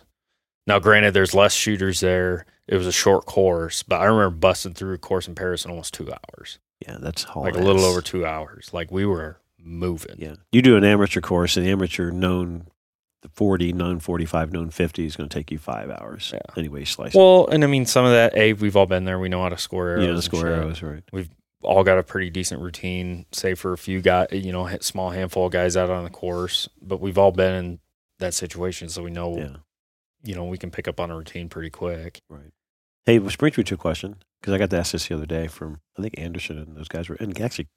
[SPEAKER 4] Now, granted, there's less shooters there. It was a short course, but I remember busting through a course in Paris in almost two hours,
[SPEAKER 1] yeah, Oh, that's all
[SPEAKER 4] like a
[SPEAKER 1] it
[SPEAKER 4] little
[SPEAKER 1] is.
[SPEAKER 4] over two hours. Like we were moving.
[SPEAKER 1] Yeah, you do an amateur course, an amateur known the forty, known forty-five, known fifty is going to take you five hours.
[SPEAKER 4] Yeah.
[SPEAKER 1] Anyway, slice.
[SPEAKER 4] Well, and I mean, some of that, A, we've all been there. We know how to
[SPEAKER 1] it.
[SPEAKER 4] score arrows.
[SPEAKER 1] you know,
[SPEAKER 4] and
[SPEAKER 1] score
[SPEAKER 4] shit.
[SPEAKER 1] arrows, right?
[SPEAKER 4] all got a pretty decent routine, save for a few guys, you know, ha- small handful of guys out on the course. But we've all been in that situation, so we know,
[SPEAKER 1] Yeah,
[SPEAKER 4] you know, we can pick up on a routine pretty quick.
[SPEAKER 1] right. Hey, well, brings me to a question because I got to ask this the other day from I think Anderson and those guys were, and actually,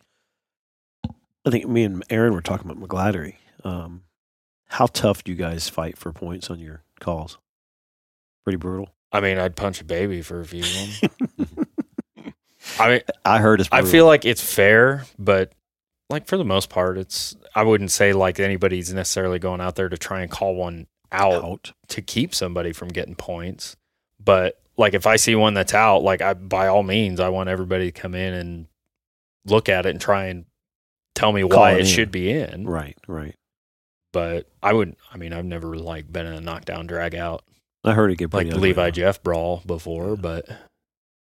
[SPEAKER 1] I think me and Aaron were talking about McGlattery. Um, how tough do you guys fight for points on your calls? Pretty brutal.
[SPEAKER 4] I mean, I'd punch a baby for a few of them. I mean,
[SPEAKER 1] I heard it's.
[SPEAKER 4] I
[SPEAKER 1] Brutal.
[SPEAKER 4] feel like it's fair, but like for the most part, it's, I wouldn't say like anybody's necessarily going out there to try and call one out.
[SPEAKER 1] out.
[SPEAKER 4] to keep somebody from getting points. But like if I see one that's out, like I by all means I want everybody to come in and look at it and try and tell me
[SPEAKER 1] Call
[SPEAKER 4] why
[SPEAKER 1] it
[SPEAKER 4] it
[SPEAKER 1] in.
[SPEAKER 4] should be in.
[SPEAKER 1] Right, right.
[SPEAKER 4] But I would I mean I've never like been in a knockdown drag out
[SPEAKER 1] I heard it get
[SPEAKER 4] like
[SPEAKER 1] pretty
[SPEAKER 4] the
[SPEAKER 1] ugly,
[SPEAKER 4] Levi
[SPEAKER 1] though.
[SPEAKER 4] Jeff brawl before,
[SPEAKER 1] Yeah.
[SPEAKER 4] but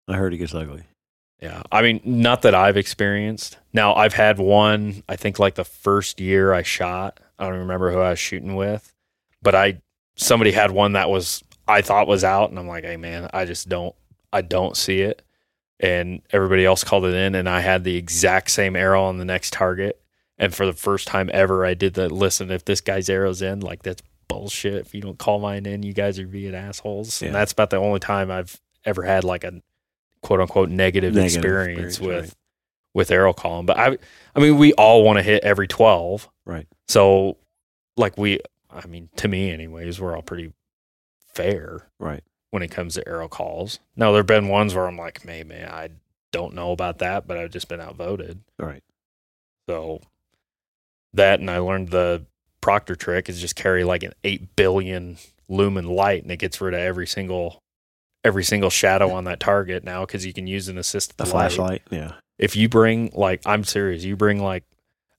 [SPEAKER 1] I heard it gets ugly.
[SPEAKER 4] yeah. I mean not that I've experienced. Now I've had one, I think like the first year I shot. I don't remember who I was shooting with, but I somebody had one that was I thought was out, and I'm like, hey man, I just don't I don't see it. And everybody else called it in, and I had the exact same arrow on the next target. And for the first time ever, I did the listen. If this guy's arrow's in, like that's bullshit. If you don't call mine in, you guys are being assholes. And
[SPEAKER 1] Yeah.
[SPEAKER 4] that's about the only time I've ever had like a quote unquote negative,
[SPEAKER 1] Negative
[SPEAKER 4] experience,
[SPEAKER 1] experience,
[SPEAKER 4] with
[SPEAKER 1] right.
[SPEAKER 4] with arrow calling. But I, I mean, we all want to hit every twelve,
[SPEAKER 1] Right.
[SPEAKER 4] So, like we, I mean, to me, anyways, we're all pretty fair
[SPEAKER 1] Right.
[SPEAKER 4] when it comes to arrow calls. Now there've been ones where I'm like, man, man, I don't know about that, but I've just been outvoted.
[SPEAKER 1] All right.
[SPEAKER 4] So that and I learned the Proctor trick is just carry like an eight billion lumen light and it gets rid of every single every single shadow on that target now because you can use an assisted
[SPEAKER 1] The
[SPEAKER 4] light.
[SPEAKER 1] flashlight. Yeah.
[SPEAKER 4] If you bring like I'm serious, you bring like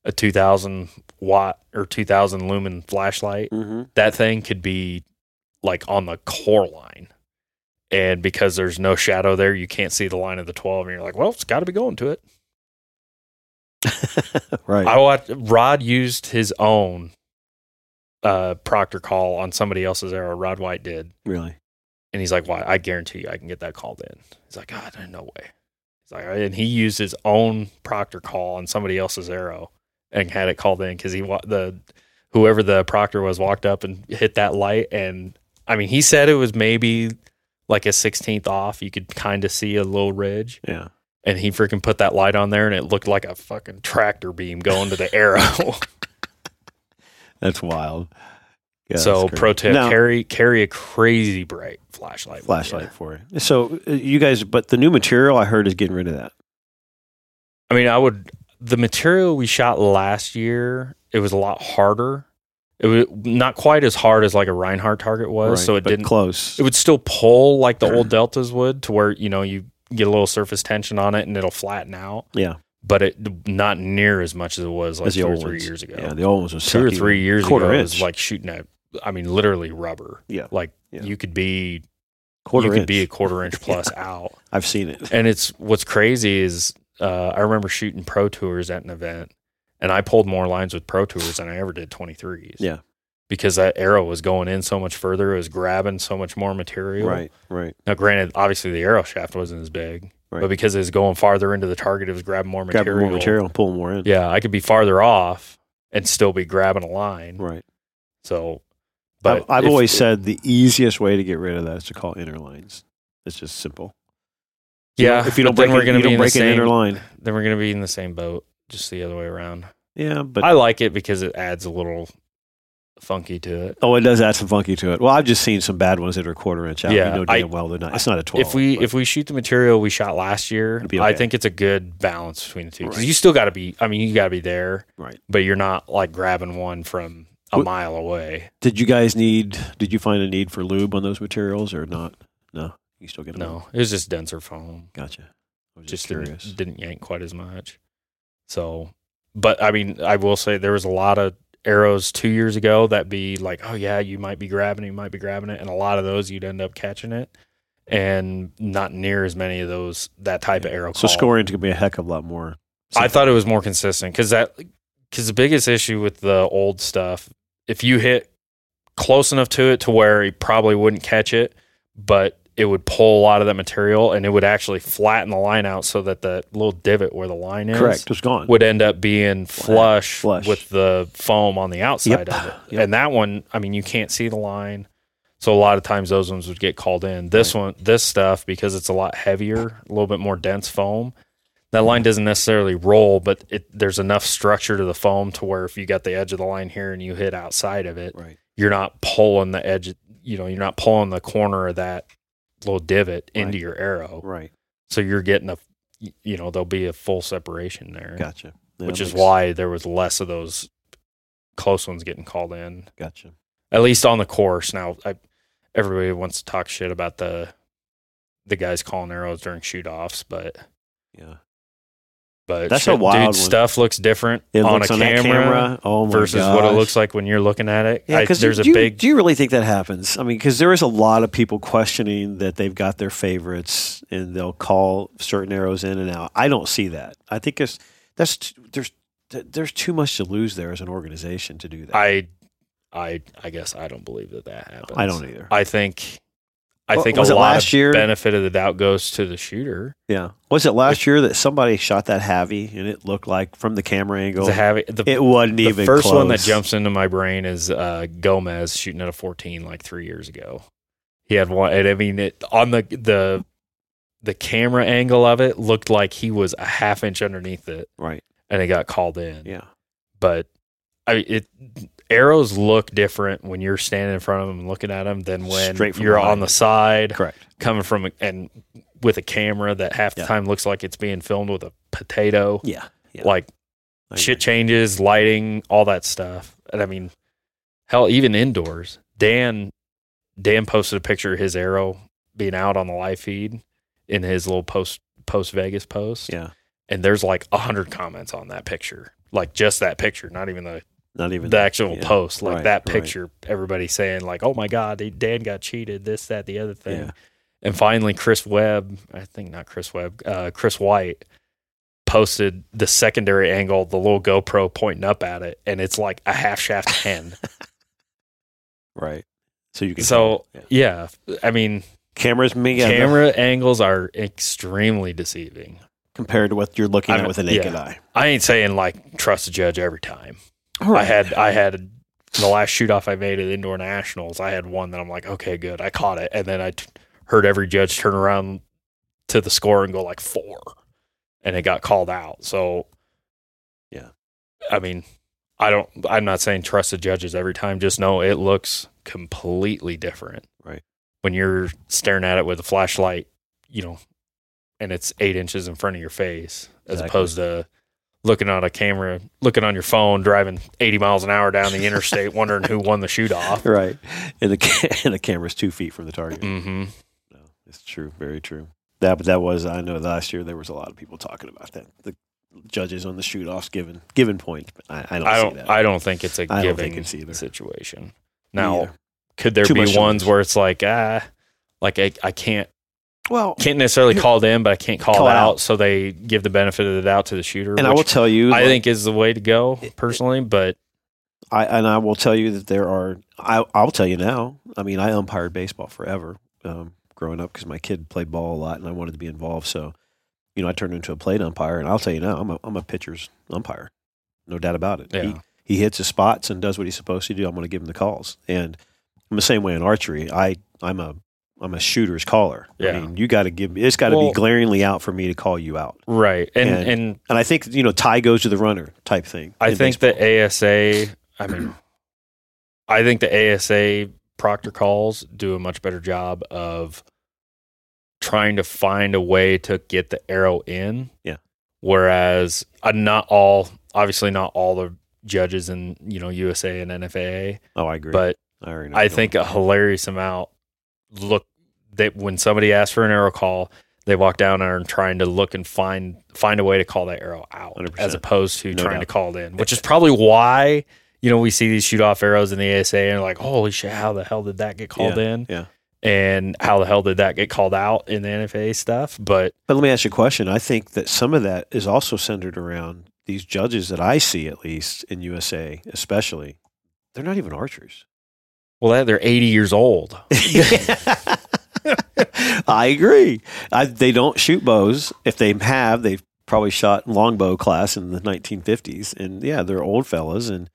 [SPEAKER 4] a two thousand watt or two thousand lumen flashlight
[SPEAKER 1] Mm-hmm.
[SPEAKER 4] that thing could be like on the core line. And because there's no shadow there, you can't see the line of the 12. And you're like, well, it's got to be going to it.
[SPEAKER 1] right.
[SPEAKER 4] I watched Rod used his own uh, proctor call on somebody else's arrow. Rod White did.
[SPEAKER 1] really.
[SPEAKER 4] And he's like, why? I guarantee you I can get that called in. He's like, God, no way. He's like, and he used his own proctor call on somebody else's arrow and had it called in because he wa- the whoever the proctor was walked up and hit that light and I mean he said it was maybe like a sixteenth off. You could kind of see a little ridge,
[SPEAKER 1] Yeah.
[SPEAKER 4] and he freaking put that light on there, and it looked like a fucking tractor beam going to the arrow.
[SPEAKER 1] That's wild. Yeah,
[SPEAKER 4] so
[SPEAKER 1] that's crazy.
[SPEAKER 4] pro tip:
[SPEAKER 1] Now,
[SPEAKER 4] carry carry a crazy bright flashlight. with you.
[SPEAKER 1] flashlight for it. So uh, you guys, but the new material I heard is getting rid of that.
[SPEAKER 4] I mean, I would the material we shot last year. It was a lot harder. It was not quite as hard as like a Reinhardt target was,
[SPEAKER 1] Right,
[SPEAKER 4] so it
[SPEAKER 1] but
[SPEAKER 4] didn't.
[SPEAKER 1] close.
[SPEAKER 4] it would still pull like the old deltas would, to where you know you get a little surface tension on it and it'll flatten out.
[SPEAKER 1] Yeah.
[SPEAKER 4] but it not near as much as it was like
[SPEAKER 1] As the
[SPEAKER 4] two or
[SPEAKER 1] old
[SPEAKER 4] three
[SPEAKER 1] ones.
[SPEAKER 4] years ago.
[SPEAKER 1] yeah, the old ones was
[SPEAKER 4] two or
[SPEAKER 1] sucky.
[SPEAKER 4] three years
[SPEAKER 1] quarter
[SPEAKER 4] ago, it
[SPEAKER 1] inch.
[SPEAKER 4] was like shooting at. I mean, literally rubber.
[SPEAKER 1] Yeah.
[SPEAKER 4] like
[SPEAKER 1] Yeah.
[SPEAKER 4] you could be
[SPEAKER 1] quarter
[SPEAKER 4] you
[SPEAKER 1] inch.
[SPEAKER 4] could be a quarter inch plus out.
[SPEAKER 1] I've seen it.
[SPEAKER 4] And it's what's crazy is uh, I remember shooting pro tours at an event, and I pulled more lines with pro tours than I ever did 23s.
[SPEAKER 1] Yeah.
[SPEAKER 4] Because that arrow was going in so much further, it was grabbing so much more material.
[SPEAKER 1] Right, right.
[SPEAKER 4] Now, granted, obviously the arrow shaft wasn't as big,
[SPEAKER 1] Right.
[SPEAKER 4] but because it was going farther into the target, it was grabbing more
[SPEAKER 1] Grab
[SPEAKER 4] material.
[SPEAKER 1] more material, pull more in.
[SPEAKER 4] Yeah, I could be farther off and still be grabbing a line.
[SPEAKER 1] right.
[SPEAKER 4] So,
[SPEAKER 1] But
[SPEAKER 4] but
[SPEAKER 1] I've, I've
[SPEAKER 4] if-
[SPEAKER 1] always said the easiest way to get rid of that is to call inner lines. It's just simple. You
[SPEAKER 4] yeah.
[SPEAKER 1] know, if you don't
[SPEAKER 4] but
[SPEAKER 1] break,
[SPEAKER 4] then we're
[SPEAKER 1] it,
[SPEAKER 4] gonna
[SPEAKER 1] you
[SPEAKER 4] be
[SPEAKER 1] don't
[SPEAKER 4] in
[SPEAKER 1] break
[SPEAKER 4] the
[SPEAKER 1] an
[SPEAKER 4] same,
[SPEAKER 1] inner line.
[SPEAKER 4] Then we're gonna be in the same boat, just the other way around.
[SPEAKER 1] Yeah, but
[SPEAKER 4] I like it because it adds a little funky to it.
[SPEAKER 1] Oh, it does add some funky to it. Well, I've just seen some bad ones that are a quarter inch out.
[SPEAKER 4] Yeah,
[SPEAKER 1] you know damn
[SPEAKER 4] I-
[SPEAKER 1] well they're not. It's not a twelve.
[SPEAKER 4] if we
[SPEAKER 1] but-
[SPEAKER 4] if we shoot the material we shot last year,
[SPEAKER 1] It'll be
[SPEAKER 4] I
[SPEAKER 1] okay.
[SPEAKER 4] think it's a good balance between the two. 'Cause
[SPEAKER 1] Right.
[SPEAKER 4] You still got to be. I mean, you got to be there,
[SPEAKER 1] Right.
[SPEAKER 4] But you're not like grabbing one from a
[SPEAKER 1] Wh-
[SPEAKER 4] mile away.
[SPEAKER 1] did you guys need? Did you find a need for lube on those materials or not? No, you still get them.
[SPEAKER 4] No, it was just denser foam.
[SPEAKER 1] gotcha. I was just
[SPEAKER 4] just didn't-
[SPEAKER 1] curious.
[SPEAKER 4] Didn't, yank quite as much. So, but I mean, I will say there was a lot of arrows two years ago that be like, oh yeah, you might be grabbing it, you might be grabbing it, and a lot of those you'd end up catching it, and not near as many of those that type of arrow.
[SPEAKER 1] So
[SPEAKER 4] call.
[SPEAKER 1] scoring could be a heck of a lot more.
[SPEAKER 4] I thought it was more consistent because that because the biggest issue with the old stuff, if you hit close enough to it to where it probably wouldn't catch it, but it would pull a lot of that material and it would actually flatten the line out so that the little divot where the line is
[SPEAKER 1] Correct, it's gone.
[SPEAKER 4] would end up being flush,
[SPEAKER 1] Flush.
[SPEAKER 4] with the foam on the outside
[SPEAKER 1] Yep.
[SPEAKER 4] of it.
[SPEAKER 1] Yep.
[SPEAKER 4] And that one, I mean, you can't see the line. So a lot of times those ones would get called in. This one, this stuff, because it's a lot heavier, a little bit more dense foam. That line doesn't necessarily roll, but it, there's enough structure to the foam to where if you got the edge of the line here and you hit outside of it,
[SPEAKER 1] Right.
[SPEAKER 4] you're not pulling the edge. You know, you're not pulling the corner of that little divot into
[SPEAKER 1] Right.
[SPEAKER 4] your arrow.
[SPEAKER 1] Right.
[SPEAKER 4] So you're getting a, you know, there'll be a full separation there
[SPEAKER 1] Gotcha. That
[SPEAKER 4] which is
[SPEAKER 1] makes-
[SPEAKER 4] why there was less of those close ones getting called in,
[SPEAKER 1] Gotcha.
[SPEAKER 4] at least on the course. Now, I, everybody wants to talk shit about the the guys calling arrows during shoot offs, but
[SPEAKER 1] Yeah.
[SPEAKER 4] but
[SPEAKER 1] That's
[SPEAKER 4] shit,
[SPEAKER 1] a wild one.
[SPEAKER 4] dude, stuff looks different
[SPEAKER 1] It
[SPEAKER 4] on
[SPEAKER 1] looks
[SPEAKER 4] a
[SPEAKER 1] on
[SPEAKER 4] camera,
[SPEAKER 1] that camera. Oh my
[SPEAKER 4] versus what it
[SPEAKER 1] gosh.
[SPEAKER 4] looks like when you're looking at it.
[SPEAKER 1] Yeah,
[SPEAKER 4] I-
[SPEAKER 1] because
[SPEAKER 4] there's
[SPEAKER 1] there's
[SPEAKER 4] a
[SPEAKER 1] do,
[SPEAKER 4] big
[SPEAKER 1] Do you really think that happens? I mean, because there is a lot of people questioning that they've got their favorites and they'll call certain arrows in and out. I don't see that. I think it's that's t- there's th- there's too much to lose there as an organization to do that.
[SPEAKER 4] I I I guess I don't believe that that happens.
[SPEAKER 1] I don't either.
[SPEAKER 4] I think I
[SPEAKER 1] Well,
[SPEAKER 4] think
[SPEAKER 1] was
[SPEAKER 4] a
[SPEAKER 1] it
[SPEAKER 4] lot
[SPEAKER 1] last
[SPEAKER 4] of
[SPEAKER 1] year?
[SPEAKER 4] benefit of the doubt goes to the shooter.
[SPEAKER 1] yeah, was it last year that somebody shot that heavy and it looked like from the camera angle
[SPEAKER 4] The havi- the
[SPEAKER 1] it wasn't
[SPEAKER 4] the
[SPEAKER 1] even
[SPEAKER 4] first one that
[SPEAKER 1] close.
[SPEAKER 4] jumps into my brain is uh, Gomez shooting at a 14 like three years ago. He had one, and I mean, it on the the the camera angle of it looked like he was a half inch underneath it,
[SPEAKER 1] right?
[SPEAKER 4] and it got called in.
[SPEAKER 1] Yeah,
[SPEAKER 4] But I mean, it arrows look different when you're standing in front of them and looking at them than when
[SPEAKER 1] Straight from
[SPEAKER 4] you're on
[SPEAKER 1] behind.
[SPEAKER 4] the side
[SPEAKER 1] correct.
[SPEAKER 4] coming from a- and with a camera that half the
[SPEAKER 1] Yeah.
[SPEAKER 4] time looks like it's being filmed with a potato.
[SPEAKER 1] Yeah, yeah.
[SPEAKER 4] Like
[SPEAKER 1] I agree.
[SPEAKER 4] shit changes, lighting, all that stuff. And I mean, hell, even indoors. Dan Dan posted a picture of his arrow being out on the live feed in his little post post Vegas post.
[SPEAKER 1] Yeah,
[SPEAKER 4] And there's like a hundred comments on that picture. Like just that picture, not even the
[SPEAKER 1] not even
[SPEAKER 4] the actual
[SPEAKER 1] yeah,
[SPEAKER 4] post. Like
[SPEAKER 1] right,
[SPEAKER 4] that
[SPEAKER 1] right.
[SPEAKER 4] picture, everybody saying like, "Oh my God, Dan got cheated." This, that, the other thing.
[SPEAKER 1] Yeah.
[SPEAKER 4] And finally, Chris Webb, I think not Chris Webb, uh, Chris White posted the secondary angle, the little GoPro pointing up at it, and it's like a half shaft hen.
[SPEAKER 1] right. So you can
[SPEAKER 4] so
[SPEAKER 1] tell. Yeah.
[SPEAKER 4] yeah. I mean,
[SPEAKER 1] cameras may have-
[SPEAKER 4] camera angles are extremely deceiving.
[SPEAKER 1] compared to what you're looking
[SPEAKER 4] I'm-
[SPEAKER 1] at with a naked
[SPEAKER 4] yeah.
[SPEAKER 1] eye.
[SPEAKER 4] I ain't saying like trust a judge every time.
[SPEAKER 1] All
[SPEAKER 4] I had I had the last shoot off I made at indoor nationals. I had one that I'm like, okay, good, I caught it, and then I t- heard every judge turn around to the score and go like four, and it got called out. So,
[SPEAKER 1] Yeah.
[SPEAKER 4] I mean, I don't. I'm not saying trust the judges every time. Just know it looks completely different,
[SPEAKER 1] Right.
[SPEAKER 4] When you're staring at it with a flashlight, you know, and it's eight inches in front of your face, as
[SPEAKER 1] Exactly.
[SPEAKER 4] opposed to looking on a camera, looking on your phone, driving 80 miles an hour down the interstate, wondering who won the shoot off.
[SPEAKER 1] Right. And the ca- and the camera's two feet from the target.
[SPEAKER 4] hmm
[SPEAKER 1] No, it's true. Very true. That but that was I know last year there was a lot of people talking about that. The judges on the shoot offs given given point. But I, I don't
[SPEAKER 4] I
[SPEAKER 1] see
[SPEAKER 4] don't.
[SPEAKER 1] that.
[SPEAKER 4] I don't think it's a
[SPEAKER 1] I
[SPEAKER 4] giving
[SPEAKER 1] don't think it's either.
[SPEAKER 4] situation.
[SPEAKER 1] Me
[SPEAKER 4] Now,
[SPEAKER 1] either.
[SPEAKER 4] could there
[SPEAKER 1] Too much
[SPEAKER 4] be
[SPEAKER 1] to
[SPEAKER 4] ones
[SPEAKER 1] lose.
[SPEAKER 4] where it's like, ah, like I, I can't
[SPEAKER 1] well
[SPEAKER 4] can't necessarily call them, but I can't call,
[SPEAKER 1] Call
[SPEAKER 4] it
[SPEAKER 1] it
[SPEAKER 4] out, so they give the benefit of the doubt to the shooter.
[SPEAKER 1] and I will
[SPEAKER 4] which
[SPEAKER 1] tell you
[SPEAKER 4] I
[SPEAKER 1] like,
[SPEAKER 4] think is the way to go personally, but
[SPEAKER 1] I and I will tell you that there are. I I'll tell you now. I mean, I umpired baseball forever um, growing up because my kid played ball a lot and I wanted to be involved. So, you know, I turned into a plate umpire. And I'll tell you now, I'm a, I'm a pitcher's umpire, no doubt about it.
[SPEAKER 4] Yeah.
[SPEAKER 1] He, he hits his spots and does what he's supposed to do. I'm going to give him the calls. And I'm the same way in archery. I I'm a I'm a shooter's caller.
[SPEAKER 4] Yeah.
[SPEAKER 1] I mean, you got to give. It's got to
[SPEAKER 4] Well-
[SPEAKER 1] be glaringly out for me to call you out.
[SPEAKER 4] right and
[SPEAKER 1] And-
[SPEAKER 4] and
[SPEAKER 1] And I think you know, tie goes to the runner type thing.
[SPEAKER 4] I
[SPEAKER 1] in
[SPEAKER 4] think
[SPEAKER 1] baseball.
[SPEAKER 4] the ASA. I mean, I think the ASA proctor calls do a much better job of trying to find a way to get the arrow in.
[SPEAKER 1] Yeah.
[SPEAKER 4] Whereas, uh, not all, obviously, not all the judges in you know USA and NFAA,
[SPEAKER 1] Oh, I agree.
[SPEAKER 4] but
[SPEAKER 1] I, already know
[SPEAKER 4] I
[SPEAKER 1] you're
[SPEAKER 4] think
[SPEAKER 1] going.
[SPEAKER 4] a hilarious amount. Look, that when somebody asks for an arrow call, They walk down and are trying to look and find find a way to call that arrow out,
[SPEAKER 1] 100%.
[SPEAKER 4] as opposed to
[SPEAKER 1] No
[SPEAKER 4] trying
[SPEAKER 1] doubt. Eh,
[SPEAKER 4] to call it in, which is probably why you know we see these shoot off arrows in the ASA and like, holy shit, how the hell did that get called in?
[SPEAKER 1] yeah.
[SPEAKER 4] and how the hell did that get called out in the NFA stuff? But
[SPEAKER 1] But let me ask you a question. I think that some of that is also centered around these judges that I see, at least in USA, especially. They're not even archers.
[SPEAKER 4] well, that they're 80 years old.
[SPEAKER 1] I agree. I, they don't shoot bows. If they have, they've probably shot longbow class in the 1950s. And yeah, they're old fellas. And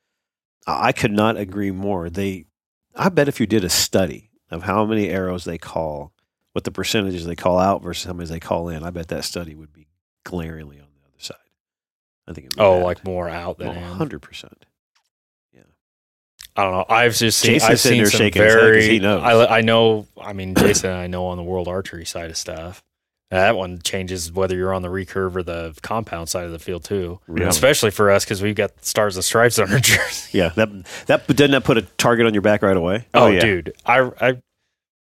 [SPEAKER 1] I I could not agree more. They, I bet if you did a study of how many arrows they call, what the percentages they call out versus how many they call in, I bet that study would be glaringly on the other side. I think. It would be
[SPEAKER 4] Oh,
[SPEAKER 1] bad.
[SPEAKER 4] like more out than in.
[SPEAKER 1] hundred percent.
[SPEAKER 4] I don't know. I've just seen.
[SPEAKER 1] Jason's
[SPEAKER 4] I've
[SPEAKER 1] sitting
[SPEAKER 4] seen
[SPEAKER 1] there
[SPEAKER 4] some
[SPEAKER 1] shaking his head 'cause
[SPEAKER 4] very.
[SPEAKER 1] he knows.
[SPEAKER 4] I, I know. I mean, Jason and I know on the world archery side of stuff. That one changes whether you're on the recurve or the compound side of the field too.
[SPEAKER 1] Really?
[SPEAKER 4] Especially for us because we've got stars and stripes on our jersey.
[SPEAKER 1] Yeah, that that doesn't that put a target on your back right away?
[SPEAKER 4] Oh,
[SPEAKER 2] yeah.
[SPEAKER 4] dude, I, I,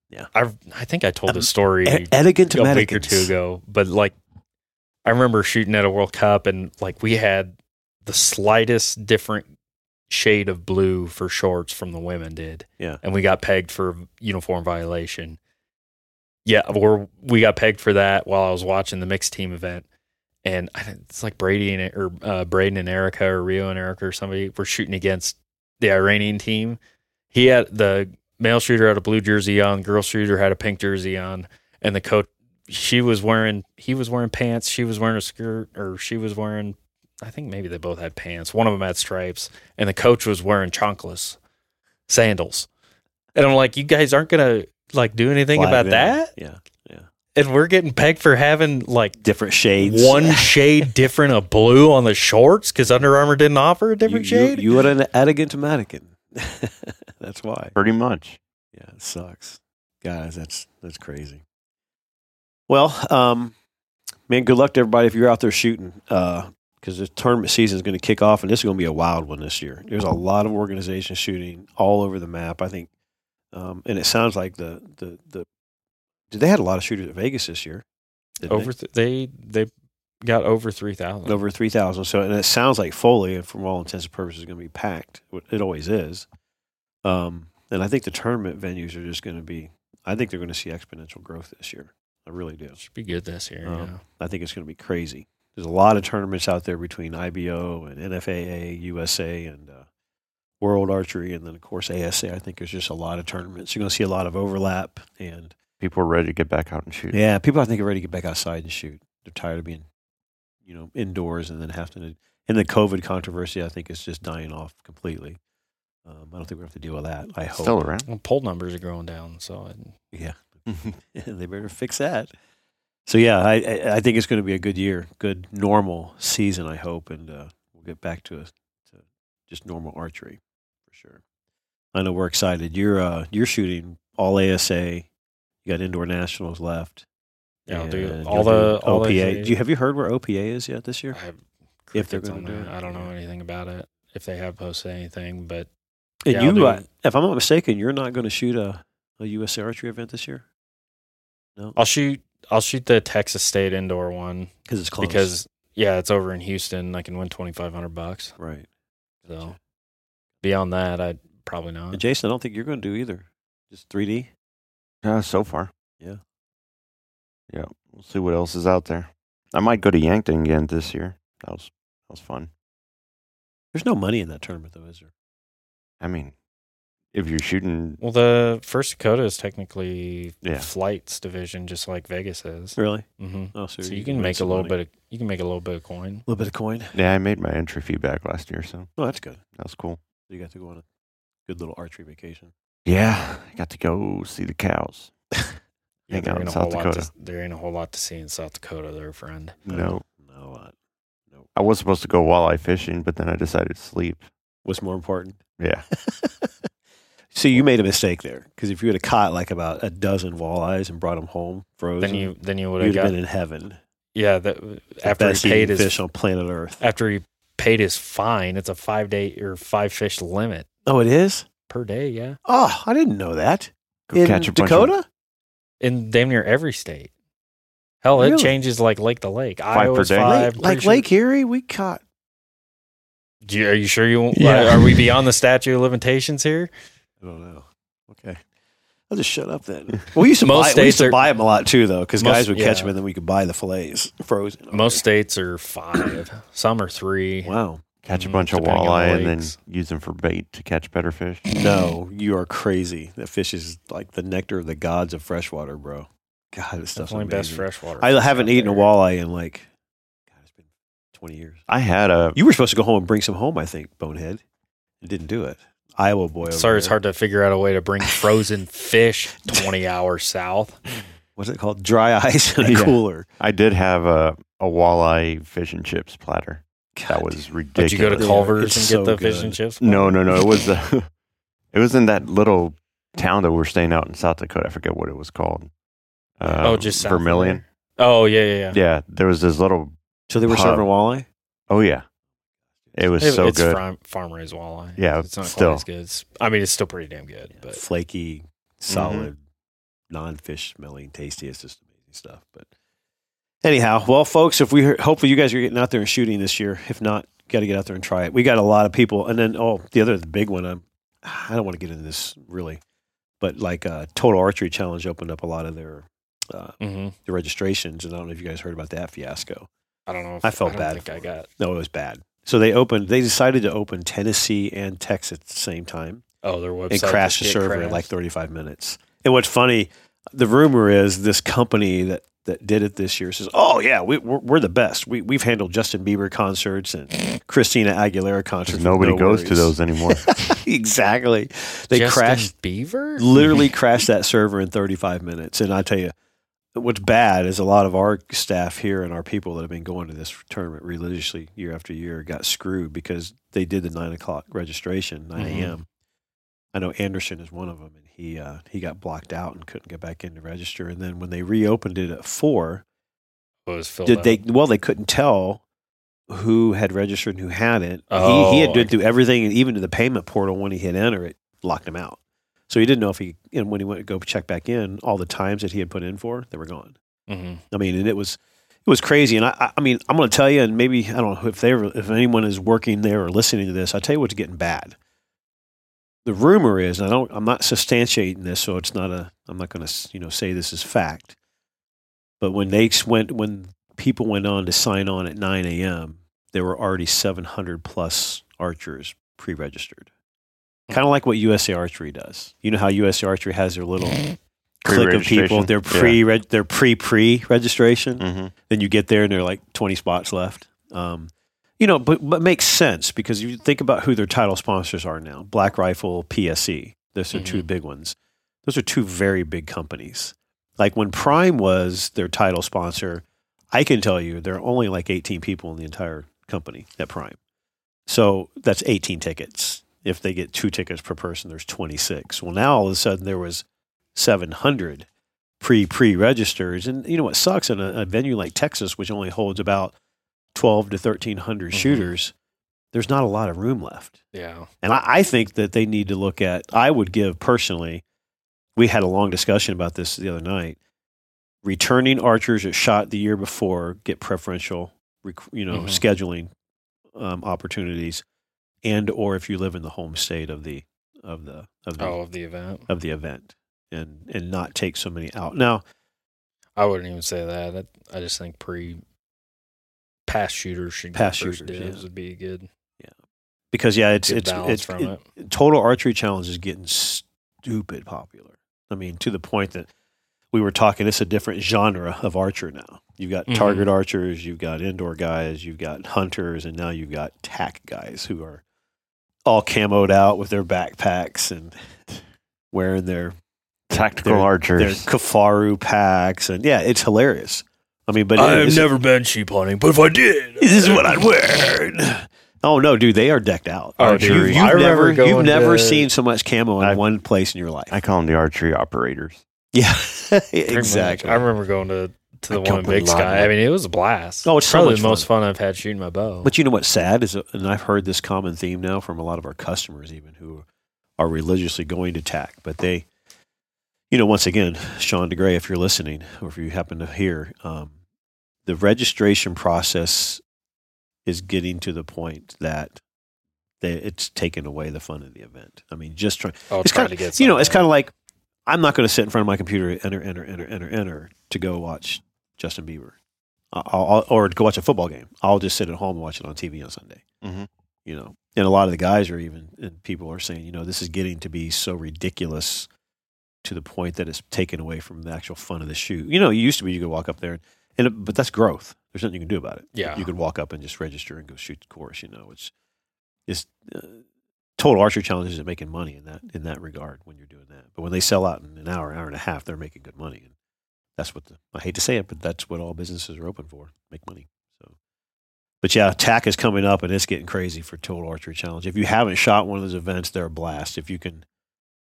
[SPEAKER 1] Yeah.
[SPEAKER 4] I, I think I told this story.
[SPEAKER 1] E- elegant to
[SPEAKER 4] a week or two ago. But like, I remember shooting at a World Cup, and like we had the slightest different shade of blue for shorts from the women did.
[SPEAKER 1] Yeah.
[SPEAKER 4] and we got pegged for uniform violation. Yeah, we're we got pegged for that while I was watching the mixed team event. And I think it's like Brady and or uh, Braden and Erica or Rio and Erica or somebody were shooting against the Iranian team. He had the male shooter had a blue jersey on, girl shooter had a pink jersey on, and the coach she was wearing he was wearing pants, she was wearing a skirt, or she was wearing I think maybe they both had pants. One of them had stripes, and the coach was wearing chonkless sandals. And I'm like, you guys aren't gonna like do anything
[SPEAKER 1] Flag
[SPEAKER 4] about
[SPEAKER 1] down.
[SPEAKER 4] that,
[SPEAKER 1] Yeah,
[SPEAKER 4] and we're getting pegged for having like
[SPEAKER 1] different shades.
[SPEAKER 4] one shade different of blue on the shorts because Under Armour didn't offer a different
[SPEAKER 1] you, you-
[SPEAKER 4] shade.
[SPEAKER 1] You, are an elegant mannequin. that's why.
[SPEAKER 2] Pretty much.
[SPEAKER 1] Yeah, it sucks, guys. That's that's crazy. Well, um, man, good luck to everybody if you're out there shooting, because the tournament season is going to kick off, and this is going to be a wild one this year. There's a lot of organizations shooting all over the map. I think, um, and it sounds like the the the did they had a lot of shooters at Vegas this year? didn't they?
[SPEAKER 4] over th- they they got over three thousand.
[SPEAKER 1] over 3,000. So, and it sounds like Foley, and from all intents and purposes, is going to be packed. It always is. Um, and I think the tournament venues are just going to be, I think they're going to see exponential growth this year. I really do.
[SPEAKER 4] Should be good this year.
[SPEAKER 1] Um, I think it's going to be crazy. There's a lot of tournaments out there between IBO and NFAA, USA, and uh, World Archery, and then, of course, ASA. I think there's just a lot of tournaments. You're going to see a lot of overlap. And
[SPEAKER 2] People are ready to get back out and shoot.
[SPEAKER 1] yeah, people I think are ready to get back outside and shoot. They're tired of being, you know, indoors and then having to. And the COVID controversy, I think, is just dying off completely. Um, I don't think we have to deal with that. I hope.
[SPEAKER 2] Still around.
[SPEAKER 4] Well, poll numbers are going down, so uh, I,
[SPEAKER 1] Yeah, they better fix that. So yeah, I I- I think it's going to be a good year, good normal season. I hope, and uh, we'll get back to, a, to just normal archery for sure. I know we're excited. You're uh, you're shooting all ASA. You got indoor nationals left.
[SPEAKER 4] Yeah, I'll do
[SPEAKER 1] and
[SPEAKER 4] all
[SPEAKER 1] you'll
[SPEAKER 4] the-
[SPEAKER 1] do
[SPEAKER 4] all the-
[SPEAKER 1] OPA. Do you have you heard where OPA is yet this year?
[SPEAKER 4] I have
[SPEAKER 1] If they're
[SPEAKER 4] crickets
[SPEAKER 1] gonna
[SPEAKER 4] on
[SPEAKER 1] do
[SPEAKER 4] that.
[SPEAKER 1] it,
[SPEAKER 4] I don't know
[SPEAKER 1] yeah.
[SPEAKER 4] anything about it. If they have posted anything, but
[SPEAKER 1] And
[SPEAKER 4] Yeah, I'll
[SPEAKER 1] you,
[SPEAKER 4] do-
[SPEAKER 1] uh, if I'm not mistaken, you're not going to shoot a a USA archery event this year. No,
[SPEAKER 4] I'll shoot. I'll shoot the Texas State indoor one
[SPEAKER 1] because it's close.
[SPEAKER 4] because yeah, it's over in Houston. I can win twenty five hundred bucks.
[SPEAKER 1] right,
[SPEAKER 4] So beyond that, I would probably
[SPEAKER 1] and
[SPEAKER 4] not.
[SPEAKER 1] Jason, I don't think you're going to do either. Just 3D.
[SPEAKER 2] Yeah, Uh, so far.
[SPEAKER 1] Yeah.
[SPEAKER 2] Yeah. We'll see what else is out there. I might go to Yankton again this year. That was that was fun.
[SPEAKER 1] There's no money in that tournament, though, is there?
[SPEAKER 2] I mean, if you're shooting
[SPEAKER 4] Well, the First Dakota is technically
[SPEAKER 2] Yeah.
[SPEAKER 4] flights division, just like Vegas is.
[SPEAKER 1] Really?
[SPEAKER 4] hmm
[SPEAKER 1] Oh, so,
[SPEAKER 4] So you can make a little bit. Of, you can make a little bit of coin.
[SPEAKER 1] a little bit of coin.
[SPEAKER 2] Yeah, I made my entry fee back last year, so
[SPEAKER 1] Oh, that's good.
[SPEAKER 2] that was cool.
[SPEAKER 1] You got to go on a good little archery vacation.
[SPEAKER 2] Yeah, I got to go see the cows. Hang out
[SPEAKER 4] ain't
[SPEAKER 2] in
[SPEAKER 4] a
[SPEAKER 2] South
[SPEAKER 4] whole lot to-
[SPEAKER 2] Dakota.
[SPEAKER 4] there ain't a whole lot to see in South Dakota, there, friend.
[SPEAKER 2] No,
[SPEAKER 1] Not a lot. No.
[SPEAKER 2] I was supposed to go walleye fishing, but then I decided to sleep.
[SPEAKER 1] What's more important?
[SPEAKER 2] Yeah,
[SPEAKER 1] So you made a mistake there because if you would have caught like about a dozen walleyes and brought them home frozen,
[SPEAKER 4] Then you then you would have
[SPEAKER 1] would have
[SPEAKER 4] got
[SPEAKER 1] been in heaven.
[SPEAKER 4] yeah. That after
[SPEAKER 1] Best
[SPEAKER 4] he paid
[SPEAKER 1] eating
[SPEAKER 4] his
[SPEAKER 1] fish on planet Earth.
[SPEAKER 4] after he paid his fine, it's a five day or five fish limit
[SPEAKER 1] Oh, it is.
[SPEAKER 4] per day. Yeah,
[SPEAKER 1] Oh, I didn't know that.
[SPEAKER 2] go
[SPEAKER 1] in
[SPEAKER 2] catch a bunch of-
[SPEAKER 1] Dakota.
[SPEAKER 4] in damn near every state. Hell, it
[SPEAKER 1] Really?
[SPEAKER 4] changes like lake to lake. I
[SPEAKER 2] per
[SPEAKER 4] was
[SPEAKER 2] day?
[SPEAKER 4] five.
[SPEAKER 1] Lake, like Lake Erie, we caught.
[SPEAKER 4] Do you- are you sure you won't?
[SPEAKER 3] Yeah.
[SPEAKER 4] Are we beyond the statute of limitations here?
[SPEAKER 1] I don't know. Okay. I'll just shut up then. We used to,
[SPEAKER 4] Most
[SPEAKER 1] buy, we used
[SPEAKER 4] states
[SPEAKER 1] to
[SPEAKER 4] are-
[SPEAKER 1] buy them a lot too, though, because guys
[SPEAKER 4] Most-
[SPEAKER 1] would catch
[SPEAKER 4] yeah.
[SPEAKER 1] them and then we could buy the fillets frozen.
[SPEAKER 4] Most states are five. Some are three.
[SPEAKER 1] Wow.
[SPEAKER 2] Catch a
[SPEAKER 4] Mm,
[SPEAKER 2] bunch of
[SPEAKER 4] depending on the
[SPEAKER 2] walleye and then
[SPEAKER 4] lakes.
[SPEAKER 2] use them for bait to catch better fish.
[SPEAKER 1] No, you are crazy. That fish is like the nectar of the gods of freshwater, bro. God, this stuff's
[SPEAKER 4] Definitely best
[SPEAKER 1] amazing.
[SPEAKER 4] freshwater.
[SPEAKER 1] I
[SPEAKER 4] fish
[SPEAKER 1] haven't
[SPEAKER 4] out
[SPEAKER 1] eaten a
[SPEAKER 4] there.
[SPEAKER 1] walleye in like, God, it's been 20 years.
[SPEAKER 2] I had a
[SPEAKER 1] You were supposed to go home and bring some home, I think, Bonehead. You didn't do it. Iowa boy. over
[SPEAKER 4] Sorry, it's
[SPEAKER 1] there.
[SPEAKER 4] hard to figure out a way to bring frozen fish 20 hours south.
[SPEAKER 1] What's it called? Dry ice in a
[SPEAKER 2] Yeah.
[SPEAKER 1] cooler.
[SPEAKER 2] I did have a, a walleye fish and chips platter.
[SPEAKER 1] God,
[SPEAKER 2] That was ridiculous.
[SPEAKER 4] Did you go to
[SPEAKER 1] Ridiculous.
[SPEAKER 4] Culver's
[SPEAKER 1] It's
[SPEAKER 4] and
[SPEAKER 1] so
[SPEAKER 4] get the fish
[SPEAKER 1] good.
[SPEAKER 4] and chips?
[SPEAKER 2] No, no, no. It was the, it was in that little town that we were staying out in South Dakota. I forget what it was called.
[SPEAKER 4] oh,
[SPEAKER 2] Um,
[SPEAKER 4] just south of
[SPEAKER 2] Vermilion.
[SPEAKER 4] there. Oh, yeah, yeah, yeah.
[SPEAKER 2] Yeah, there was this little.
[SPEAKER 1] So they were
[SPEAKER 2] Pub.
[SPEAKER 1] serving walleye?
[SPEAKER 2] Oh yeah, it was
[SPEAKER 4] It-
[SPEAKER 2] so
[SPEAKER 4] it's
[SPEAKER 2] good.
[SPEAKER 4] Farm, farm raised walleye.
[SPEAKER 2] Yeah,
[SPEAKER 4] it's not
[SPEAKER 2] still.
[SPEAKER 4] quite as good. It's- I mean, it's still pretty damn good. But Mm-hmm.
[SPEAKER 1] Flaky, solid, non fish smelling, tasty. It's just amazing stuff. But anyhow, well, folks, if we hopefully you guys are getting out there and shooting this year. If not, got to get out there and try it. We got a lot of people. And then, oh, the other big one, I'm, I don't want to get into this really, but like uh, Total Archery Challenge opened up a lot of their. Uh,
[SPEAKER 4] hmm
[SPEAKER 1] the registrations, and I don't know if you guys heard about that fiasco.
[SPEAKER 4] I don't know. If,
[SPEAKER 1] I felt
[SPEAKER 4] don't
[SPEAKER 1] bad
[SPEAKER 4] Think I
[SPEAKER 1] for
[SPEAKER 4] got.
[SPEAKER 1] No, it was bad. So they opened. They decided to open Tennessee and Texas at the same time
[SPEAKER 4] Oh, their website.
[SPEAKER 1] and crashed the
[SPEAKER 4] just
[SPEAKER 1] server
[SPEAKER 4] get
[SPEAKER 1] in
[SPEAKER 4] crashed.
[SPEAKER 1] like 35 minutes. And what's funny, the rumor is this company that that did it this year says, "Oh yeah, we, we're, we're the best. We we've handled Justin Bieber concerts and Christina Aguilera concerts. with
[SPEAKER 2] 'Cause Nobody
[SPEAKER 1] no
[SPEAKER 2] goes to
[SPEAKER 1] worries."
[SPEAKER 2] those anymore.
[SPEAKER 1] exactly. They
[SPEAKER 4] Justin
[SPEAKER 1] crashed
[SPEAKER 4] Beaver.
[SPEAKER 1] literally crashed that server in 35 minutes. And I tell you, what's bad is a lot of our staff here and our people that have been going to this tournament religiously year after year got screwed because they did the nine o'clock registration, 9
[SPEAKER 4] Mhm.
[SPEAKER 1] a.m. I know Anderson is one of them, and he uh, he got blocked out and couldn't get back in to register. And then when they reopened it at four,
[SPEAKER 4] It was filled
[SPEAKER 1] did
[SPEAKER 4] out.
[SPEAKER 1] they? Well, they couldn't tell who had registered and who hadn't. he, he
[SPEAKER 4] Oh,
[SPEAKER 1] had
[SPEAKER 4] I-
[SPEAKER 1] been through everything, and even to the payment portal when he hit enter, it locked him out. So he didn't know if he and when he went to go check back in, all the times that he had put in for, they were gone.
[SPEAKER 4] Mhm.
[SPEAKER 1] I mean, and it was it was crazy. And I, I- I mean, I'm going to tell you, and maybe I don't know if they were- if anyone is working there or listening to this. I tell you what's getting bad. The rumor is, and I don't, I'm not substantiating this, so it's not a, I'm not going to, you know, say this is fact. But when they s- went, when people went on to sign on at 9 a.m., there were already 700 plus archers pre-registered. Kind of like what USA Archery does. You know how USA Archery has their little click of people.
[SPEAKER 2] Pre-registration.
[SPEAKER 1] They're
[SPEAKER 2] Yeah.
[SPEAKER 1] pre, reg they're pre pre registration
[SPEAKER 2] Mhm.
[SPEAKER 1] then you get there and there are like 20 spots left. Um, you know, but but it makes sense because you think about who their title sponsors are now: Black Rifle, PSE. Those are two big ones. Those are two very big companies. Like when Prime was their title sponsor, I can tell you there are only like 18 people in the entire company at Prime. So that's 18 tickets. If they get two tickets per person, there's 26. Well, now all of a sudden there was 700 pre pre registers, and you know what sucks in a, a venue like Texas, which only holds about 12 to 1300
[SPEAKER 4] Mhm.
[SPEAKER 1] shooters, there's not a lot of room left.
[SPEAKER 4] Yeah.
[SPEAKER 1] And I, I think that they need to look at, I would give personally, we had a long discussion about this the other night. Returning archers that shot the year before get preferential, rec- you know,
[SPEAKER 4] Mhm.
[SPEAKER 1] scheduling um, opportunities, and or if you live in the home state of the of the of the
[SPEAKER 4] Oh, of the event.
[SPEAKER 1] of the event, and and not take so many out. Now,
[SPEAKER 4] I wouldn't even say that. I, I just think pre pass shooters should
[SPEAKER 1] Pass
[SPEAKER 4] get first
[SPEAKER 1] shooters,
[SPEAKER 4] dibs
[SPEAKER 1] yeah.
[SPEAKER 4] would be a good,
[SPEAKER 1] because yeah, it's
[SPEAKER 4] good
[SPEAKER 1] it's
[SPEAKER 4] balance
[SPEAKER 1] it's,
[SPEAKER 4] from
[SPEAKER 1] it-
[SPEAKER 4] it.
[SPEAKER 1] total archery challenge is getting stupid popular. I mean, to the point that we were talking, it's a different genre of archer now. You've got
[SPEAKER 4] Mhm.
[SPEAKER 1] target archers, you've got indoor guys, you've got hunters, and now you've got tack guys who are all camoed out with their backpacks and wearing their
[SPEAKER 2] Tactical
[SPEAKER 1] They're- their
[SPEAKER 2] archers.
[SPEAKER 1] kafaru packs, and yeah, it's hilarious. I mean, but it- it's-
[SPEAKER 4] been sheep hunting, but if I did,
[SPEAKER 1] this is what I'd wear. Oh no, dude, they are decked out.
[SPEAKER 4] Oh,
[SPEAKER 1] Archery.
[SPEAKER 4] dude,
[SPEAKER 1] You've,
[SPEAKER 4] I
[SPEAKER 1] never,
[SPEAKER 4] remember
[SPEAKER 1] you've
[SPEAKER 4] going
[SPEAKER 1] never
[SPEAKER 4] to-
[SPEAKER 1] seen so much camo in
[SPEAKER 2] I-
[SPEAKER 1] one place in your life.
[SPEAKER 2] I call them the archery operators.
[SPEAKER 1] yeah,
[SPEAKER 4] Pretty much.
[SPEAKER 1] exactly.
[SPEAKER 4] I remember going to to
[SPEAKER 2] I
[SPEAKER 4] the
[SPEAKER 2] don't
[SPEAKER 4] one in Big
[SPEAKER 2] believe
[SPEAKER 4] Sky.
[SPEAKER 2] it.
[SPEAKER 4] I mean, it was a blast.
[SPEAKER 1] Oh, it's so
[SPEAKER 4] probably
[SPEAKER 1] much
[SPEAKER 4] the most fun I've had shooting my bow.
[SPEAKER 1] But you know what's sad is, uh, and I've heard this common theme now from a lot of our customers, even who are religiously going to TAC, but they, you know, once again, Sean DeGray, if you're listening or if you happen to hear, um, the registration process is getting to the point that they, it's taken away the fun of the event. I mean, just trying,
[SPEAKER 4] Oh,
[SPEAKER 1] It's
[SPEAKER 4] trying
[SPEAKER 1] kinda-
[SPEAKER 4] to get
[SPEAKER 1] you know, it's
[SPEAKER 4] something.
[SPEAKER 1] kind of like I'm not going to sit in front of my computer, enter, enter, enter, enter, enter to go watch Justin Bieber I'll, I'll, or to go watch a football game. I'll just sit at home and watch it on TV on Sunday.
[SPEAKER 4] Mm-hmm.
[SPEAKER 2] Mhm.
[SPEAKER 1] You know, and a lot of the guys are even and people are saying, you know, this is getting to be so ridiculous to the point that it's taken away from the actual fun of the shoot. You know, it used to be you could walk up there, and, and it, but that's growth. There's nothing you can do about it.
[SPEAKER 4] Yeah.
[SPEAKER 1] you could walk up and just register and go shoot the course. You know, it's it's uh, total archery challenges are making money in that in that regard when you're doing that. But when they sell out in an hour, hour and a half, they're making good money. And that's what the, I hate to say it, but that's what all businesses are open for: make money. So, but yeah, TAC is coming up, and it's getting crazy for Total Archery Challenge. If you haven't shot one of those events, they're a blast. If you can,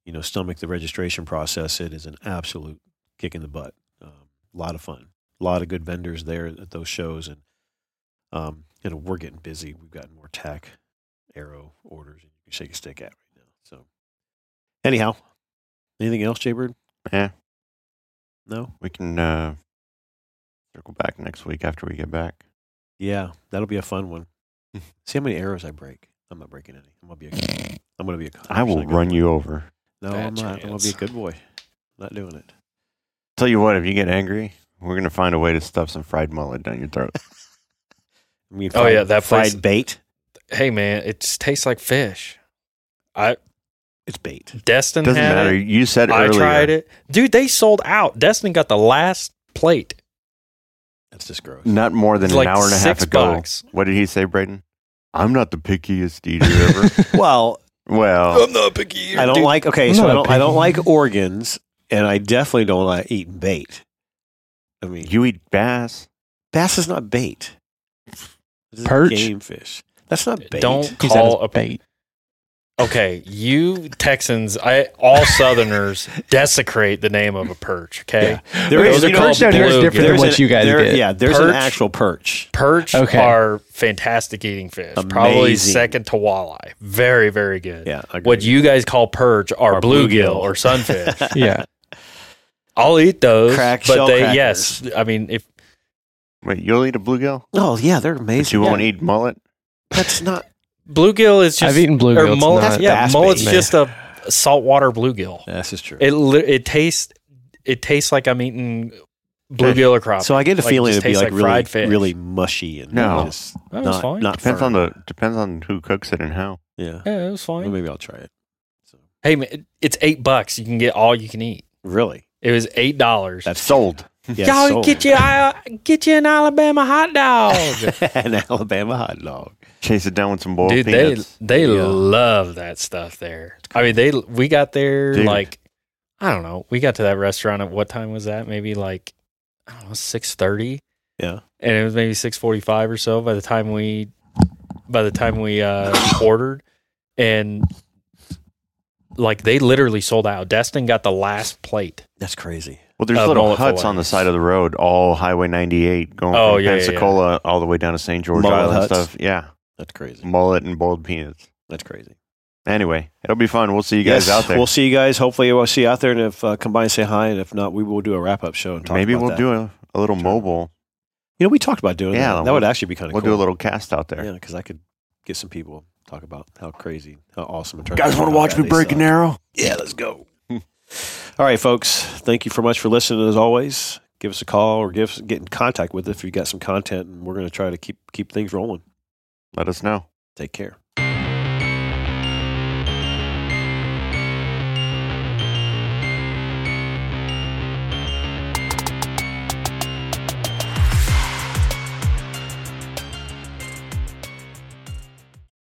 [SPEAKER 1] you know, stomach the registration process, it is an absolute kick in the butt. A lot of fun, a lot of good vendors there at those shows, and um, you know, we're getting busy. We've gotten more TAC arrow orders you can shake a stick at right now. So, anyhow, anything else, Jaybird?
[SPEAKER 2] Yeah.
[SPEAKER 1] No.
[SPEAKER 2] We can uh, circle back next week after we get back.
[SPEAKER 1] Yeah, that'll be a fun one. See how many arrows I break. I'm not breaking any. I'm gonna be. A, I'm gonna be. A,
[SPEAKER 2] I will
[SPEAKER 1] actually good
[SPEAKER 2] run
[SPEAKER 1] boy.
[SPEAKER 2] you over.
[SPEAKER 1] No,
[SPEAKER 4] Bad
[SPEAKER 1] I'm not. I'm gonna be a
[SPEAKER 4] chance.
[SPEAKER 1] good boy. Not doing it.
[SPEAKER 2] Tell you what, if you get angry, we're gonna find a way to stuff some fried mullet down your throat.
[SPEAKER 1] I mean,
[SPEAKER 4] Oh, yeah, that
[SPEAKER 1] fried
[SPEAKER 4] place-
[SPEAKER 1] bait.
[SPEAKER 4] Hey man, it just tastes like fish. I
[SPEAKER 1] It's bait.
[SPEAKER 4] Destin
[SPEAKER 2] Doesn't
[SPEAKER 4] had
[SPEAKER 2] matter.
[SPEAKER 4] it.
[SPEAKER 2] You said
[SPEAKER 4] I
[SPEAKER 2] earlier.
[SPEAKER 4] tried it, dude. They sold out. Destin got the last plate.
[SPEAKER 1] That's just gross.
[SPEAKER 2] Not more than
[SPEAKER 4] It's like
[SPEAKER 2] an hour and a half
[SPEAKER 4] six
[SPEAKER 2] ago.
[SPEAKER 4] bucks.
[SPEAKER 2] What did he say, Braden? I'm not the pickiest eater ever.
[SPEAKER 1] Well,
[SPEAKER 2] well,
[SPEAKER 4] not picky.
[SPEAKER 1] I don't like. Okay,
[SPEAKER 3] I'm
[SPEAKER 1] so
[SPEAKER 3] not
[SPEAKER 1] I
[SPEAKER 3] a
[SPEAKER 1] don't. I don't
[SPEAKER 3] picky-
[SPEAKER 1] like organs, and I definitely don't like eating bait. I mean,
[SPEAKER 2] you eat bass.
[SPEAKER 1] bass is not bait. This is
[SPEAKER 3] Perch?
[SPEAKER 1] game fish. That's not bait.
[SPEAKER 4] Don't
[SPEAKER 3] Use that as
[SPEAKER 4] call a
[SPEAKER 3] bait.
[SPEAKER 4] Okay, you Texans, I all Southerners desecrate the name of a perch. Okay,
[SPEAKER 1] There
[SPEAKER 4] Those
[SPEAKER 1] is-
[SPEAKER 4] are
[SPEAKER 1] you know,
[SPEAKER 4] called
[SPEAKER 3] perch down here is
[SPEAKER 4] bluegill.
[SPEAKER 3] different than
[SPEAKER 1] there's
[SPEAKER 3] what
[SPEAKER 1] an-
[SPEAKER 3] you guys
[SPEAKER 1] there-
[SPEAKER 3] did.
[SPEAKER 1] Yeah, there's an
[SPEAKER 4] Perch.
[SPEAKER 1] actual perch.
[SPEAKER 4] Perch
[SPEAKER 3] Okay.
[SPEAKER 4] are fantastic eating fish. Probably
[SPEAKER 1] Amazing.
[SPEAKER 4] second to walleye. Very, very good.
[SPEAKER 1] Yeah, I
[SPEAKER 4] What
[SPEAKER 1] agree.
[SPEAKER 4] you guys call perch are
[SPEAKER 1] Or
[SPEAKER 4] bluegill,
[SPEAKER 1] bluegill.
[SPEAKER 4] or sunfish.
[SPEAKER 3] Yeah.
[SPEAKER 4] I'll eat those,
[SPEAKER 1] Crack
[SPEAKER 4] but
[SPEAKER 1] shell
[SPEAKER 4] they
[SPEAKER 1] crackers.
[SPEAKER 4] yes. I mean, if
[SPEAKER 2] Wait, you'll eat a bluegill,
[SPEAKER 1] Oh yeah, they're
[SPEAKER 2] but you
[SPEAKER 1] amazing.
[SPEAKER 2] won't eat mullet.
[SPEAKER 1] That's not
[SPEAKER 4] bluegill is just
[SPEAKER 3] I've eaten bluegill.
[SPEAKER 4] or
[SPEAKER 3] It's
[SPEAKER 4] mullet,
[SPEAKER 3] not-
[SPEAKER 4] yeah,
[SPEAKER 1] bass
[SPEAKER 4] mullet's
[SPEAKER 1] bait.
[SPEAKER 4] just a saltwater bluegill.
[SPEAKER 1] That's just true.
[SPEAKER 4] It li- it tastes it tastes like I'm eating bluegill or crappie.
[SPEAKER 1] so I get a
[SPEAKER 4] Like,
[SPEAKER 1] feeling
[SPEAKER 4] just
[SPEAKER 1] it'd be
[SPEAKER 4] tastes
[SPEAKER 1] like,
[SPEAKER 4] like fried
[SPEAKER 1] really,
[SPEAKER 4] fish.
[SPEAKER 1] really mushy and
[SPEAKER 2] No.
[SPEAKER 1] just
[SPEAKER 4] That was
[SPEAKER 1] not,
[SPEAKER 4] fine.
[SPEAKER 1] not
[SPEAKER 2] Depends on
[SPEAKER 1] firm.
[SPEAKER 2] the depends on who cooks it and how.
[SPEAKER 1] yeah.
[SPEAKER 4] yeah, it was fine.
[SPEAKER 1] Well, maybe I'll try it. So,
[SPEAKER 4] Hey man, it- it's eight bucks. You can get all you can eat.
[SPEAKER 1] really,
[SPEAKER 4] It was eight dollars.
[SPEAKER 1] that's
[SPEAKER 2] Sold.
[SPEAKER 1] Yeah,
[SPEAKER 4] Y'all
[SPEAKER 1] sold.
[SPEAKER 4] get you uh, get you an Alabama hot dog.
[SPEAKER 1] an Alabama hot dog.
[SPEAKER 2] Chase it down with some boiled
[SPEAKER 4] Dude, they
[SPEAKER 2] peanuts.
[SPEAKER 4] they
[SPEAKER 1] Yeah.
[SPEAKER 4] love that stuff there. I mean, they we got there
[SPEAKER 2] Dude.
[SPEAKER 4] like I don't know. We got to that restaurant at what time was that? Maybe like I don't know, six thirty.
[SPEAKER 1] Yeah.
[SPEAKER 4] and it was maybe six forty five or so. By the time we by the time we uh ordered and like they literally sold out. Destin got the last plate.
[SPEAKER 1] That's crazy.
[SPEAKER 2] well, there's
[SPEAKER 4] uh,
[SPEAKER 2] little
[SPEAKER 4] mullet
[SPEAKER 2] huts on the
[SPEAKER 4] fillets.
[SPEAKER 2] side of the road, all Highway 98, going
[SPEAKER 4] Oh,
[SPEAKER 2] from
[SPEAKER 4] yeah, yeah, yeah.
[SPEAKER 2] Pensacola all the way down to St. George
[SPEAKER 1] Mullet
[SPEAKER 2] Island
[SPEAKER 1] huts.
[SPEAKER 2] stuff. Yeah,
[SPEAKER 1] That's crazy.
[SPEAKER 2] mullet and boiled peanuts.
[SPEAKER 1] That's crazy.
[SPEAKER 2] Anyway, it'll be fun. We'll see you guys
[SPEAKER 1] Yes,
[SPEAKER 2] out there.
[SPEAKER 1] We'll see you guys. Hopefully, we'll see you out there, and if uh, come by and say hi, and if not, we will do a wrap up show and talk.
[SPEAKER 2] Maybe
[SPEAKER 1] about
[SPEAKER 2] we'll
[SPEAKER 1] that.
[SPEAKER 2] do a, a little mobile.
[SPEAKER 1] You know, we talked about doing
[SPEAKER 2] Yeah,
[SPEAKER 1] that. That
[SPEAKER 2] we'll-
[SPEAKER 1] would actually be kind of
[SPEAKER 2] We'll
[SPEAKER 1] cool.
[SPEAKER 2] do a little cast out there.
[SPEAKER 1] Yeah, because I could get some people talk about how crazy, how awesome.
[SPEAKER 2] You guys want to watch me break an arrow?
[SPEAKER 1] Yeah, let's go. All right, folks. Thank you for much for listening. As always, give us a call or give get in contact with us if you got some content, and we're going to try to keep keep things rolling.
[SPEAKER 2] Let us know.
[SPEAKER 1] Take care.